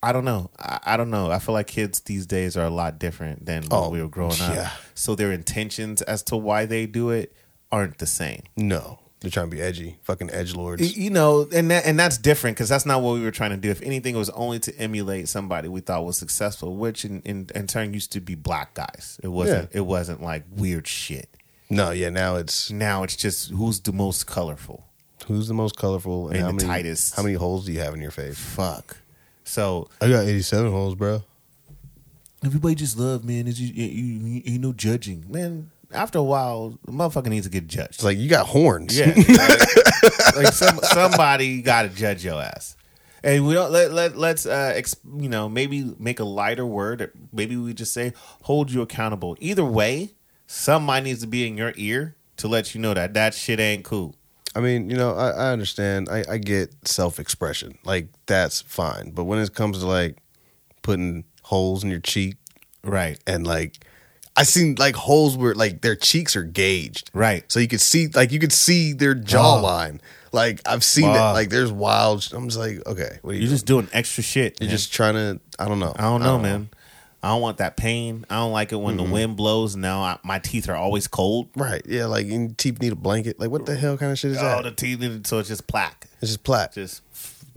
Speaker 1: I don't know. I, I don't know. I feel like kids these days are a lot different than when
Speaker 2: Oh,
Speaker 1: we were growing
Speaker 2: yeah.
Speaker 1: up. So their intentions as to why they do it aren't the same.
Speaker 2: No, they're trying to be edgy, fucking edge lords.
Speaker 1: Y- you know and that, and that's different because that's not what we were trying to do if anything it was only to emulate somebody we thought was successful which in, in, in turn used to be black guys it wasn't it wasn't like weird shit
Speaker 2: No, yeah, now it's
Speaker 1: now it's just who's the most colorful
Speaker 2: who's the most colorful and,
Speaker 1: And
Speaker 2: how
Speaker 1: the
Speaker 2: many
Speaker 1: tightest.
Speaker 2: how many holes do you have in your face?
Speaker 1: fuck so
Speaker 2: I got eighty seven holes, bro.
Speaker 1: everybody just love man is you, you, you, you know judging man after a while the motherfucker needs to get judged
Speaker 2: It's [laughs] like you got horns.
Speaker 1: Yeah, like, like some, somebody got to judge your ass. And we don't let let let's uh, ex, you know maybe make a lighter word. Or maybe we just say hold you accountable. Either way, somebody needs to be in your ear to let you know that that shit ain't cool.
Speaker 2: [laughs] I mean, you know, I, I understand. I, I get self expression. Like that's fine. But when it comes to like putting holes in your cheek
Speaker 1: Right,
Speaker 2: and like I seen like holes where like their cheeks are gauged.
Speaker 1: right.
Speaker 2: So you could see like you could see their jawline. Like I've seen
Speaker 1: Wow.
Speaker 2: it. Like there's wild sh- I'm just like, okay, what are you
Speaker 1: You're just doing extra shit.
Speaker 2: You're
Speaker 1: man.
Speaker 2: just trying to. I don't know.
Speaker 1: I don't know, man. I don't want that pain. I don't like it when the wind blows. Now I, my teeth are always cold.
Speaker 2: Right? Yeah. Like you teeth need a bblanket. Like what the hell kind of shit is
Speaker 1: Oh,
Speaker 2: that?
Speaker 1: the teeth. So it's just plaque.
Speaker 2: it's just plaque.
Speaker 1: Just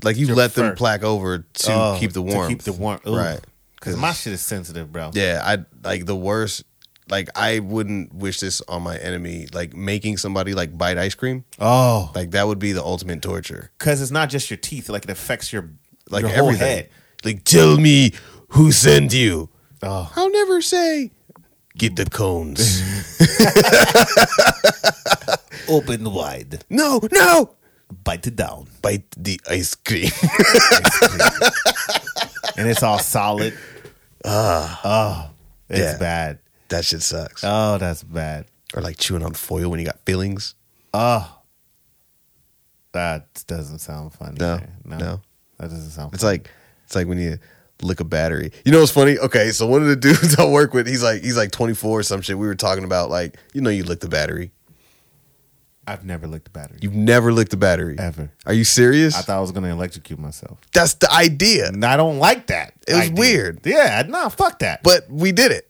Speaker 2: like you
Speaker 1: your
Speaker 2: let them
Speaker 1: fur.
Speaker 2: plaque over to
Speaker 1: Oh,
Speaker 2: keep the warmth.
Speaker 1: To keep the warmth.
Speaker 2: Right.
Speaker 1: Because my shit is sensitive, bro.
Speaker 2: Yeah. I like the worst. Like I wouldn't wish this on my enemy. Like making somebody like bite ice cream.
Speaker 1: Oh.
Speaker 2: Like that would be the ultimate torture.
Speaker 1: Because it's not just your teeth. Like, it affects your,
Speaker 2: Like
Speaker 1: your whole
Speaker 2: everything.
Speaker 1: head.
Speaker 2: Like tell me who sent you.
Speaker 1: Oh.
Speaker 2: I'll never say. Get the cones.
Speaker 1: [laughs] Open wide.
Speaker 2: no, no.
Speaker 1: Bite it
Speaker 2: [laughs]
Speaker 1: down.
Speaker 2: Bite the ice cream. [laughs]
Speaker 1: and it's all solid. oh. It's
Speaker 2: Ah. Yeah.
Speaker 1: bad.
Speaker 2: that shit sucks.
Speaker 1: Oh, that's bad.
Speaker 2: or like chewing on foil when you got feelings.
Speaker 1: Oh. That doesn't sound funny.
Speaker 2: No,
Speaker 1: man.
Speaker 2: no.
Speaker 1: That doesn't sound
Speaker 2: It's like it's like when you lick a battery. You know what's funny? Okay, so one of the [laughs] dudes I work with, he's like he's like 24 or some shit. We were talking about like you know you lick the battery.
Speaker 1: I've never licked a battery.
Speaker 2: You've never licked the battery
Speaker 1: Ever.
Speaker 2: Are you serious?
Speaker 1: I thought I was going to electrocute myself.
Speaker 2: That's the idea.
Speaker 1: And I don't like that.
Speaker 2: It was
Speaker 1: idea.
Speaker 2: weird.
Speaker 1: Yeah. Nah, fuck that.
Speaker 2: But we did it.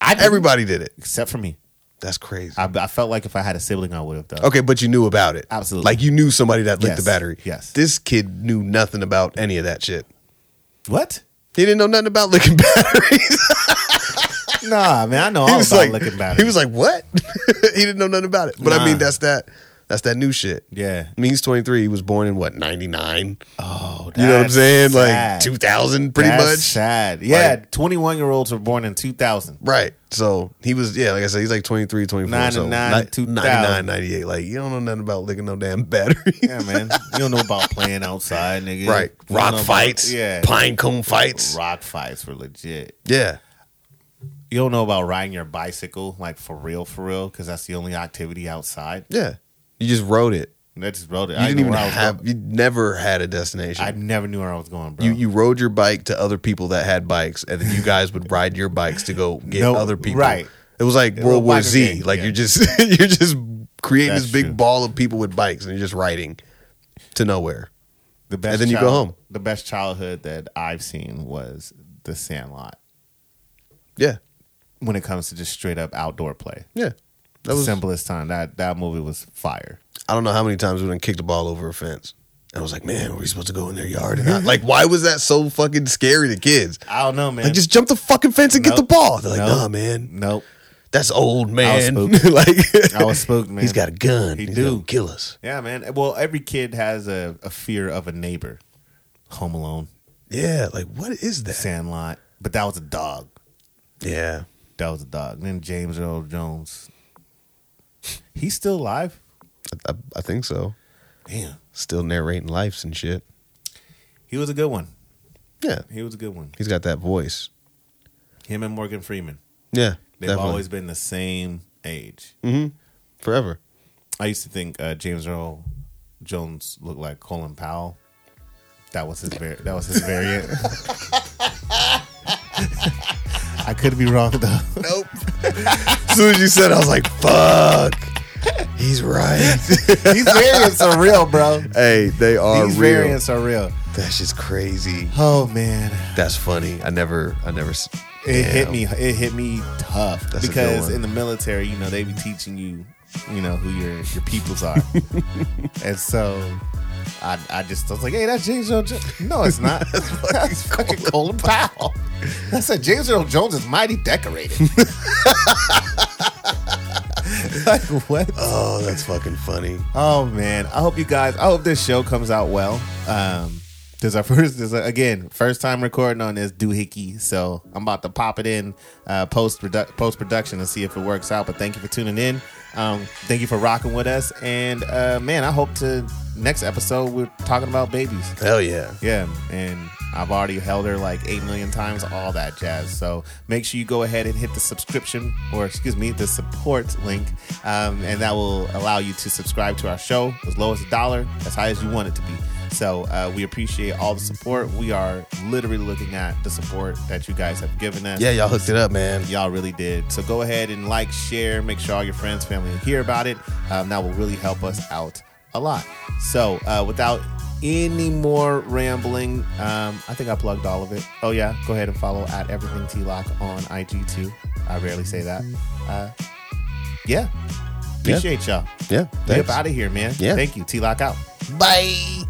Speaker 1: I didn't-
Speaker 2: Everybody did it.
Speaker 1: Except for me.
Speaker 2: That's crazy.
Speaker 1: I, I felt like if I had a sibling, I would have done.
Speaker 2: Okay, but you knew about it.
Speaker 1: Absolutely.
Speaker 2: Like you knew somebody that licked
Speaker 1: Yes,
Speaker 2: the battery.
Speaker 1: yes.
Speaker 2: This kid knew nothing about any of that shit.
Speaker 1: What?
Speaker 2: He didn't know nothing about licking [laughs] batteries.
Speaker 1: Nah, man, I know
Speaker 2: he
Speaker 1: all
Speaker 2: was
Speaker 1: about
Speaker 2: like,
Speaker 1: looking
Speaker 2: he
Speaker 1: batteries.
Speaker 2: was like, what? [laughs] he didn't know nothing about it. But I mean,
Speaker 1: Nah.
Speaker 2: that's that. That's that new shit.
Speaker 1: yeah.
Speaker 2: I mean, he's 23. He was born in what, 99?
Speaker 1: Oh,
Speaker 2: You know what I'm
Speaker 1: that's
Speaker 2: saying? Like
Speaker 1: sad.
Speaker 2: 2000, pretty
Speaker 1: That's
Speaker 2: much.
Speaker 1: Sad. Yeah, 21 year olds were born in
Speaker 2: [laughs]
Speaker 1: 2000.
Speaker 2: Right. So he was, yeah, like I said, he's like 23, 24. so
Speaker 1: 99,
Speaker 2: ni-
Speaker 1: 2000.
Speaker 2: 99, 98. Like, you don't know nothing about licking no damn battery. [laughs]
Speaker 1: Yeah, man. you don't know about playing outside, nigga.
Speaker 2: right.
Speaker 1: You don't
Speaker 2: Rock
Speaker 1: know about-
Speaker 2: fights.
Speaker 1: yeah.
Speaker 2: Pine cone fights.
Speaker 1: Rock fights were legit.
Speaker 2: Yeah.
Speaker 1: You don't know about riding your bicycle, like for real, for real, because that's the only activity outside.
Speaker 2: Yeah. You just rode it.
Speaker 1: And I just rode it.
Speaker 2: You
Speaker 1: I
Speaker 2: didn't even
Speaker 1: know where I was
Speaker 2: have,
Speaker 1: going.
Speaker 2: you never had a destination.
Speaker 1: I never knew where I was going, bro.
Speaker 2: you, you rode your bike to other people that had bikes, and then you guys
Speaker 1: [laughs]
Speaker 2: would ride your bikes to go get
Speaker 1: No,
Speaker 2: other people.
Speaker 1: right.
Speaker 2: It was like
Speaker 1: little
Speaker 2: World War
Speaker 1: biker
Speaker 2: Z.
Speaker 1: gang,
Speaker 2: Like
Speaker 1: yeah.
Speaker 2: you're just [laughs] you're just creating
Speaker 1: That's
Speaker 2: this big
Speaker 1: true.
Speaker 2: ball of people with bikes, and you're just riding to nowhere.
Speaker 1: the best
Speaker 2: and then you go
Speaker 1: child-
Speaker 2: home.
Speaker 1: The best childhood that I've seen was the Sandlot
Speaker 2: Yeah,
Speaker 1: when it comes to just straight up outdoor play.
Speaker 2: yeah. That
Speaker 1: the
Speaker 2: was.
Speaker 1: simplest time. That that movie was fire.
Speaker 2: I don't know how many times we done kicked a ball over a fence, And I was like, man, were we supposed to go in their yard? And I, like, why was that so fucking scary to kids?
Speaker 1: I don't know, man.
Speaker 2: Like, just jump the fucking fence and get
Speaker 1: Nope.
Speaker 2: the ball. They're like,
Speaker 1: Nope.
Speaker 2: nah, man,
Speaker 1: nope.
Speaker 2: that's old man.
Speaker 1: spooked.
Speaker 2: [laughs] like,
Speaker 1: I was spooked, man.
Speaker 2: [laughs] He's got a gun.
Speaker 1: He
Speaker 2: He's
Speaker 1: do.
Speaker 2: gonna kill us.
Speaker 1: Yeah, man. Well, every kid has a, a fear of a neighbor. Home Alone,
Speaker 2: Yeah, like what is that?
Speaker 1: Sandlot, but that was a dog.
Speaker 2: Yeah,
Speaker 1: That was a dog. And then James Earl Jones. He's still alive.
Speaker 2: I, I- I think so.
Speaker 1: Damn,
Speaker 2: Still narrating lives and shit.
Speaker 1: he was a good one.
Speaker 2: Yeah,
Speaker 1: He was a good one.
Speaker 2: he's got that voice.
Speaker 1: Him and Morgan Freeman.
Speaker 2: Yeah,
Speaker 1: They've always been the same age.
Speaker 2: hmm forever.
Speaker 1: I used to think uh, James Earl Jones looked like Colin Powell. That was his var- that was his variant. [laughs] I could be wrong though.
Speaker 2: Nope. [laughs] as soon as you said, it, I was like, "Fuck." He's [laughs] right.
Speaker 1: These variants are real, bro.
Speaker 2: hey, they are
Speaker 1: These
Speaker 2: real.
Speaker 1: variants are real.
Speaker 2: That's just crazy.
Speaker 1: Oh man,
Speaker 2: That's funny. I never, I never. s-
Speaker 1: it hit
Speaker 2: Damn.
Speaker 1: me. It hit me tough
Speaker 2: That's a good
Speaker 1: because
Speaker 2: one.
Speaker 1: in the military, you know, they be teaching you, you know, who your your peoples
Speaker 2: [laughs]
Speaker 1: are, and so. I, I just I was like, hey, that's James Earl Jones. No, it's
Speaker 2: [laughs]
Speaker 1: not. that's fucking, Colin Powell. I said James Earl Jones is mighty decorated.
Speaker 2: [laughs]
Speaker 1: [laughs] like what?
Speaker 2: Oh, that's fucking funny.
Speaker 1: Oh man, I hope you guys. I hope this show comes out well. Um, this is our [laughs] first, this is, again, first time recording on this doohickey. So I'm about to pop it in uh, post post production and see if it works out. But thank you for tuning in. Um, thank you for rocking with us. And uh, man, I hope to next episode we're talking about babies.
Speaker 2: Hell yeah.
Speaker 1: Yeah, and I've already held her like 8 million times, all that jazz. So make sure you go ahead and hit the subscription, or excuse me, the support link, um, and that will allow you to subscribe to our show as low as a dollar, as high as you want it to be. So uh, we appreciate all the support. We are literally looking at the support that you guys have given us
Speaker 2: Yeah, y'all hooked it up, man.
Speaker 1: y'all really did. So go ahead and like, share, make sure all your friends, family hear about it. Um, that will really help us out a lot. So uh, without any more rambling, um, I think I plugged all of it. Oh yeah, go ahead and follow at everything T Lock on IG too. I rarely say that. Uh, yeah,
Speaker 2: Yeah.
Speaker 1: appreciate y'all.
Speaker 2: Yeah.
Speaker 1: Get
Speaker 2: Thanks.
Speaker 1: out of here, man.
Speaker 2: Yeah.
Speaker 1: Thank you, T Lock out.
Speaker 2: Bye.